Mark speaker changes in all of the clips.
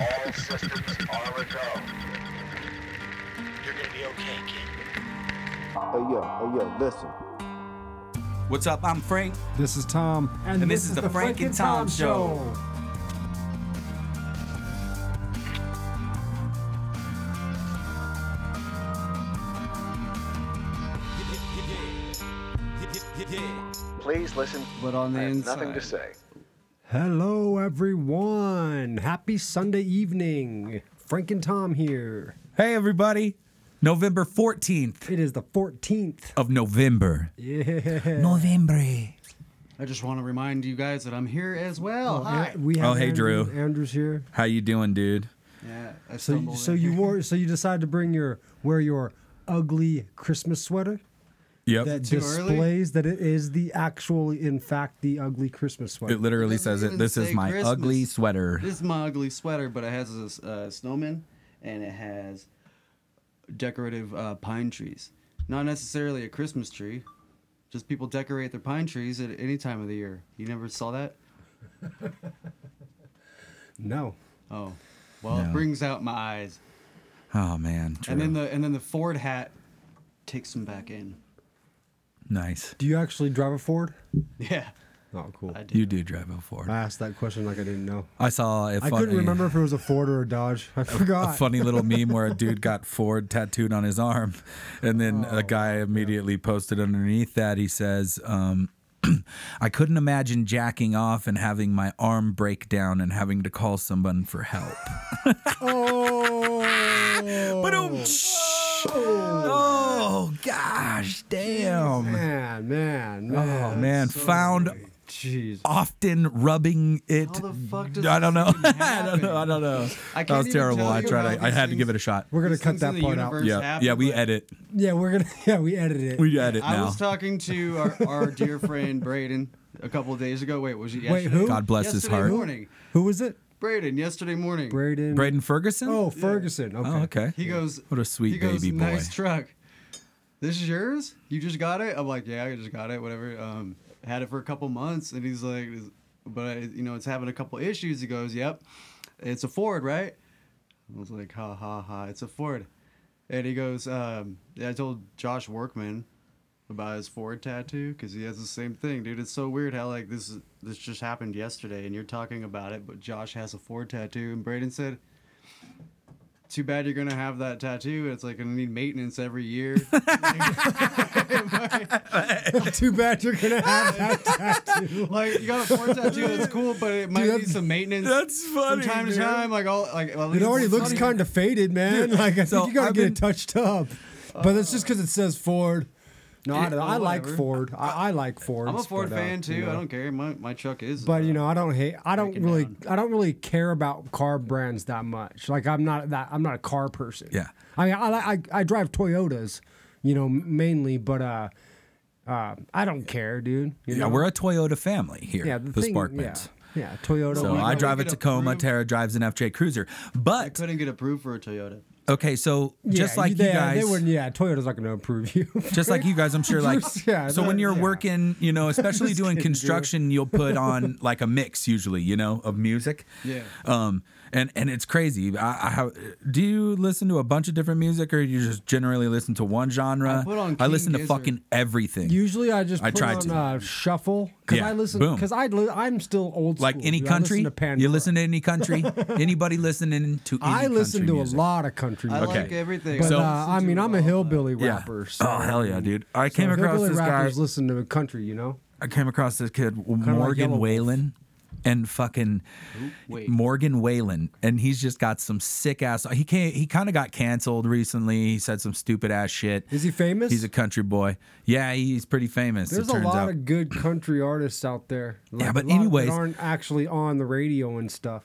Speaker 1: All systems are a go. You're gonna be okay, kid.
Speaker 2: Hey yo, hey yo, listen.
Speaker 3: What's up? I'm Frank.
Speaker 4: This is Tom.
Speaker 3: And this is the Frank and Tom Show.
Speaker 1: Please listen.
Speaker 3: But on the
Speaker 1: I have
Speaker 3: inside,
Speaker 1: nothing to say.
Speaker 4: Hello, everyone. Happy Sunday evening. Frank and Tom here.
Speaker 3: Hey, everybody. November 14th
Speaker 4: It is the 14th.
Speaker 3: of November.
Speaker 4: Yeah.
Speaker 3: November.
Speaker 5: I just want to remind you guys that I'm here as well. Hi.
Speaker 4: And We have
Speaker 3: Oh, hey,
Speaker 4: Andrew-
Speaker 3: Drew.
Speaker 4: Andrew's here.
Speaker 3: How you doing, dude?
Speaker 5: Yeah. I
Speaker 4: So, you-
Speaker 5: stumbled
Speaker 4: so
Speaker 5: in
Speaker 4: you
Speaker 5: here.
Speaker 4: wore, so you decided to bring your wear your ugly Christmas sweater
Speaker 3: Yep.
Speaker 4: that
Speaker 5: Too early?
Speaker 4: displays that it is the actual, in fact, the ugly Christmas sweater.
Speaker 3: it literally
Speaker 5: Doesn't
Speaker 3: says it.
Speaker 5: even
Speaker 3: This is
Speaker 5: say
Speaker 3: my
Speaker 5: Christmas.
Speaker 3: ugly sweater.
Speaker 5: This is my ugly sweater, but it has a s- uh, snowman and it has decorative uh, pine trees. Not necessarily a Christmas tree. Just people decorate their pine trees at any time of the year. You never saw that?
Speaker 4: No.
Speaker 5: Oh, well,
Speaker 3: No.
Speaker 5: it brings out my eyes.
Speaker 3: Oh man. Drew.
Speaker 5: And then the and then the Ford hat takes them back in.
Speaker 3: nice.
Speaker 4: Do you actually drive a Ford?
Speaker 5: Yeah,
Speaker 4: Oh, cool.
Speaker 5: I did.
Speaker 3: You do drive a Ford.
Speaker 4: I asked that question like I didn't know.
Speaker 3: I saw a
Speaker 4: I
Speaker 3: funny,
Speaker 4: couldn't remember if it was a Ford or a Dodge. I
Speaker 3: a
Speaker 4: forgot.
Speaker 3: funny little meme where a dude got Ford tattooed on his arm, and then
Speaker 5: Oh,
Speaker 3: a guy immediately posted underneath that he says. Um, I couldn't imagine jacking off and having my arm break down and having to call someone for help.
Speaker 4: Oh,
Speaker 3: But oh, oh gosh, damn.
Speaker 4: man, man,
Speaker 3: Oh
Speaker 4: man.
Speaker 3: man, found
Speaker 4: Jeez.
Speaker 3: often rubbing it.
Speaker 5: How the fuck does
Speaker 3: I don't
Speaker 5: this
Speaker 3: know.
Speaker 5: even
Speaker 3: I don't know. I
Speaker 5: happen?
Speaker 3: don't know.
Speaker 5: I
Speaker 3: that was
Speaker 5: can't even
Speaker 3: terrible.
Speaker 5: tell
Speaker 3: I
Speaker 5: you
Speaker 3: tried.
Speaker 5: how
Speaker 3: I, I had to
Speaker 5: these
Speaker 3: give it a
Speaker 5: things-
Speaker 3: shit.
Speaker 4: We're gonna
Speaker 5: These
Speaker 4: cut
Speaker 5: things in
Speaker 4: that
Speaker 5: the
Speaker 4: part out.
Speaker 5: universe
Speaker 3: Yeah,
Speaker 5: happen,
Speaker 3: yeah. We
Speaker 5: but-
Speaker 3: edit.
Speaker 4: Yeah, we're gonna. Yeah, we edit it.
Speaker 3: We edit
Speaker 5: I
Speaker 3: now.
Speaker 5: was talking to our, our dear friend Braden a couple of days ago. Wait, was
Speaker 4: Wait,
Speaker 5: it yesterday?
Speaker 4: who?
Speaker 3: God bless his
Speaker 5: yesterday
Speaker 3: heart.
Speaker 5: morning.
Speaker 4: Who was it?
Speaker 5: Braden, yesterday morning.
Speaker 4: Braden.
Speaker 3: Braden Ferguson.
Speaker 4: Oh, Ferguson. Okay.
Speaker 3: Oh, okay.
Speaker 5: He goes,
Speaker 3: What a sweet
Speaker 5: he goes,
Speaker 3: baby boy.
Speaker 5: Nice truck. This is yours? You just got it? I'm like, yeah, I just got it. Whatever. Um, had it for a couple months, and he's like, but you know, it's having a couple issues. He goes, yep, it's a Ford, right? I was like, ha ha ha, it's a Ford. And he goes, um, yeah, I told Josh Workman about his Ford tattoo because he has the same thing, dude. It's so weird how like this this just happened yesterday, and you're talking about it, but Josh has a Ford tattoo, and Braden said, too bad you're gonna have that tattoo. It's like gonna need maintenance every year.
Speaker 3: Oh,
Speaker 4: Too bad you're gonna have that tattoo.
Speaker 5: like you got a Ford tattoo, that's cool, but it might
Speaker 4: that's-
Speaker 5: need some maintenance.
Speaker 3: that's funny,
Speaker 5: From time
Speaker 3: dude.
Speaker 5: to time, like all like well, at
Speaker 4: It
Speaker 5: least
Speaker 4: already
Speaker 5: once
Speaker 4: looks
Speaker 5: a year.
Speaker 4: kind of faded, man. like I
Speaker 3: so
Speaker 4: think you gotta
Speaker 3: I've
Speaker 4: get
Speaker 3: been-
Speaker 4: it touched up. But that's just because it says Ford. No, I,
Speaker 5: Yeah,
Speaker 4: don't- I like
Speaker 5: whatever.
Speaker 4: Ford. I, I like Ford.
Speaker 5: I'm a Ford fan too.
Speaker 4: You know?
Speaker 5: I don't care. My my truck is. uh,
Speaker 4: But you know, I don't hate. I don't
Speaker 5: breaking
Speaker 4: really.
Speaker 5: down.
Speaker 4: I don't really care about car brands that much. Like I'm not that. I'm not a car person.
Speaker 3: Yeah.
Speaker 4: I mean, I like- I, I drive Toyotas, you know, m- mainly. But uh, uh, I don't care, dude. You
Speaker 3: yeah,
Speaker 4: know?
Speaker 3: we're a Toyota family here.
Speaker 4: yeah. The
Speaker 3: the
Speaker 4: thing,
Speaker 3: Sparkmans.
Speaker 4: yeah, yeah. Toyota.
Speaker 3: So
Speaker 5: we
Speaker 3: I
Speaker 5: couldn't
Speaker 3: drive a
Speaker 5: get
Speaker 3: Tacoma.
Speaker 5: approved.
Speaker 3: Tara drives an FJ Cruiser.
Speaker 5: I
Speaker 3: But
Speaker 5: couldn't get approved for a Toyota.
Speaker 3: okay, so
Speaker 4: Yeah,
Speaker 3: just like
Speaker 4: they,
Speaker 3: you guys,
Speaker 4: they wouldn't. Yeah, Toyota's not going to approve you.
Speaker 3: just like you guys, I'm sure. Like,
Speaker 4: Yeah,
Speaker 3: so when
Speaker 4: that-
Speaker 3: you're
Speaker 4: yeah.
Speaker 3: working, you know, especially doing construction, you'll put on like a mix usually, you know, of music.
Speaker 5: Yeah.
Speaker 3: Um, and and it's crazy. I, I have. Do you listen to a bunch of different music, or you just generally listen to one genre?
Speaker 5: I put on
Speaker 3: I
Speaker 5: King
Speaker 3: listen to
Speaker 5: Gizzard.
Speaker 3: fucking everything.
Speaker 4: Usually, I just
Speaker 3: I
Speaker 4: put
Speaker 3: try
Speaker 4: on
Speaker 3: to.
Speaker 4: Uh, shuffle because
Speaker 3: Yeah,
Speaker 4: I listen
Speaker 3: boom.
Speaker 4: because I li- I'm still old.
Speaker 3: like
Speaker 4: school,
Speaker 3: any
Speaker 4: dude. I
Speaker 3: country,
Speaker 4: listen
Speaker 3: you
Speaker 4: to Pandora.
Speaker 3: listen to any country. Anybody listening to? Any
Speaker 4: I listen
Speaker 3: country
Speaker 4: to
Speaker 3: music?
Speaker 4: a lot of country.
Speaker 5: I
Speaker 4: music.
Speaker 3: Okay.
Speaker 5: like everything.
Speaker 4: But
Speaker 3: So-
Speaker 4: uh,
Speaker 5: listen
Speaker 4: I
Speaker 5: to
Speaker 4: mean,
Speaker 5: it
Speaker 4: I'm a
Speaker 5: all,
Speaker 4: hellbilly
Speaker 3: Yeah.
Speaker 4: rapper. So,
Speaker 3: oh hell yeah, dude! I came
Speaker 4: So
Speaker 3: across
Speaker 4: hillbilly
Speaker 3: this guy.
Speaker 4: rappers listen to country, you know.
Speaker 3: I came across this kid
Speaker 4: like
Speaker 3: Morgan
Speaker 4: Yellow Wolf.
Speaker 3: Whalen, and fucking
Speaker 5: wait.
Speaker 3: Morgan Whalen, and he's just got some sick ass. He can't. He kind of got canceled recently. He said some stupid ass shit.
Speaker 4: Is he famous?
Speaker 3: He's a country boy. Yeah, he's pretty famous.
Speaker 4: There's
Speaker 3: it
Speaker 4: a
Speaker 3: turns
Speaker 4: lot
Speaker 3: out.
Speaker 4: of good country artists out there.
Speaker 3: Yeah,
Speaker 4: a
Speaker 3: but
Speaker 4: lot that
Speaker 3: anyways-
Speaker 4: aren't actually on the radio and stuff.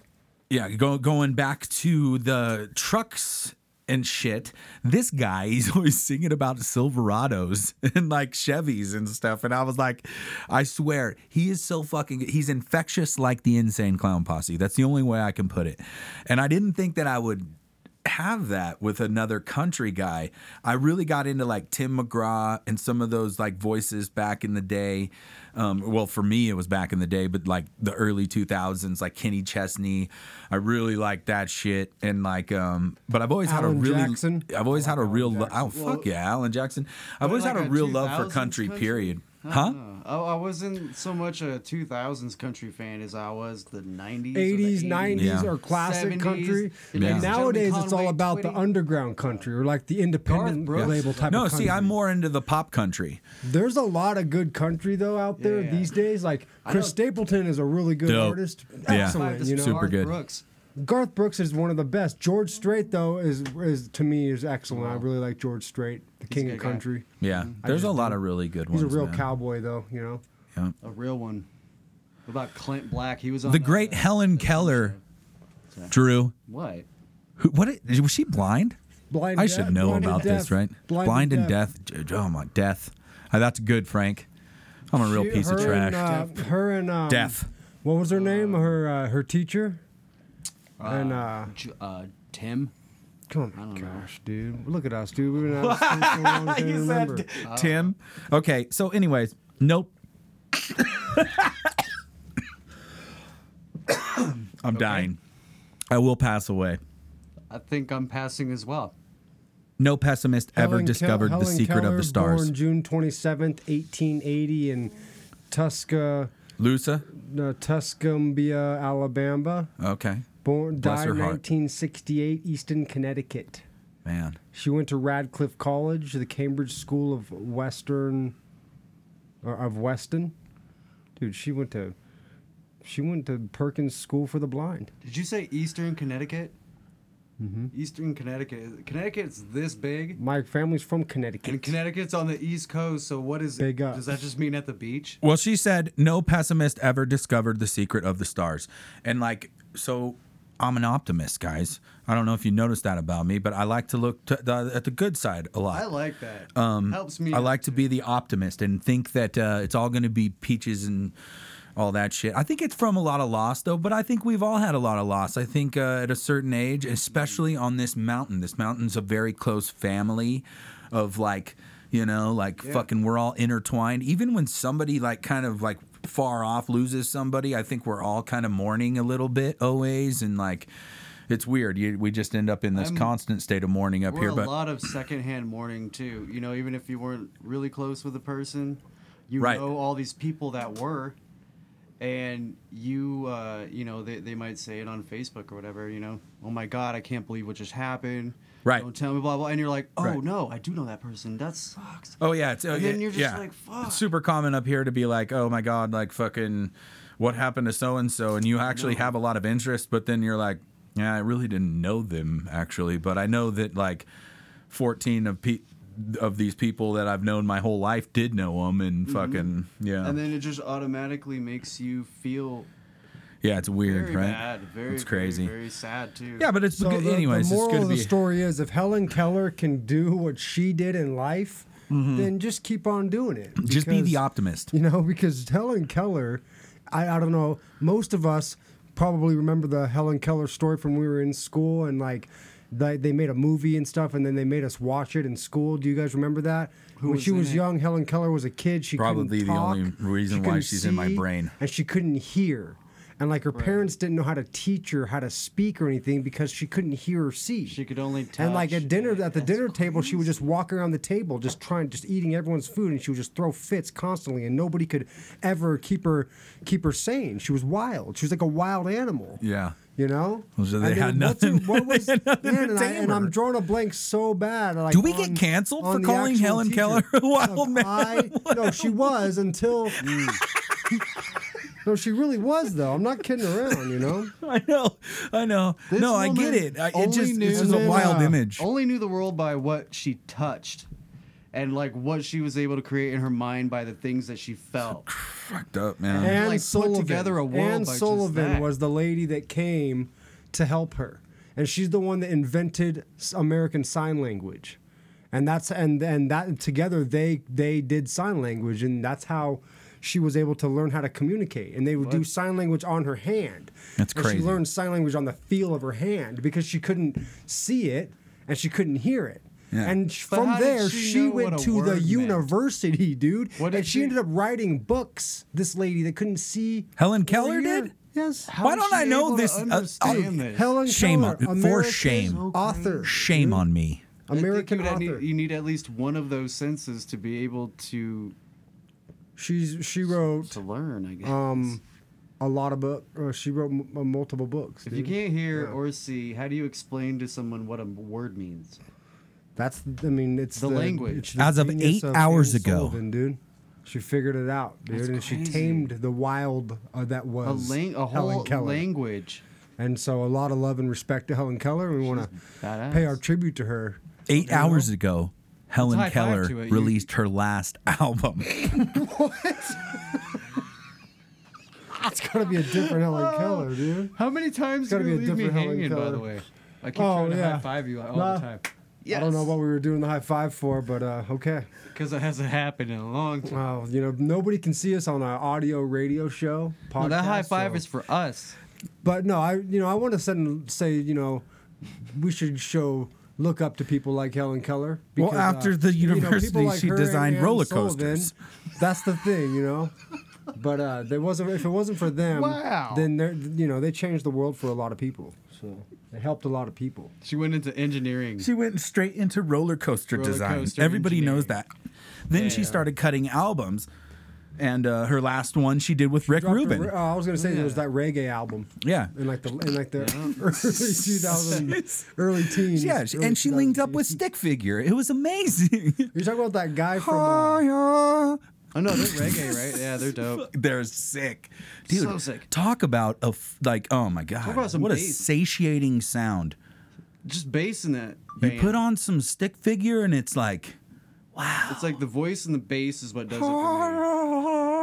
Speaker 3: yeah, go, going back to the trucks and shit. This guy, he's always singing about Silverados and like Chevys and stuff. And I was like, I swear, he is so fucking. He's infectious like the insane clown posse. That's the only way I can put it. And I didn't think that I would have that with another country guy. I really got into like Tim McGraw and some of those like voices back in the day. Um, well, for me, it was back in the day, but like the early 2000s, like Kenny Chesney. I really liked that shit. And like, um, but I've always had a
Speaker 4: Alan
Speaker 3: really,
Speaker 4: Jackson.
Speaker 3: I've always had a real, lo- oh, fuck
Speaker 5: Well-
Speaker 3: yeah, Alan Jackson. I've
Speaker 5: But
Speaker 3: always
Speaker 5: like
Speaker 3: had a
Speaker 5: a
Speaker 3: real love for
Speaker 5: 2000s
Speaker 3: country,
Speaker 5: country?
Speaker 3: period.
Speaker 5: I
Speaker 3: Huh?
Speaker 5: don't know. uh, I, I wasn't so much a 2000s country fan as I was the 90s, or the
Speaker 4: 80s, 90s,
Speaker 3: Yeah.
Speaker 4: or classic
Speaker 5: 70s,
Speaker 4: country.
Speaker 5: and
Speaker 3: Yeah.
Speaker 4: And nowadays,
Speaker 5: Conway
Speaker 4: it's all about the
Speaker 5: Twitty.
Speaker 4: underground country or like the independent
Speaker 5: Brooks.
Speaker 4: label type
Speaker 3: No,
Speaker 4: of country.
Speaker 3: see, I'm more into the pop country.
Speaker 4: There's a lot of good country though out there
Speaker 5: Yeah.
Speaker 4: these days. Like
Speaker 5: I
Speaker 4: Chris
Speaker 5: know-
Speaker 4: Stapleton is a really good
Speaker 3: Dope.
Speaker 4: artist.
Speaker 3: Yeah.
Speaker 5: Five
Speaker 4: Excellent,
Speaker 5: to
Speaker 4: you know.
Speaker 3: Super
Speaker 5: Garth
Speaker 3: good.
Speaker 5: Brooks.
Speaker 4: Garth Brooks is one of the best. George Strait though is is to me is excellent. I really like George Strait, the king
Speaker 5: a
Speaker 4: of
Speaker 5: good guy.
Speaker 4: country.
Speaker 3: Yeah,
Speaker 5: Mm.
Speaker 3: there's a lot of really good ones.
Speaker 4: He's a real
Speaker 3: man.
Speaker 4: cowboy though, you know.
Speaker 5: A real one. What about Clint Black? He was on
Speaker 3: The
Speaker 5: that,
Speaker 3: great
Speaker 5: uh,
Speaker 3: Helen Keller, Drew.
Speaker 5: What?
Speaker 3: Who, what i- was she blind?
Speaker 4: Blind
Speaker 3: I
Speaker 4: death-
Speaker 3: should know
Speaker 4: blind and
Speaker 3: about this,
Speaker 4: deaf.
Speaker 3: right? Blind,
Speaker 4: Blind,
Speaker 3: and death. J- Oh my, death. Uh, that's good, Frank. I'm a real
Speaker 4: She-
Speaker 3: piece of
Speaker 4: her
Speaker 3: trash.
Speaker 4: And, uh, her and um,
Speaker 3: Deaf.
Speaker 4: What was her name? Her uh, her teacher. and uh,
Speaker 5: J- uh, Tim.
Speaker 4: come
Speaker 5: don't
Speaker 4: on,
Speaker 5: know.
Speaker 4: gosh, dude, look at us, dude. We've been out of school for a long time.
Speaker 3: you
Speaker 4: remember.
Speaker 3: said Tim. Uh, Okay, so anyways, nope. I'm dying. I will pass away.
Speaker 5: I think I'm passing as well.
Speaker 3: No pessimist ever
Speaker 4: Helen Kel-
Speaker 3: discovered the
Speaker 4: Helen
Speaker 3: secret of
Speaker 4: Keller,
Speaker 3: the stars.
Speaker 4: Born June twenty seventh, eighteen eighty, in Tusca,
Speaker 3: Lusa.
Speaker 4: uh, Tuscumbia, Alabama.
Speaker 3: Okay.
Speaker 4: Born
Speaker 3: Bless
Speaker 4: died
Speaker 3: her heart.
Speaker 4: nineteen sixty eight, Easton, Connecticut.
Speaker 3: Man.
Speaker 4: She went to Radcliffe College, the Cambridge School of Western, or of Weston. Dude, she went to, she went to Perkins School for the Blind.
Speaker 5: Did you say Eastern Connecticut? Mm-hmm. Eastern Connecticut. Connecticut's this big,
Speaker 4: My family's from Connecticut.
Speaker 5: and Connecticut's on the East Coast. So what is
Speaker 4: Big up.
Speaker 5: Does that just mean at the beach?
Speaker 3: Well, she said no pessimist ever discovered the secret of the stars. And like so I'm an optimist, guys. I don't know if you noticed that about me, but I like to look to the, at the good side a lot.
Speaker 5: I like that. Um, Helps me.
Speaker 3: I like to be the optimist and think that uh, it's all going to be peaches and all that shit. I think it's from a lot of loss, though, but I think we've all had a lot of loss. I think uh, at a certain age, especially on this mountain, this mountain's a very close family of like, you know, like fucking we're all intertwined. Even when somebody like kind of like far off loses somebody, I think we're all kind of mourning a little bit always and like. It's weird. You, we just end up in this
Speaker 5: I'm-
Speaker 3: constant state of mourning up
Speaker 5: We're
Speaker 3: here,
Speaker 5: a
Speaker 3: but
Speaker 5: lot of secondhand mourning too. You know, even if you weren't really close with a person, you
Speaker 3: Right.
Speaker 5: know all these people that were, and you, uh, you know, they, they might say it on Facebook or whatever. You know, oh my God, I can't believe what just happened.
Speaker 3: Right.
Speaker 5: Don't tell me blah blah. And you're like, oh
Speaker 3: Right.
Speaker 5: no, I do know that person. That sucks.
Speaker 3: Oh yeah, it's, oh,
Speaker 5: And
Speaker 3: yeah,
Speaker 5: then you're just
Speaker 3: yeah.
Speaker 5: like, "Fuck."
Speaker 3: It's super common up here to be like, oh my god, like fucking, what happened to so and so, and you actually have a lot of interest, but then you're like, yeah, I really didn't know them actually, but I know that like, fourteen of pe- of these people that I've known my whole life did know them, and fucking yeah,
Speaker 5: Mm-hmm. And then it just automatically makes you feel
Speaker 3: yeah, it's weird,
Speaker 5: very
Speaker 3: right?
Speaker 5: bad, very
Speaker 3: it's crazy.
Speaker 5: very, very sad too.
Speaker 3: yeah, but it's
Speaker 4: So
Speaker 3: good.
Speaker 4: the,
Speaker 3: anyways,
Speaker 4: the moral
Speaker 3: it's good to
Speaker 4: of the
Speaker 3: be.
Speaker 4: story is if Helen Keller can do what she did in life, then just keep on doing it.
Speaker 3: Mm-hmm. Just be the
Speaker 4: because-
Speaker 3: optimist.
Speaker 4: You know, because Helen Keller, I, I don't know, most of us probably remember the Helen Keller story from when we were in school and like they, they made a movie and stuff and then they made us watch it in school. Do you guys remember that? when
Speaker 5: was
Speaker 4: she
Speaker 5: in
Speaker 4: was
Speaker 5: it?
Speaker 4: young, Helen Keller was a kid. She couldn't
Speaker 3: Probably the
Speaker 4: talk,
Speaker 3: only reason
Speaker 4: she
Speaker 3: why
Speaker 4: couldn't
Speaker 3: she's in my
Speaker 4: see,
Speaker 3: brain.
Speaker 4: And she couldn't hear. And like her parents didn't know how to teach her how to speak or anything because she couldn't hear or see.
Speaker 5: She could only touch.
Speaker 4: And like at dinner, at the
Speaker 5: That's
Speaker 4: dinner table, she would just walk around the table, just trying, just eating everyone's food, and she would just throw fits constantly, and nobody could ever keep her, keep her sane. She was wild. She was like a wild animal.
Speaker 3: Yeah.
Speaker 4: You know.
Speaker 3: Well, so
Speaker 4: And
Speaker 3: they
Speaker 4: then
Speaker 3: had
Speaker 4: what's it-
Speaker 3: nothing-
Speaker 4: What was?
Speaker 3: they had nothing
Speaker 4: man,
Speaker 3: to
Speaker 4: and, I,
Speaker 3: tame
Speaker 4: and
Speaker 3: her.
Speaker 4: I'm drawing a blank so bad. Like,
Speaker 3: Do we get
Speaker 4: on-
Speaker 3: canceled for
Speaker 4: on the
Speaker 3: calling
Speaker 4: actual
Speaker 3: Helen
Speaker 4: teacher.
Speaker 3: Keller a wild
Speaker 4: Look,
Speaker 3: man? Mm.
Speaker 4: I, no, she was until. no, she really was though. I'm not kidding around. You know.
Speaker 3: I know, I know. no, I get
Speaker 5: woman
Speaker 3: it. I, it
Speaker 5: only
Speaker 3: just
Speaker 5: knew-
Speaker 3: it's just a
Speaker 4: And then,
Speaker 3: wild
Speaker 4: uh,
Speaker 3: image.
Speaker 5: only knew the world by what she touched and like what she was able to create in her mind by the things that she felt.
Speaker 3: fucked up, man.
Speaker 4: Anne
Speaker 5: like, put
Speaker 4: Sullivan.
Speaker 5: together a world
Speaker 4: Anne
Speaker 5: by just
Speaker 4: Sullivan
Speaker 5: that.
Speaker 4: was the lady that came to help her, and she's the one that invented s- American Sign Language, and that's and and that together they they did sign language, and that's how she was able to learn how to communicate, and they would do sign language on her hand.
Speaker 3: That's
Speaker 4: And
Speaker 3: crazy.
Speaker 4: She learned sign language on the feel of her hand because she couldn't see it and she couldn't hear it.
Speaker 3: Yeah.
Speaker 4: And sh-
Speaker 5: But
Speaker 4: from
Speaker 5: how did
Speaker 4: there,
Speaker 5: she
Speaker 4: she,
Speaker 5: know what
Speaker 4: went
Speaker 5: a
Speaker 4: to
Speaker 5: word
Speaker 4: the
Speaker 5: meant?
Speaker 4: university, dude.
Speaker 5: What did
Speaker 4: and she,
Speaker 5: she-
Speaker 4: ended up writing books. This lady that couldn't see.
Speaker 3: Helen
Speaker 4: or
Speaker 3: Keller
Speaker 4: hear.
Speaker 3: did?
Speaker 4: Yes.
Speaker 5: How
Speaker 3: Why
Speaker 5: is
Speaker 3: don't
Speaker 5: she
Speaker 3: I know
Speaker 5: able to
Speaker 3: this? Uh, I'll-
Speaker 4: um,
Speaker 5: understand this?
Speaker 4: Helen
Speaker 3: Shame
Speaker 4: Keller,
Speaker 3: on- for
Speaker 4: America's
Speaker 3: shame.
Speaker 4: Author.
Speaker 3: Shame on me.
Speaker 5: I think
Speaker 4: American
Speaker 5: you, would
Speaker 4: author.
Speaker 5: need, you need at least one of those senses to be able to
Speaker 4: She's she wrote
Speaker 5: to learn. I guess.
Speaker 4: um a lot of book. Or she wrote m- uh, multiple books.
Speaker 5: if you
Speaker 4: dude.
Speaker 5: can't hear or see, how do you explain to someone what a word means?
Speaker 4: That's I mean it's
Speaker 5: The language.
Speaker 4: it's the
Speaker 3: As of
Speaker 4: genius
Speaker 3: eight hours
Speaker 4: Anne
Speaker 3: ago.
Speaker 4: Sullivan, dude. She figured it out, dude,
Speaker 5: That's
Speaker 4: and she
Speaker 5: crazy.
Speaker 4: tamed the wild uh, that
Speaker 5: A
Speaker 4: was
Speaker 5: lang- a
Speaker 4: Helen
Speaker 5: whole
Speaker 4: Keller.
Speaker 5: language.
Speaker 4: And so, a lot of love and respect to Helen Keller. We want to
Speaker 5: badass.
Speaker 4: pay our tribute to her.
Speaker 3: Eight hours ago, Helen
Speaker 5: high five
Speaker 3: Keller
Speaker 5: to it. You-
Speaker 3: released her last album.
Speaker 4: It's gotta be a different
Speaker 5: Oh.
Speaker 4: Helen Keller, dude.
Speaker 5: How many times do
Speaker 4: gotta
Speaker 5: you
Speaker 4: be a
Speaker 5: leave me
Speaker 4: different Helen
Speaker 5: hanging? By
Speaker 4: Keller.
Speaker 5: the way, I keep
Speaker 4: Oh,
Speaker 5: trying to
Speaker 4: yeah.
Speaker 5: high five you all
Speaker 4: Nah.
Speaker 5: the time.
Speaker 4: I don't know what we were doing the high five for, but uh, okay.
Speaker 5: because it hasn't happened in a long time.
Speaker 4: Wow, you know nobody can see us on our audio radio show. Podcast,
Speaker 5: No, Oh, that high five
Speaker 4: so-
Speaker 5: is for us.
Speaker 4: But no, I you know I want to send, say you know we should show look up to people like Helen Keller. uh,
Speaker 3: Well, after the
Speaker 4: you know, people
Speaker 3: university, she
Speaker 4: her
Speaker 3: designed
Speaker 4: and Ann
Speaker 3: roller
Speaker 4: Sullivan,
Speaker 3: coasters.
Speaker 4: that's the thing, you know. But uh, there wasn't if it wasn't for them,
Speaker 5: Wow.
Speaker 4: then they you know they changed the world for a lot of people. So they helped a lot of people.
Speaker 5: She went into engineering.
Speaker 3: She went straight into roller coaster
Speaker 5: Roller
Speaker 3: design.
Speaker 5: coaster
Speaker 3: Everybody knows that.
Speaker 5: engineering.
Speaker 3: Then she started cutting albums, and uh, her last one she did with Rick
Speaker 4: Dr.
Speaker 3: Rubin.
Speaker 4: Re- oh, I was gonna say there was
Speaker 5: Yeah.
Speaker 4: that reggae album.
Speaker 3: yeah.
Speaker 4: In like the in like the early 2000 early teens.
Speaker 3: Yeah, she- and she linked up with Stick Figure. It was amazing.
Speaker 4: You're talking about that guy from uh,
Speaker 3: Hiya.
Speaker 5: Oh no, they're reggae, right? Yeah, they're dope.
Speaker 3: They're sick, dude.
Speaker 5: So sick.
Speaker 3: Talk about a f- like, oh my god,
Speaker 5: about some
Speaker 3: what a
Speaker 5: bass.
Speaker 3: satiating sound.
Speaker 5: Just bass in that.
Speaker 3: You
Speaker 5: band.
Speaker 3: put on some Stick Figure, and it's like,
Speaker 5: It's like the voice and the bass is what does it for me.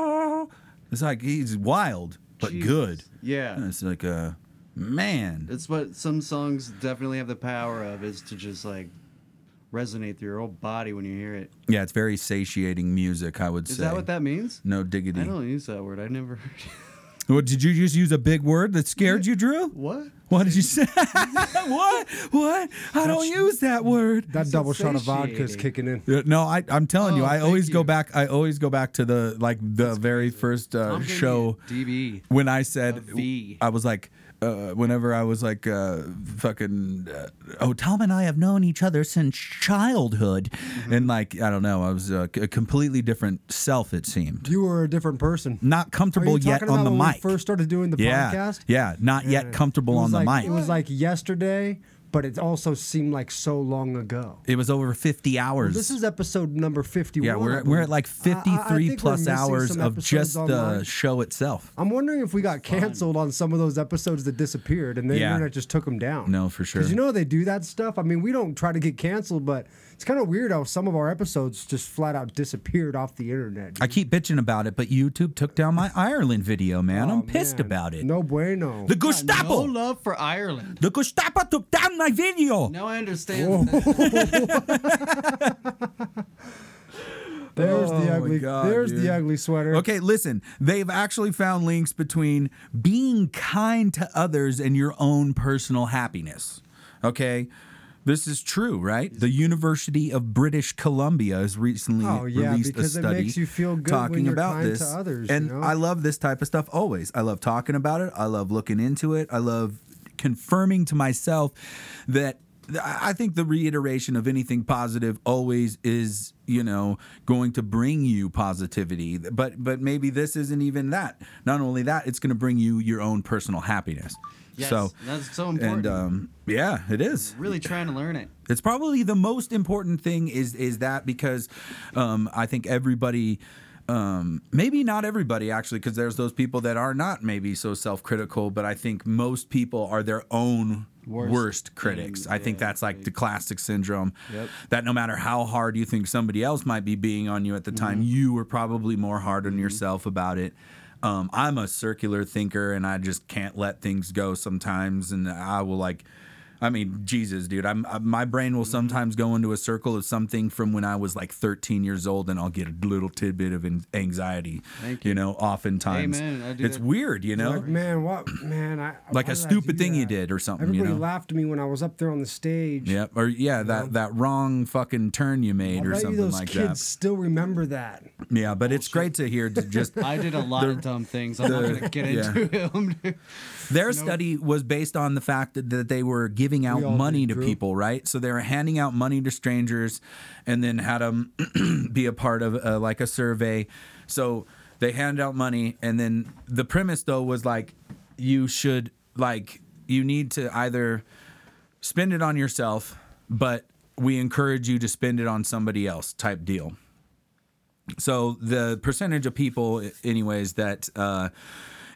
Speaker 3: it's like he's wild but
Speaker 5: Jesus.
Speaker 3: good. And
Speaker 5: Yeah,
Speaker 3: it's like a man.
Speaker 5: it's what some songs definitely have the power of is to just like resonate through your whole body when you hear it.
Speaker 3: Yeah, it's very satiating music. I would
Speaker 5: Is
Speaker 3: say.
Speaker 5: that what that means?
Speaker 3: No diggity.
Speaker 5: I don't use that word. I never heard. it.
Speaker 3: What did you just use a big word that scared you, Drew?
Speaker 5: What?
Speaker 3: What did you say? what? What? I don't use that word.
Speaker 4: that double shot of vodka is
Speaker 5: satiating.
Speaker 4: kicking in.
Speaker 3: Yeah, No, I, I'm telling you,
Speaker 5: Oh,
Speaker 3: I
Speaker 5: thank
Speaker 3: always go
Speaker 5: you.
Speaker 3: back. I always go back to the like the very first uh,
Speaker 5: I'm gonna
Speaker 3: show
Speaker 5: get DB.
Speaker 3: when I said
Speaker 5: A V.
Speaker 3: I was like. Uh, whenever I was like, uh, fucking, uh, oh, Tom and I have known each other since childhood.
Speaker 4: Mm-hmm.
Speaker 3: And like, I don't know, I was uh, c- a completely different self, it seemed.
Speaker 4: You were a different person.
Speaker 3: Not
Speaker 4: Are you
Speaker 3: comfortable yet
Speaker 4: talking
Speaker 3: on
Speaker 4: about
Speaker 3: the
Speaker 4: when
Speaker 3: mic.
Speaker 4: We first started doing the
Speaker 3: yeah.
Speaker 4: podcast.
Speaker 3: Yeah. Not yet comfortable
Speaker 4: It was
Speaker 3: on the
Speaker 4: like-
Speaker 3: mic.
Speaker 4: It was like yesterday, but it also seemed like so long ago.
Speaker 3: It was over 50 hours.
Speaker 4: This is episode number 51.
Speaker 3: yeah,
Speaker 4: I
Speaker 3: we're,
Speaker 4: believe.
Speaker 3: we're at like
Speaker 4: I- I- I
Speaker 3: 53
Speaker 4: think we're
Speaker 3: plus
Speaker 4: missing
Speaker 3: hours
Speaker 4: some
Speaker 3: of
Speaker 4: episodes
Speaker 3: just the
Speaker 4: online.
Speaker 3: show itself.
Speaker 4: I'm wondering if we got canceled on some of those episodes that disappeared and the
Speaker 3: Yeah.
Speaker 4: internet just took them down.
Speaker 3: No, for sure.
Speaker 4: Because you know they do that stuff. I mean, we don't try to get canceled, but it's kind of weird how some of our episodes just flat out disappeared off the internet.
Speaker 3: I keep bitching about it, but YouTube took down my Ireland video, man. I'm
Speaker 4: Oh,
Speaker 3: pissed
Speaker 4: man.
Speaker 3: about it.
Speaker 4: No bueno.
Speaker 3: The
Speaker 5: No
Speaker 3: Gestapo!
Speaker 5: love for Ireland.
Speaker 3: The Gestapo took down my video!
Speaker 5: Now I understand. that.
Speaker 4: there's
Speaker 3: Oh, my
Speaker 4: the ugly.
Speaker 3: God,
Speaker 4: there's
Speaker 3: dude.
Speaker 4: the ugly sweater.
Speaker 3: Okay, listen, they've actually found links between being kind to others and your own personal happiness. Okay? This is true, right? The University of British Columbia has recently
Speaker 4: Oh, yeah,
Speaker 3: released a
Speaker 4: because it
Speaker 3: study
Speaker 4: makes you feel good
Speaker 3: talking
Speaker 4: when you're
Speaker 3: about
Speaker 4: kind
Speaker 3: this.
Speaker 4: to others,
Speaker 3: and
Speaker 4: you know?
Speaker 3: I love this type of stuff always. I love talking about it. I love looking into it. I love confirming to myself that I I think the reiteration of anything positive always is, you know, going to bring you positivity. But but maybe this isn't even that. Not only that, it's going to bring you your own personal happiness.
Speaker 5: Yes,
Speaker 3: so
Speaker 5: that's so
Speaker 3: and
Speaker 5: important.
Speaker 3: um, yeah, it is.
Speaker 5: really trying to learn it.
Speaker 3: It's probably the most important thing is is that because um, I think everybody. Um, maybe not everybody actually, because there's those people that are not maybe so self-critical, but I think most people are their own worst,
Speaker 5: Worst.
Speaker 3: critics.
Speaker 5: Mm,
Speaker 3: I think
Speaker 5: yeah,
Speaker 3: that's like the classic syndrome.
Speaker 5: Yep.
Speaker 3: That no matter how hard you think somebody else might be being on you at the time, you were probably more hard on yourself about it. Um, I'm a circular thinker, and I just can't let things go sometimes, and I will like I mean, Jesus, dude. I'm I, my brain will sometimes go into a circle of something from when I was like 13 years old, and I'll get a little tidbit of an- anxiety.
Speaker 5: Thank
Speaker 3: you. know, oftentimes
Speaker 5: Amen, I do
Speaker 3: it's
Speaker 5: that.
Speaker 3: weird. You know,
Speaker 4: Like, man, what, man, I
Speaker 3: Like
Speaker 4: why
Speaker 3: a
Speaker 4: did I
Speaker 3: stupid
Speaker 4: do
Speaker 3: thing you
Speaker 4: that?
Speaker 3: did or something, you
Speaker 4: Everybody
Speaker 3: know?
Speaker 4: laughed at me when I was up there on the stage.
Speaker 3: Yep. Or yeah, that that wrong fucking turn you made
Speaker 4: I
Speaker 3: or
Speaker 4: bet you
Speaker 3: something
Speaker 4: those
Speaker 3: like
Speaker 4: kids
Speaker 3: that.
Speaker 4: still remember that.
Speaker 3: Yeah, but it's great to hear to just
Speaker 5: I did a lot of dumb things. I'm not gonna get
Speaker 3: yeah.
Speaker 5: into them. Dude.
Speaker 3: Their study was based on the fact that, that they were giving out
Speaker 4: all
Speaker 3: money
Speaker 4: did,
Speaker 3: to
Speaker 4: Drew.
Speaker 3: people, right? So they were handing out money to strangers and then had them be a part of uh, like a survey. So they handed out money. And then the premise, though, was like, you should, like, you need to either spend it on yourself, but we encourage you to spend it on somebody else type deal. So the percentage of people, i- anyways, that uh,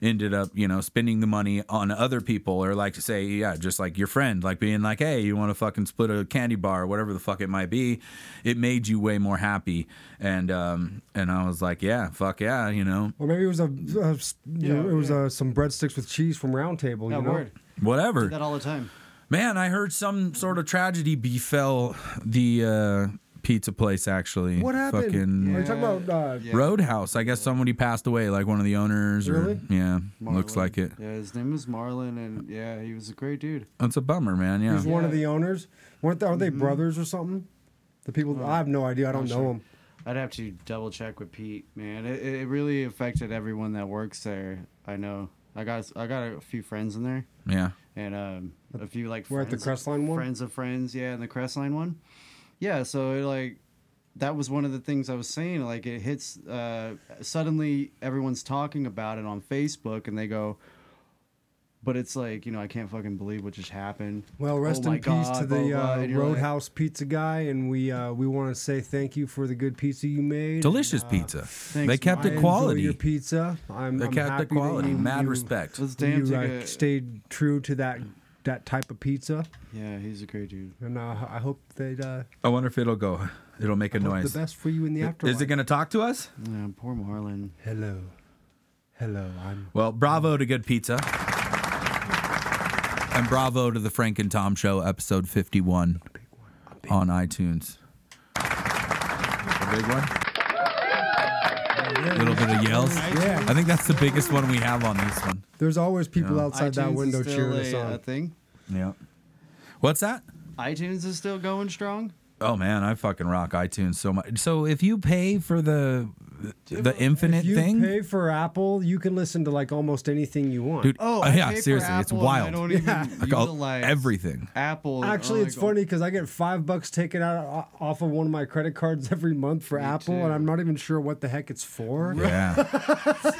Speaker 3: ended up, you know, spending the money on other people, or like to say, yeah, just like your friend, like being like, hey, you want to fucking split a candy bar or whatever the fuck it might be, it made you way more happy. And um, and I was like, yeah, fuck yeah, you know,
Speaker 4: Or maybe it was a, a s- you know,
Speaker 5: Yeah,
Speaker 4: it was
Speaker 5: yeah.
Speaker 4: uh some breadsticks with cheese from Round Table.
Speaker 5: That
Speaker 4: you know?
Speaker 5: word.
Speaker 3: whatever.
Speaker 5: That all the time.
Speaker 3: Man, I heard some sort of tragedy befell the uh, pizza place. Actually,
Speaker 4: What happened?
Speaker 3: Fucking
Speaker 4: Are you talking about? Uh,
Speaker 5: Yeah.
Speaker 3: Roadhouse. I guess somebody passed away, like one of the owners,
Speaker 4: Really?
Speaker 3: or yeah,
Speaker 5: Marlon.
Speaker 3: looks like it.
Speaker 5: Yeah, his name was Marlon, and yeah, he was a great dude.
Speaker 3: That's a bummer, man. Yeah,
Speaker 4: He's one of
Speaker 5: Yeah. Mm-hmm.
Speaker 4: the owners. weren't they, Are they brothers or something? The people. I have no idea. I don't know
Speaker 5: sure.
Speaker 4: them.
Speaker 5: I'd have to double check with Pete, man. It, it it really affected everyone that works there. I know. I got I got a few friends in there,
Speaker 3: yeah.
Speaker 5: and um, a few like
Speaker 4: We're at the
Speaker 5: friends-
Speaker 4: Crestline one?
Speaker 5: friends of friends, yeah, and the Crestline one, yeah. So it, like that was one of the things I was saying. Like it hits uh, suddenly, everyone's talking about it on Facebook, and they go. But it's like you know I can't fucking believe what just happened.
Speaker 4: Well,
Speaker 5: Oh
Speaker 4: rest
Speaker 5: my
Speaker 4: in peace
Speaker 5: God,
Speaker 4: to
Speaker 5: blah,
Speaker 4: the
Speaker 5: blah,
Speaker 4: uh,
Speaker 5: and you're like-
Speaker 4: Roadhouse pizza guy, and we uh, we want to say thank you for the good pizza you made.
Speaker 3: Delicious pizza. they kept
Speaker 4: I
Speaker 3: it
Speaker 4: enjoy your
Speaker 3: quality.
Speaker 4: pizza. I'm,
Speaker 3: They
Speaker 4: I'm
Speaker 3: kept
Speaker 4: happy
Speaker 3: the
Speaker 4: that
Speaker 3: quality.
Speaker 4: you-
Speaker 3: Mad
Speaker 4: you-
Speaker 3: respect.
Speaker 5: Let's damn
Speaker 4: You
Speaker 5: take
Speaker 4: uh,
Speaker 5: a-
Speaker 4: stayed true to that that type of pizza,
Speaker 5: Yeah, he's a great dude.
Speaker 4: and uh, I hope they uh,
Speaker 3: I wonder if it'll go. It'll make a
Speaker 4: hope the
Speaker 3: noise.
Speaker 4: best for you in the afterlife.
Speaker 3: Is it gonna talk to us?
Speaker 5: Yeah, poor Marlon.
Speaker 4: Hello, hello. I'm
Speaker 3: Well, bravo to good pizza. And bravo to the Frank and Tom Show, episode 51 on iTunes. A big one? A little bit of yells.
Speaker 4: Yeah.
Speaker 3: I think that's the biggest one we have on this one.
Speaker 4: There's always people outside
Speaker 5: iTunes
Speaker 4: that
Speaker 5: is
Speaker 4: window
Speaker 5: still
Speaker 4: cheering us
Speaker 5: a, a
Speaker 4: on.
Speaker 5: thing.
Speaker 3: Yeah. What's that?
Speaker 5: iTunes is still going strong.
Speaker 3: Oh man, I fucking rock iTunes so much. So if you pay for the the infinite
Speaker 4: If you
Speaker 3: thing,
Speaker 4: pay for Apple, you can listen to like almost anything you want.
Speaker 3: dude.
Speaker 5: Oh,
Speaker 3: uh,
Speaker 5: I
Speaker 3: yeah,
Speaker 5: pay for
Speaker 3: seriously, it's
Speaker 5: Apple and
Speaker 3: wild.
Speaker 5: I don't even
Speaker 3: Like, I'll-
Speaker 5: utilize
Speaker 3: everything.
Speaker 5: Apple. and-
Speaker 4: Uh, Actually,
Speaker 5: oh,
Speaker 4: it's
Speaker 5: like,
Speaker 4: funny because I get five bucks taken out o- off of one of my credit cards every month for Apple, and
Speaker 5: too.
Speaker 4: I'm not even sure what the heck it's for.
Speaker 3: Yeah,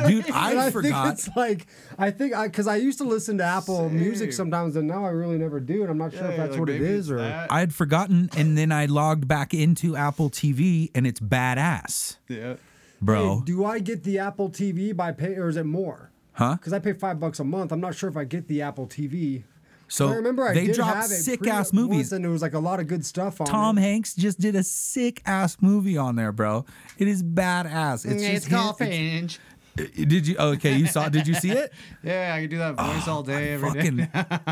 Speaker 3: dude,
Speaker 4: And
Speaker 3: I,
Speaker 4: I
Speaker 3: forgot.
Speaker 4: think it's like I think I because I used to listen to Apple Music
Speaker 5: Same.
Speaker 4: sometimes, and now I really never do, and I'm not sure
Speaker 5: yeah,
Speaker 4: if that's
Speaker 5: like,
Speaker 4: what it
Speaker 5: maybe
Speaker 4: is
Speaker 5: it's
Speaker 4: or.
Speaker 5: that.
Speaker 3: I had forgotten, and then I logged back into Apple TV, and it's badass,
Speaker 5: yeah.
Speaker 3: bro.
Speaker 4: Hey, do I get the Apple TV by pay, or is it more?
Speaker 3: Huh?
Speaker 4: Because I pay five bucks a month. I'm not sure if I get the Apple TV.
Speaker 3: so
Speaker 4: I remember I
Speaker 3: they
Speaker 4: did
Speaker 3: dropped
Speaker 4: have it
Speaker 3: sick
Speaker 4: pre-
Speaker 3: ass movies.
Speaker 4: once, and there was like a lot of good stuff on.
Speaker 3: Tom
Speaker 4: it.
Speaker 3: Hanks just did a sick ass movie on there, bro. It is badass. It's, just him- it's-
Speaker 5: Finch.
Speaker 3: Did you? Okay, you saw? Did you see it?
Speaker 5: Yeah, I can do that voice all day every day.
Speaker 3: Ah, Fucking.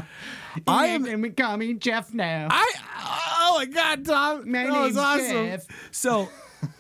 Speaker 3: I am
Speaker 5: I'm coming Jeff now.
Speaker 3: I oh my god, Tom,
Speaker 5: My
Speaker 3: that was
Speaker 5: name's
Speaker 3: awesome.
Speaker 5: Jeff.
Speaker 3: So.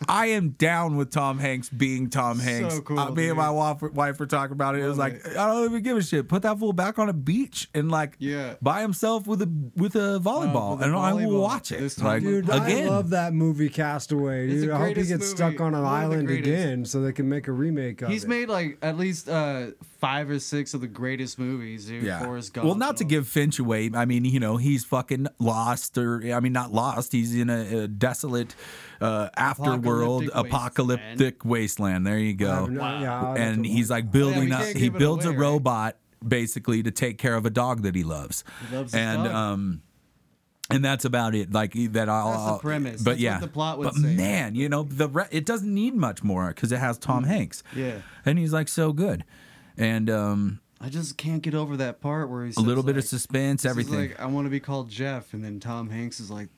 Speaker 3: I am down with Tom Hanks being Tom Hanks.
Speaker 5: cool,
Speaker 3: Uh, me and
Speaker 5: dude.
Speaker 3: my wife, wife were talking about it. It was
Speaker 5: Love
Speaker 3: like I don't even give a shit. Put that fool back on a beach and like
Speaker 5: Yeah.
Speaker 3: by himself with a with a volleyball,
Speaker 5: with a
Speaker 3: and I will
Speaker 5: volleyball.
Speaker 3: watch it.
Speaker 5: This time-
Speaker 3: Like,
Speaker 4: Dude,
Speaker 3: again,
Speaker 4: I love that movie Castaway.
Speaker 5: It's
Speaker 4: Dude,
Speaker 5: the
Speaker 4: I hope he
Speaker 5: greatest
Speaker 4: gets
Speaker 5: movie.
Speaker 4: stuck on an
Speaker 5: One of the
Speaker 4: island
Speaker 5: greatest.
Speaker 4: again so they can make a remake of
Speaker 5: He's
Speaker 4: it.
Speaker 5: made like at least uh, five or six of the greatest movies, dude. Forrest Gump.
Speaker 3: Well, not to
Speaker 5: and all-
Speaker 3: give Finch away. I mean, you know, he's fucking lost, or I mean, not lost. He's in a, a desolate uh, afterworld,
Speaker 5: Apocalyptic
Speaker 3: apocalyptic wasteland. There you
Speaker 4: I
Speaker 3: go.
Speaker 4: have no- yeah, I'll have to
Speaker 3: And
Speaker 4: watch
Speaker 3: he's
Speaker 4: it.
Speaker 3: like building
Speaker 5: Oh, Yeah, we
Speaker 3: up.
Speaker 5: can't
Speaker 3: He
Speaker 5: give it
Speaker 3: builds
Speaker 5: away,
Speaker 3: a
Speaker 5: right?
Speaker 3: robot basically to take care of a dog that he loves. He
Speaker 5: loves his
Speaker 3: and
Speaker 5: dog.
Speaker 3: um. And that's about it. Like that. I'll,
Speaker 5: That's the
Speaker 3: I'll-
Speaker 5: premise.
Speaker 3: But
Speaker 5: That's what
Speaker 3: yeah,
Speaker 5: the plot would
Speaker 3: but
Speaker 5: say.
Speaker 3: man, you know, the re- it doesn't need much more because it has Tom Hanks.
Speaker 5: Mm-hmm. Yeah.
Speaker 3: and he's like so good. And um,
Speaker 5: I just can't get over that part where he's
Speaker 3: a little bit of suspense, everything.
Speaker 5: Like, I want to be called Jeff, and then Tom Hanks is like,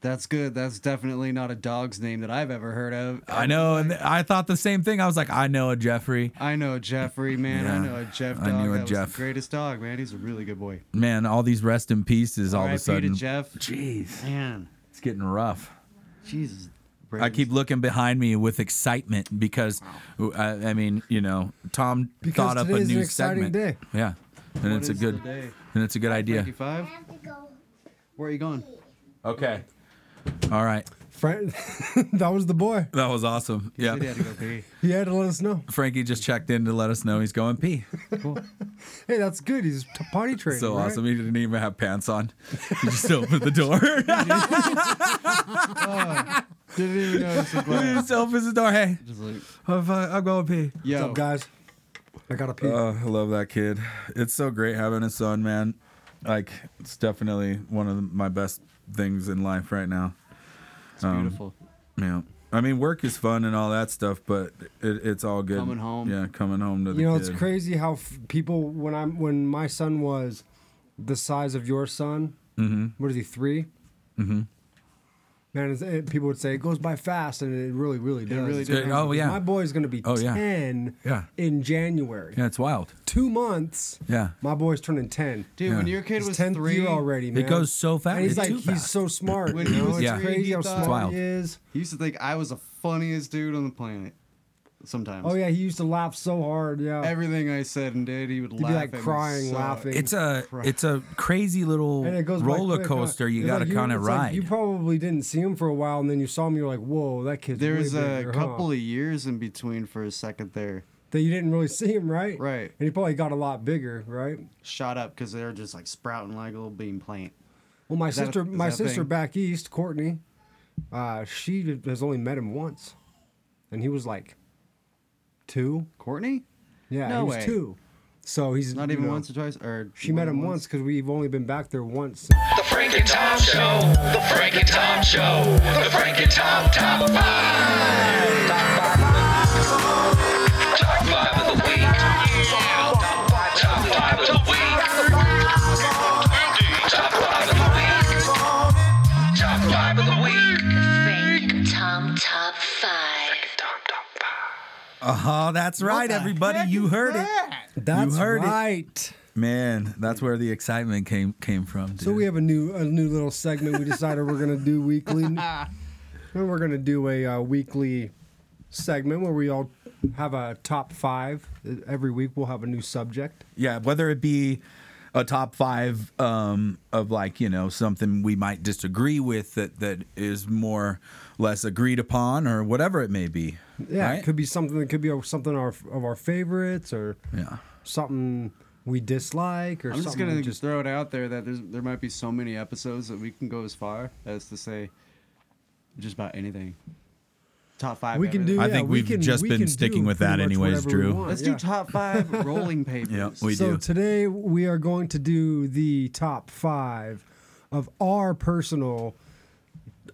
Speaker 5: That's good. That's definitely not a dog's name that I've ever heard of.
Speaker 3: I know, and I thought the same thing. I was like, I know a Jeffrey.
Speaker 5: I know Jeffrey, man. I
Speaker 3: Yeah.
Speaker 5: know a Jeff
Speaker 3: I
Speaker 5: dog.
Speaker 3: knew a
Speaker 5: that was
Speaker 3: Jeff.
Speaker 5: the greatest dog, man. He's a really good boy.
Speaker 3: Man, all these rest in pieces all of
Speaker 5: R.I.P.
Speaker 3: a sudden.
Speaker 5: to Jeff.
Speaker 3: Jeez,
Speaker 5: Man,
Speaker 3: it's getting rough.
Speaker 5: Jesus.
Speaker 3: I keep looking behind me with excitement because, uh, I, I mean, you know, Tom
Speaker 4: Because
Speaker 3: thought up a
Speaker 4: today's an
Speaker 3: new
Speaker 4: exciting
Speaker 3: segment.
Speaker 4: day.
Speaker 3: Yeah, and it's a good,
Speaker 5: Day?
Speaker 3: and it's a good idea.
Speaker 5: 55?
Speaker 6: have to go.
Speaker 5: Where are you going?
Speaker 3: Okay. All right.
Speaker 4: Frank, that was the boy.
Speaker 3: That was awesome.
Speaker 5: Said he
Speaker 3: Yeah.
Speaker 5: had to go pee.
Speaker 4: He had to let us know.
Speaker 3: Frankie just checked in to let us know he's going pee.
Speaker 4: Hey, that's good. He's t- potty trained.
Speaker 3: So
Speaker 4: right?
Speaker 3: awesome. He didn't even have pants on. He just opened the door.
Speaker 5: Didn't even notice it.
Speaker 3: he
Speaker 5: but-
Speaker 3: just opens the door. Hey,
Speaker 5: Just like,
Speaker 3: I'm, fi- I'm going pee.
Speaker 4: What's
Speaker 5: yo,
Speaker 4: up, guys? I gotta pee.
Speaker 3: Oh, I love that kid. It's so great having a son, man. Like, it's definitely one of my best things in life right now.
Speaker 5: it's
Speaker 3: Um,
Speaker 5: beautiful.
Speaker 3: Yeah. I mean, work is fun and all that stuff, but it, it's all good.
Speaker 5: Coming home.
Speaker 3: Yeah, coming home to the
Speaker 4: you know,
Speaker 3: kid.
Speaker 4: it's crazy how f- people when I'm when my son was the size of your son. Mm-hmm. What is he 3 Mm-hmm. Man, it's, it, people would say it goes by fast, and it really, really does.
Speaker 5: really
Speaker 4: It's
Speaker 5: does.
Speaker 4: crazy.
Speaker 3: Oh, yeah.
Speaker 4: My boy's gonna be
Speaker 3: Oh, yeah.
Speaker 4: ten.
Speaker 3: Yeah.
Speaker 4: In January,
Speaker 3: Yeah, it's wild.
Speaker 4: two months.
Speaker 3: Yeah.
Speaker 4: My boy's turning ten.
Speaker 5: Dude, when your kid
Speaker 4: He's
Speaker 5: was
Speaker 4: tenth
Speaker 5: three
Speaker 4: year already, man.
Speaker 3: It goes so fast.
Speaker 4: And he's
Speaker 3: It's
Speaker 4: like,
Speaker 3: too
Speaker 4: he's
Speaker 3: fast.
Speaker 4: so smart.
Speaker 5: When
Speaker 4: you
Speaker 5: he
Speaker 4: know?
Speaker 5: was
Speaker 4: It's
Speaker 5: Yeah. three,
Speaker 4: crazy
Speaker 5: he
Speaker 4: how
Speaker 5: thought-
Speaker 4: smart
Speaker 3: Wild.
Speaker 4: he is.
Speaker 5: He used to think I was the funniest dude on the planet. Sometimes.
Speaker 4: Oh yeah, he used to laugh so hard. Yeah.
Speaker 5: Everything I said and did, he would
Speaker 4: be,
Speaker 5: laugh.
Speaker 4: like,
Speaker 5: at me
Speaker 4: crying,
Speaker 5: so-
Speaker 4: laughing.
Speaker 3: It's a
Speaker 5: Christ.
Speaker 3: it's a crazy little
Speaker 4: and it goes by
Speaker 3: roller
Speaker 4: quick, huh?
Speaker 3: coaster. You
Speaker 4: It's
Speaker 3: got to
Speaker 4: like
Speaker 3: kind of
Speaker 4: it's like
Speaker 3: ride.
Speaker 4: you probably didn't see him for a while, and then you saw him. You're like, "Whoa, that kid's."
Speaker 5: There
Speaker 4: way
Speaker 5: was a
Speaker 4: bigger, huh?"
Speaker 5: couple of years in between for a second there.
Speaker 4: that you didn't really see him, right?
Speaker 5: Right.
Speaker 4: And he probably got a lot bigger, right?
Speaker 5: Shot up because they were just like sprouting like a little bean plant.
Speaker 4: Well, my
Speaker 5: that a-
Speaker 4: sister,
Speaker 5: is
Speaker 4: my
Speaker 5: that a
Speaker 4: sister
Speaker 5: thing?
Speaker 4: back east, Courtney, uh, she has only met him once, and he was like two.
Speaker 5: Courtney?
Speaker 4: Yeah,
Speaker 5: No
Speaker 4: he was
Speaker 5: way.
Speaker 4: two. So he's
Speaker 5: Not
Speaker 4: you
Speaker 5: even
Speaker 4: know,
Speaker 5: once or twice. Or
Speaker 4: She met him once because we've only been back there once.
Speaker 7: The Frank and Tom Show. The Frank and Tom Show. The Frank and Tom Top 5. Top 5 of the week. Top 5 of the week. Top 5 of the week. Top 5 of the week.
Speaker 6: Frank and Tom Top 5.
Speaker 7: Tom Top 5.
Speaker 3: oh, that's right, everybody. You heard it.
Speaker 4: That's
Speaker 3: you heard
Speaker 4: right.
Speaker 3: it, man. That's where the excitement came came from. Dude.
Speaker 4: So we have a new a new little segment we decided we're gonna do weekly. And we're gonna do a uh, weekly segment where we all have a top five. E, Every week we'll have a new subject.
Speaker 3: yeah, whether it be a top five um, of like you know something we might disagree with that that is more less agreed upon or whatever it may be.
Speaker 4: Yeah,
Speaker 3: right?
Speaker 4: it could be something that could be of- something our, of our favorites or
Speaker 3: yeah.
Speaker 4: something we dislike or
Speaker 5: I'm just
Speaker 4: something.
Speaker 5: gonna
Speaker 4: we just
Speaker 5: just throw it out there that there's there might be so many episodes that we can go as far as to say just about anything. Top five.
Speaker 4: we can do.
Speaker 5: everything.
Speaker 3: I
Speaker 4: yeah,
Speaker 3: think
Speaker 4: we
Speaker 3: we've
Speaker 4: can-
Speaker 3: just
Speaker 4: we
Speaker 3: been
Speaker 4: can
Speaker 3: sticking
Speaker 4: do
Speaker 3: with that
Speaker 4: pretty much
Speaker 3: anyways,
Speaker 4: whatever we
Speaker 3: Drew.
Speaker 4: want,
Speaker 5: Let's
Speaker 4: yeah.
Speaker 5: do top five rolling papers.
Speaker 3: Yeah, we
Speaker 4: so
Speaker 3: do.
Speaker 4: today we are going to do the top five of our personal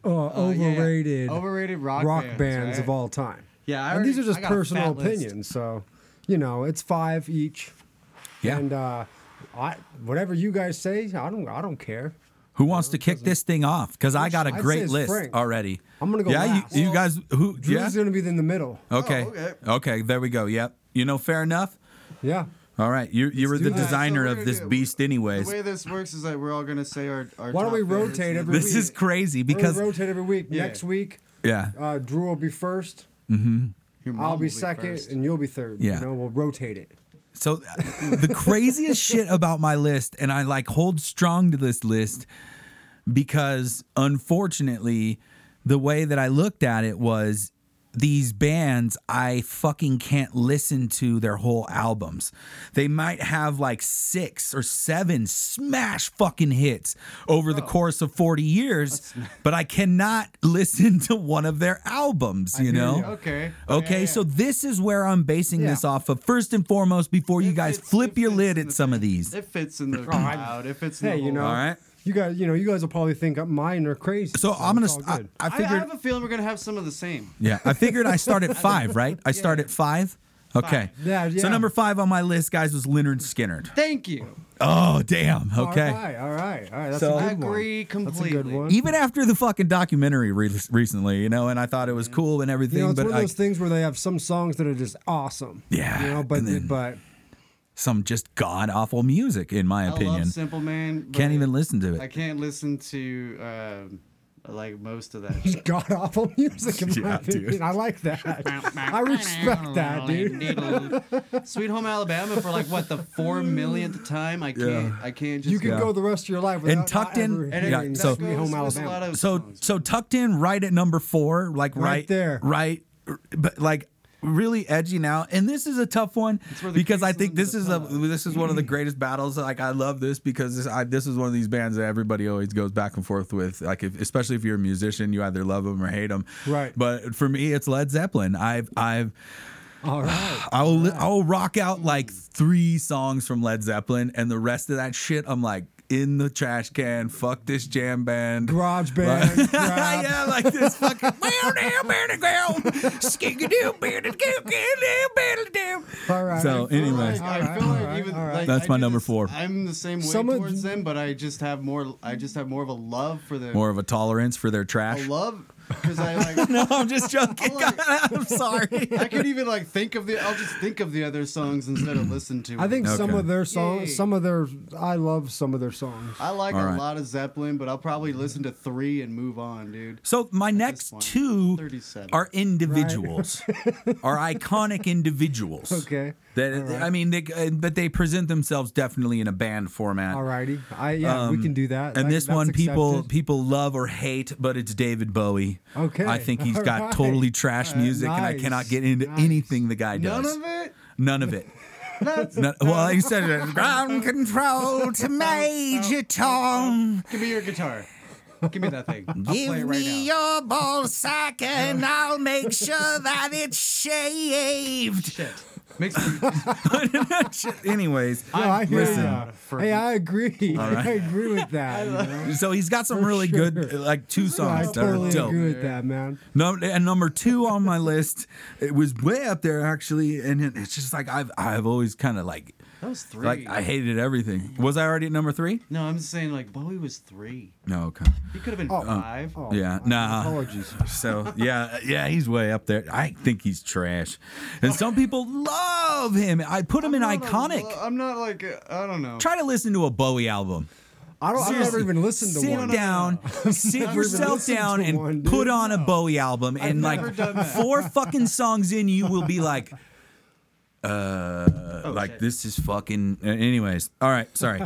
Speaker 4: uh,
Speaker 5: Oh, yeah, yeah.
Speaker 4: overrated
Speaker 5: overrated rock,
Speaker 4: rock, bands,
Speaker 5: right?
Speaker 4: of all time.
Speaker 5: Yeah, I
Speaker 4: and these are
Speaker 5: already-
Speaker 4: just
Speaker 5: I got a
Speaker 4: personal
Speaker 5: fat list.
Speaker 4: opinions, so you know it's five each.
Speaker 3: Yeah.
Speaker 4: and uh, I whatever you guys say, I don't I don't care.
Speaker 3: Who wants to kick this thing off? Because I got a
Speaker 4: I'd say
Speaker 3: great
Speaker 4: it's
Speaker 3: list
Speaker 4: Frank.
Speaker 3: already.
Speaker 4: I'm gonna go
Speaker 3: Yeah,
Speaker 4: last.
Speaker 3: you, you guys. Who?
Speaker 4: Drew's
Speaker 3: Yeah.
Speaker 4: gonna be in the middle.
Speaker 3: Okay.
Speaker 5: Oh,
Speaker 3: okay.
Speaker 5: okay.
Speaker 3: There we go. Yep. You know, fair enough.
Speaker 4: Yeah,
Speaker 3: All right. You you were
Speaker 4: do
Speaker 3: the
Speaker 4: that. So
Speaker 3: designer
Speaker 5: we're
Speaker 3: of
Speaker 5: gonna
Speaker 3: this
Speaker 5: do-
Speaker 3: beast,
Speaker 5: The
Speaker 3: anyways.
Speaker 5: way this works is that we're all gonna say our. our
Speaker 4: Why don't
Speaker 5: top
Speaker 4: we
Speaker 5: favorites.
Speaker 4: rotate every
Speaker 3: This is crazy
Speaker 4: We're gonna
Speaker 3: because
Speaker 4: rotate every week.
Speaker 5: Yeah.
Speaker 4: Next week,
Speaker 3: yeah,
Speaker 4: uh, Drew will be first.
Speaker 5: Your mom
Speaker 4: I'll
Speaker 5: will
Speaker 4: be second,
Speaker 5: first.
Speaker 4: and you'll be third.
Speaker 3: Yeah.
Speaker 4: you know we'll rotate it.
Speaker 3: So uh, the craziest shit about my list, and I like hold strong to this list because unfortunately, the way that I looked at it was these bands I fucking can't listen to their whole albums. They might have like six or seven smash fucking hits over the course of 40 years, but I cannot listen to one of their albums, you
Speaker 4: hear
Speaker 3: know?
Speaker 4: you.
Speaker 5: Okay.
Speaker 3: Okay,
Speaker 5: Yeah, yeah,
Speaker 3: so
Speaker 5: yeah.
Speaker 3: this is where I'm basing this
Speaker 4: Yeah.
Speaker 3: off of. First and foremost, before you
Speaker 5: It
Speaker 3: guys
Speaker 5: fits-
Speaker 3: flip
Speaker 5: it
Speaker 3: your
Speaker 5: fits
Speaker 3: lid
Speaker 5: in
Speaker 3: at
Speaker 5: the
Speaker 3: some of these.
Speaker 5: it fits in the crowd. It fits. In
Speaker 4: Hey,
Speaker 5: the
Speaker 4: you know,
Speaker 5: whole-
Speaker 3: All right.
Speaker 4: You guys, you know, you guys will probably think mine are crazy.
Speaker 3: So I'm gonna.
Speaker 4: it's all
Speaker 3: I,
Speaker 4: good.
Speaker 3: I
Speaker 5: I, I
Speaker 3: figured.
Speaker 5: have a feeling we're gonna have some of the same.
Speaker 3: yeah, I figured I start at five, right? I start at five. Okay.
Speaker 4: Yeah,
Speaker 3: So
Speaker 4: yeah.
Speaker 3: number five on my list, guys, was Leonard Skinner.
Speaker 5: Thank you.
Speaker 3: Oh damn. Okay.
Speaker 4: All right, all right, all right. That's
Speaker 3: So-
Speaker 4: a
Speaker 5: I
Speaker 4: good one.
Speaker 5: agree completely.
Speaker 4: That's a good one.
Speaker 3: Even after the fucking documentary re- recently, you know, and I thought it was cool and everything,
Speaker 4: You know, it's
Speaker 3: but
Speaker 4: one of
Speaker 3: I,
Speaker 4: those things where they have some songs that are just awesome.
Speaker 3: Yeah,
Speaker 4: You know, but
Speaker 3: and then-
Speaker 4: but
Speaker 3: some just god awful music, in my
Speaker 5: I
Speaker 3: opinion.
Speaker 5: love Simple Man. but
Speaker 3: Can't even listen to it.
Speaker 5: I can't listen to um, like most of that. shit.
Speaker 4: god awful music in my
Speaker 3: Yeah, dude.
Speaker 4: opinion. I like that. I respect that, dude.
Speaker 5: Sweet Home Alabama for like what the four millionth time. I can't. I can't just.
Speaker 4: You can
Speaker 3: Yeah.
Speaker 4: go the rest of your life without
Speaker 3: tucked
Speaker 4: not
Speaker 3: in-
Speaker 4: ever
Speaker 5: And it,
Speaker 4: hearing
Speaker 3: Yeah,
Speaker 5: that
Speaker 3: so-
Speaker 4: Sweet Home
Speaker 5: goes with a lot
Speaker 4: Alabama.
Speaker 5: of
Speaker 3: so
Speaker 5: songs.
Speaker 3: so tucked in right at number four, like right,
Speaker 4: Right there.
Speaker 3: right, but like really edgy now. And this is a tough one
Speaker 5: where the
Speaker 3: because I
Speaker 5: kings
Speaker 3: think
Speaker 5: live
Speaker 3: this
Speaker 5: to
Speaker 3: is
Speaker 5: the
Speaker 3: a this is one of the greatest battles. Like I love this because this, I, this is one of these bands that everybody always goes back and forth with. Like if, especially if you're a musician, you either love them or hate them.
Speaker 4: Right.
Speaker 3: But for me, it's Led Zeppelin. I've I've
Speaker 4: All right.
Speaker 3: I will I will rock out like three songs from Led Zeppelin, and the rest of that shit, I'm like in the trash can. Fuck this jam band.
Speaker 4: Garage band. crap.
Speaker 3: yeah, like this fucking meow down, bear down, skidoo, bear down, bear down.
Speaker 4: All right.
Speaker 3: So anyway,
Speaker 4: All
Speaker 5: I
Speaker 4: right,
Speaker 5: feel
Speaker 4: all
Speaker 5: like
Speaker 4: right,
Speaker 5: even
Speaker 4: all right.
Speaker 5: like,
Speaker 3: That's
Speaker 5: I
Speaker 3: my
Speaker 5: do
Speaker 3: number
Speaker 5: this-
Speaker 3: four.
Speaker 5: I'm the same way
Speaker 4: Some of-
Speaker 5: towards them, but I just have more. I just have more of a love for them.
Speaker 3: more of a tolerance for their trash.
Speaker 5: a love because I like.
Speaker 3: No, I'm just joking.
Speaker 5: I'm like-
Speaker 3: God, I'm sorry.
Speaker 5: I could even like think of the. I'll just think of the other songs instead of listen to.
Speaker 4: I
Speaker 5: it.
Speaker 4: think some
Speaker 3: Okay.
Speaker 4: of their songs,
Speaker 5: Yay.
Speaker 4: some of their, I love some of their songs.
Speaker 5: I like
Speaker 3: All
Speaker 5: a
Speaker 3: right.
Speaker 5: lot of Zeppelin, but I'll probably listen to three and move on, dude.
Speaker 3: So my next
Speaker 5: point,
Speaker 3: two
Speaker 5: 37.
Speaker 3: are individuals, are iconic individuals.
Speaker 4: Okay.
Speaker 3: That
Speaker 4: right.
Speaker 3: I mean, they uh, but they present themselves definitely in a band format.
Speaker 4: All righty. I yeah, we can do that.
Speaker 3: Um, And
Speaker 4: That-
Speaker 3: this
Speaker 4: that's
Speaker 3: one, people
Speaker 4: accepted.
Speaker 3: people love or hate, but it's David Bowie.
Speaker 4: Okay.
Speaker 3: I think he's
Speaker 4: All
Speaker 3: got
Speaker 4: right. Uh,
Speaker 3: totally trash music, and I
Speaker 4: nice.
Speaker 3: cannot get into
Speaker 4: Nice.
Speaker 3: anything the guy
Speaker 5: None
Speaker 3: does.
Speaker 5: of it.
Speaker 3: None of it. None- well, he said it. Ground control to Major Tom.
Speaker 5: Give me your guitar. Give me that thing. I'll
Speaker 3: Give
Speaker 5: play it right
Speaker 3: me
Speaker 5: now.
Speaker 3: your ball sack, and I'll make sure that it's shaved.
Speaker 5: Shit. Makes me.
Speaker 3: Anyways,
Speaker 4: No, I hear
Speaker 3: listen.
Speaker 4: ya. Hey, I agree. I agree with that. you know?
Speaker 3: so he's got some really good,
Speaker 4: sure.
Speaker 3: like two
Speaker 4: I
Speaker 3: songs that
Speaker 4: totally
Speaker 3: are dope.
Speaker 4: agree with that, man.
Speaker 3: No, and number two on my list, it was way up there actually, and it, it's just like I've I've always kind of like
Speaker 5: That was three.
Speaker 3: like I hated everything. Was I already at number three?
Speaker 5: no, I'm just saying like Bowie was three.
Speaker 3: No, okay,
Speaker 5: He could have been five.
Speaker 4: Oh,
Speaker 3: yeah,
Speaker 4: my
Speaker 3: nah.
Speaker 4: Apologies.
Speaker 3: So yeah, yeah, he's way up there. I think he's trash, and some people love him. I put him in
Speaker 5: I'm not a
Speaker 3: iconic.
Speaker 5: lo- I'm not like uh, I don't know.
Speaker 3: Try to listen to a Bowie album.
Speaker 4: I don't. I've never
Speaker 3: Seriously,
Speaker 4: even listened to
Speaker 3: sit
Speaker 4: one.
Speaker 3: down, sit
Speaker 4: even
Speaker 3: yourself
Speaker 4: listened
Speaker 3: down,
Speaker 4: to
Speaker 3: and
Speaker 4: one, dude.
Speaker 3: put on a Bowie album, and
Speaker 5: never
Speaker 3: like
Speaker 5: done that.
Speaker 3: four fucking songs in, you will be like, uh, like
Speaker 5: Oh, shit.
Speaker 3: this is fucking. uh, Anyways, all right, sorry.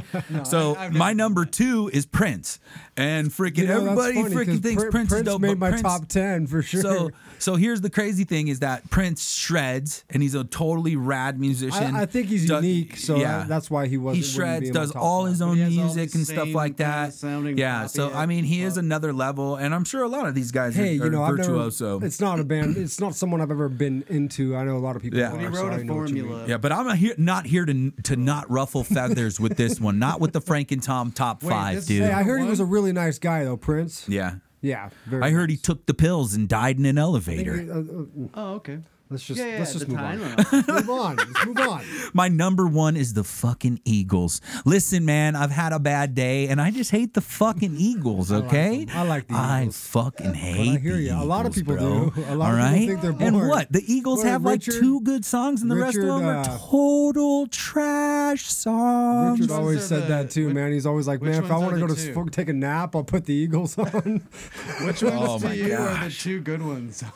Speaker 3: so
Speaker 5: I- I've never
Speaker 3: my
Speaker 5: done
Speaker 3: number two is Prince, and freaking
Speaker 4: You know, that's
Speaker 3: everybody
Speaker 4: funny, 'cause
Speaker 3: freaking thinks
Speaker 4: Prin-
Speaker 3: Prince, is dope.
Speaker 4: made
Speaker 3: but
Speaker 4: my
Speaker 3: Prince,
Speaker 4: top ten for sure.
Speaker 3: So, so here's the crazy thing is that Prince shreds, and he's a totally rad musician.
Speaker 4: I, I think he's
Speaker 3: Does-
Speaker 4: unique, so that- that's why he
Speaker 3: he
Speaker 4: wasn't. wouldn't be
Speaker 3: shreds,
Speaker 4: in my
Speaker 3: does
Speaker 4: top
Speaker 3: all
Speaker 4: five.
Speaker 3: his
Speaker 5: he
Speaker 3: own
Speaker 5: has all
Speaker 3: music
Speaker 5: the
Speaker 3: and stuff
Speaker 5: same
Speaker 3: like
Speaker 5: kinda
Speaker 3: that.
Speaker 5: sounding
Speaker 3: yeah,
Speaker 5: copy
Speaker 3: so I mean, he is
Speaker 5: of-
Speaker 3: another level, and I'm sure a lot of these guys
Speaker 4: Hey,
Speaker 3: are,
Speaker 4: you know,
Speaker 3: are
Speaker 4: I've never,
Speaker 3: virtuoso.
Speaker 4: it's not a band. It's not someone I've ever been into. I know a lot of people.
Speaker 3: Yeah.
Speaker 4: are,
Speaker 3: When he
Speaker 5: He
Speaker 4: so
Speaker 5: wrote
Speaker 4: I
Speaker 5: a
Speaker 4: know what you mean.
Speaker 5: formula.
Speaker 3: yeah, but I'm not here, not here to to not ruffle feathers with this one, not with the Frank and Tom top
Speaker 5: Wait,
Speaker 3: five,
Speaker 5: this-
Speaker 3: dude.
Speaker 4: Hey, I heard he was a really nice guy though, Prince.
Speaker 3: yeah,
Speaker 4: Yeah, very
Speaker 3: I heard he took the pills and died in an
Speaker 4: nice.
Speaker 3: elevator.
Speaker 4: Uh, uh, uh,
Speaker 5: Oh, okay.
Speaker 4: Let's just
Speaker 5: Yeah, yeah,
Speaker 4: let's just
Speaker 5: the
Speaker 4: move on.
Speaker 5: timeline.
Speaker 4: move on. Let's move on.
Speaker 3: My number one is the fucking Eagles. Listen, man, I've had a bad day, and I just hate the fucking Eagles. Okay,
Speaker 4: 'em. I like the Eagles.
Speaker 3: I fucking hate.
Speaker 4: I hear
Speaker 3: the
Speaker 4: ya. A lot of
Speaker 3: Eagles, bro.
Speaker 4: people do. A
Speaker 3: All
Speaker 4: lot of people
Speaker 3: right?
Speaker 4: think they're
Speaker 3: And
Speaker 4: boring.
Speaker 3: what? The Eagles
Speaker 4: Well,
Speaker 3: have
Speaker 4: Richard-
Speaker 3: like two good songs, and the rest
Speaker 4: Richard,
Speaker 3: of them are
Speaker 4: uh,
Speaker 3: total trash songs.
Speaker 4: Richard
Speaker 5: ones
Speaker 4: always
Speaker 5: are
Speaker 4: said
Speaker 5: the-
Speaker 4: that too,
Speaker 5: which-
Speaker 4: man. He's always like,
Speaker 5: which
Speaker 4: man, if I
Speaker 5: ones
Speaker 4: want
Speaker 5: are
Speaker 4: to go
Speaker 5: the
Speaker 4: to
Speaker 5: two?
Speaker 4: fuck- take a nap, I'll put the Eagles on.
Speaker 5: Which ones
Speaker 3: Oh
Speaker 5: to
Speaker 3: my
Speaker 5: you are the
Speaker 3: gosh.
Speaker 5: two good ones?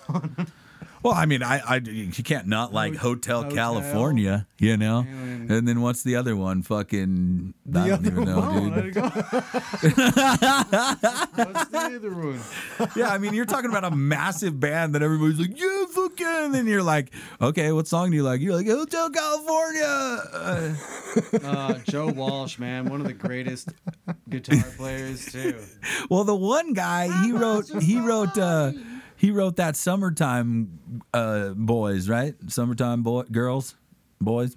Speaker 3: Well, I mean, I, I you can't not like Hotel,
Speaker 5: Hotel.
Speaker 3: California, you know.
Speaker 5: And-
Speaker 3: And then what's the other one? Fucking I don't
Speaker 4: other
Speaker 3: even know,
Speaker 5: Oh,
Speaker 3: dude.
Speaker 5: there you go. What's the other one?
Speaker 3: yeah, I mean, you're talking about a massive band that everybody's like, yeah, fuck yeah. And then you're like, okay, what song do you like? You're like, Hotel California. Uh,
Speaker 5: Uh, Joe Walsh, man, one of the greatest guitar players too.
Speaker 3: well, the one guy he wrote, he wrote, uh, he wrote that summertime uh, boys, right? Summertime boy, girls, boys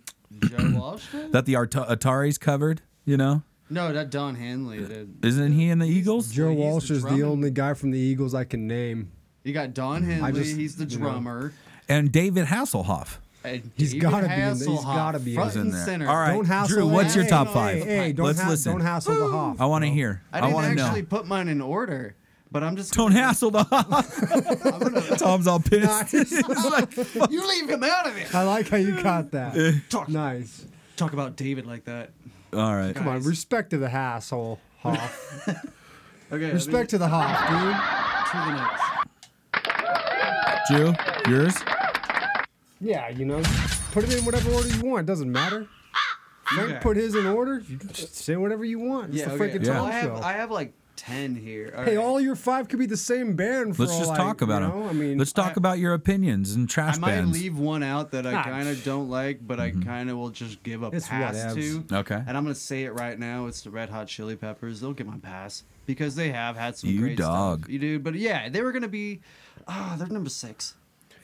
Speaker 5: Joe Walsh? did?
Speaker 3: that the Art- Ataris covered. You know,
Speaker 5: No, that Don Henley did.
Speaker 3: isn't he in the Eagles?
Speaker 4: Joe
Speaker 5: he's the
Speaker 4: Walsh is the
Speaker 5: drumming-
Speaker 4: only guy from the Eagles I can name.
Speaker 5: You got Don Henley.
Speaker 4: just-
Speaker 5: he's the
Speaker 4: you know.
Speaker 5: drummer.
Speaker 3: And David Hasselhoff.
Speaker 5: And
Speaker 4: He's
Speaker 5: David
Speaker 4: gotta be in there. He's
Speaker 5: Hasselhoff,
Speaker 4: gotta be in
Speaker 5: front
Speaker 4: there.
Speaker 5: and
Speaker 3: He's in there.
Speaker 5: center.
Speaker 3: All right.
Speaker 4: Don't hassle.
Speaker 3: Drew, what's your
Speaker 4: hey,
Speaker 3: top
Speaker 4: hey,
Speaker 3: five?
Speaker 4: Hey, hey, don't,
Speaker 3: Let's
Speaker 4: ha-
Speaker 3: listen.
Speaker 4: don't hassle the Hoff.
Speaker 3: I want to hear.
Speaker 5: I
Speaker 3: I,
Speaker 5: didn't
Speaker 3: want to know.
Speaker 5: actually put mine in order, but I'm just
Speaker 3: Don't hassle the Tom's all pissed.
Speaker 5: you leave him out of it.
Speaker 4: I like how you got that.
Speaker 5: Talk,
Speaker 4: nice.
Speaker 5: talk about David like that.
Speaker 3: all right.
Speaker 4: Come on, respect to the asshole, Hoff.
Speaker 5: Okay,
Speaker 4: respect to the Hoff,
Speaker 5: to the next.
Speaker 3: Drew, yours?
Speaker 4: dude. Yeah, you know, put it in whatever order you want. Doesn't matter. Frank
Speaker 5: Okay.
Speaker 4: put his in order. You can just say whatever you want. It's
Speaker 5: Yeah,
Speaker 4: the
Speaker 5: okay.
Speaker 4: freaking
Speaker 5: Well,
Speaker 4: Tom
Speaker 5: I have
Speaker 4: show.
Speaker 5: I have like ten here.
Speaker 4: hey,
Speaker 5: right.
Speaker 4: all your five could be the same band. For
Speaker 3: Let's
Speaker 4: all
Speaker 3: just
Speaker 4: I-
Speaker 3: talk about
Speaker 4: you
Speaker 3: them.
Speaker 4: know? I mean,
Speaker 3: Let's talk about your opinions and
Speaker 5: I
Speaker 3: trash
Speaker 5: might
Speaker 3: bands. Mm-hmm.
Speaker 5: leave one out that I
Speaker 4: Ah,
Speaker 5: kind of don't like, but I kind of will just give a
Speaker 4: It's
Speaker 5: pass to.
Speaker 4: whatevs.
Speaker 3: Okay.
Speaker 5: And I'm gonna say it right now. It's the Red Hot Chili Peppers. They'll get my pass because they have had some
Speaker 3: You
Speaker 5: great
Speaker 3: dog.
Speaker 5: stuff. You do, but yeah, they were gonna be. Ah, they're number six.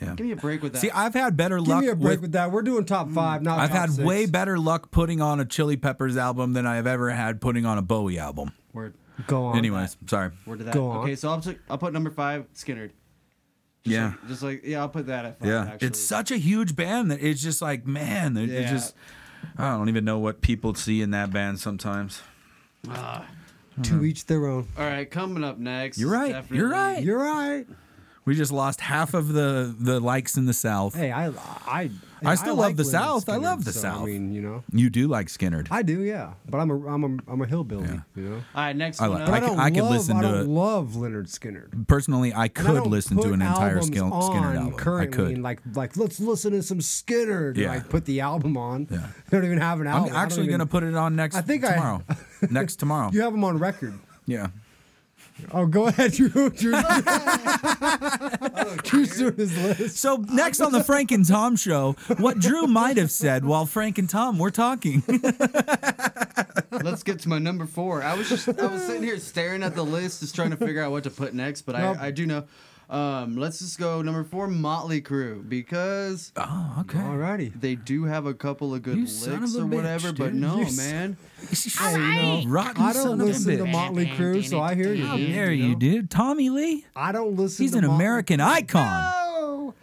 Speaker 3: Yeah.
Speaker 5: Give me a break with that.
Speaker 3: See, I've had better
Speaker 4: Give
Speaker 3: luck
Speaker 4: me a break
Speaker 3: with
Speaker 4: with, that. We're doing top
Speaker 5: Mm.
Speaker 4: five, not
Speaker 3: I've
Speaker 4: top
Speaker 3: had
Speaker 4: six.
Speaker 3: way better luck putting on a Chili Peppers album than I have ever had putting on a Bowie album.
Speaker 5: word.
Speaker 4: Go on.
Speaker 3: Anyways, sorry.
Speaker 5: Word to that.
Speaker 4: Go on.
Speaker 5: Okay, so I'll put, I'll put number five, Skinner.
Speaker 3: Yeah.
Speaker 5: Just like yeah, I'll put that at five.
Speaker 3: Yeah.
Speaker 5: actually.
Speaker 3: It's such a huge band that it's just like, man, they're, they're
Speaker 5: Yeah.
Speaker 3: just, I don't even know what people see in that band sometimes.
Speaker 4: To
Speaker 5: Mm-hmm.
Speaker 4: each their own.
Speaker 5: all right. Coming up next.
Speaker 3: You're
Speaker 5: is
Speaker 3: right. You're
Speaker 5: definitely-
Speaker 3: right.
Speaker 4: You're right.
Speaker 3: we just lost half of the, the likes in the South.
Speaker 4: Hey, I, I,
Speaker 3: I still love the
Speaker 4: Leonard
Speaker 3: South. I
Speaker 4: Skinner,
Speaker 3: love the
Speaker 4: so, I
Speaker 3: South.
Speaker 4: mean, you know,
Speaker 3: You do like Skinnerd.
Speaker 4: I do, yeah. But I'm a, I'm a, I'm a hillbilly, you know.
Speaker 5: All right. Next
Speaker 3: I
Speaker 5: one.
Speaker 3: like-
Speaker 5: up.
Speaker 3: I
Speaker 4: But
Speaker 3: could-
Speaker 4: don't
Speaker 3: could
Speaker 4: love-
Speaker 3: listen
Speaker 4: I
Speaker 3: to
Speaker 4: don't
Speaker 3: it.
Speaker 4: love Leonard Skinner.
Speaker 3: Personally, I
Speaker 4: And I
Speaker 3: could
Speaker 4: don't
Speaker 3: listen to
Speaker 4: put
Speaker 3: an entire
Speaker 4: albums
Speaker 3: Skin, Skinner
Speaker 4: on
Speaker 3: album. I
Speaker 4: Currently,
Speaker 3: could.
Speaker 4: and like like let's listen to some Skinner.
Speaker 3: Yeah.
Speaker 4: Yeah. Like put the album on.
Speaker 3: Yeah.
Speaker 4: They don't even have an album.
Speaker 3: I'm actually gonna put it on next
Speaker 4: I think I-
Speaker 3: tomorrow. next tomorrow.
Speaker 4: put You have them on record.
Speaker 3: Yeah.
Speaker 4: Oh, go ahead, Drew. Drew, Drew's doing his list.
Speaker 3: So next on the Frank and Tom show, what Drew might have said while Frank and Tom were talking.
Speaker 5: Let's get to my number four. I was just I was sitting here staring at the list, just trying to figure out what to put next. But
Speaker 4: Nope.
Speaker 5: I, I do know. Um, let's just go number four, Motley Crue, because
Speaker 3: Oh, okay.
Speaker 4: Alrighty.
Speaker 5: they do have a couple of good
Speaker 3: You
Speaker 5: licks
Speaker 3: son of a
Speaker 5: or
Speaker 3: bitch,
Speaker 5: whatever. but
Speaker 3: dude.
Speaker 5: no,
Speaker 3: You son-
Speaker 5: man,
Speaker 3: Hey, you know, rotten
Speaker 4: I
Speaker 3: son
Speaker 4: don't
Speaker 3: of a
Speaker 4: listen to
Speaker 3: bitch.
Speaker 4: Motley Crue, so I hear you.
Speaker 3: How
Speaker 4: Dude.
Speaker 3: dare you, dude? Tommy Lee?
Speaker 4: I don't listen.
Speaker 3: He's
Speaker 4: to
Speaker 3: an
Speaker 4: Motley-
Speaker 3: American icon.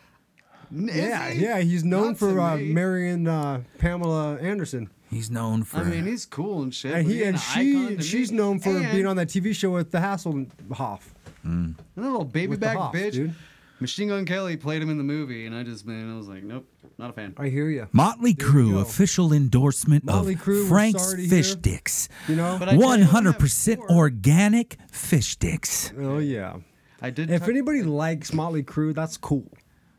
Speaker 5: no. Is
Speaker 4: Yeah,
Speaker 5: he?
Speaker 4: yeah. He's known
Speaker 5: Not
Speaker 4: for
Speaker 5: to
Speaker 4: uh,
Speaker 5: me.
Speaker 4: marrying uh, Pamela Anderson.
Speaker 3: He's known for
Speaker 5: I mean, he's cool and shit.
Speaker 4: And
Speaker 5: but
Speaker 4: he
Speaker 5: he ain't
Speaker 4: and
Speaker 5: an icon
Speaker 4: she
Speaker 5: to
Speaker 4: she's
Speaker 5: me.
Speaker 4: known for
Speaker 5: And
Speaker 4: being on that TV show with the Hasselhoff.
Speaker 5: that little baby
Speaker 4: with the
Speaker 5: back
Speaker 4: Hoff,
Speaker 5: bitch.
Speaker 4: dude.
Speaker 5: Machine Gun Kelly played him in the movie, and I just man, I was like, nope, not a fan.
Speaker 4: I hear you.
Speaker 3: Motley
Speaker 4: go.
Speaker 3: Crue official endorsement
Speaker 4: Motley
Speaker 3: of
Speaker 4: Crue, we're
Speaker 3: Frank's
Speaker 4: sorry to
Speaker 3: fish
Speaker 4: hear.
Speaker 3: sticks.
Speaker 4: You know.
Speaker 5: But I-
Speaker 3: One hundred
Speaker 5: tell you
Speaker 3: percent
Speaker 5: what,
Speaker 3: organic fish sticks.
Speaker 4: oh yeah.
Speaker 5: I did.
Speaker 4: If
Speaker 5: tuck-
Speaker 4: anybody likes Motley Crue, that's cool.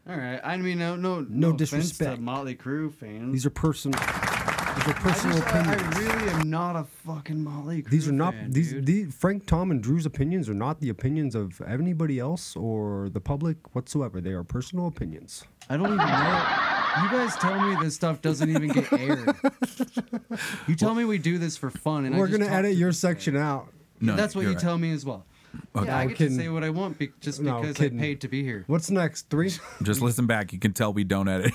Speaker 5: All right. I mean, no, no, no, offense
Speaker 4: disrespect.
Speaker 5: to Motley Crue fans.
Speaker 4: These are personal. These are
Speaker 5: I,
Speaker 4: personal
Speaker 5: just, uh, I,
Speaker 4: opinions.
Speaker 5: I really am not a fucking Motley Crue.
Speaker 4: these are not
Speaker 5: fan,
Speaker 4: these,
Speaker 5: dude.
Speaker 4: these Frank, Tom, and Drew's opinions are not the opinions of anybody else or the public whatsoever. They are personal opinions.
Speaker 5: I don't even know. You guys tell me this stuff doesn't even get aired. You tell me we do this for fun, and I
Speaker 4: We're
Speaker 5: just
Speaker 4: gonna
Speaker 5: talk
Speaker 4: edit
Speaker 5: to
Speaker 4: your
Speaker 5: people.
Speaker 4: section out.
Speaker 3: No,
Speaker 5: That's what
Speaker 3: you're
Speaker 5: you
Speaker 3: right.
Speaker 5: tell me as well. Yeah, I
Speaker 4: I'm
Speaker 5: get
Speaker 4: kidding.
Speaker 5: to say what I want be- just
Speaker 4: No, I'm
Speaker 5: because I
Speaker 4: kidding.
Speaker 5: paid to be here.
Speaker 4: What's next? Three.
Speaker 3: Just listen back. You can tell we don't edit.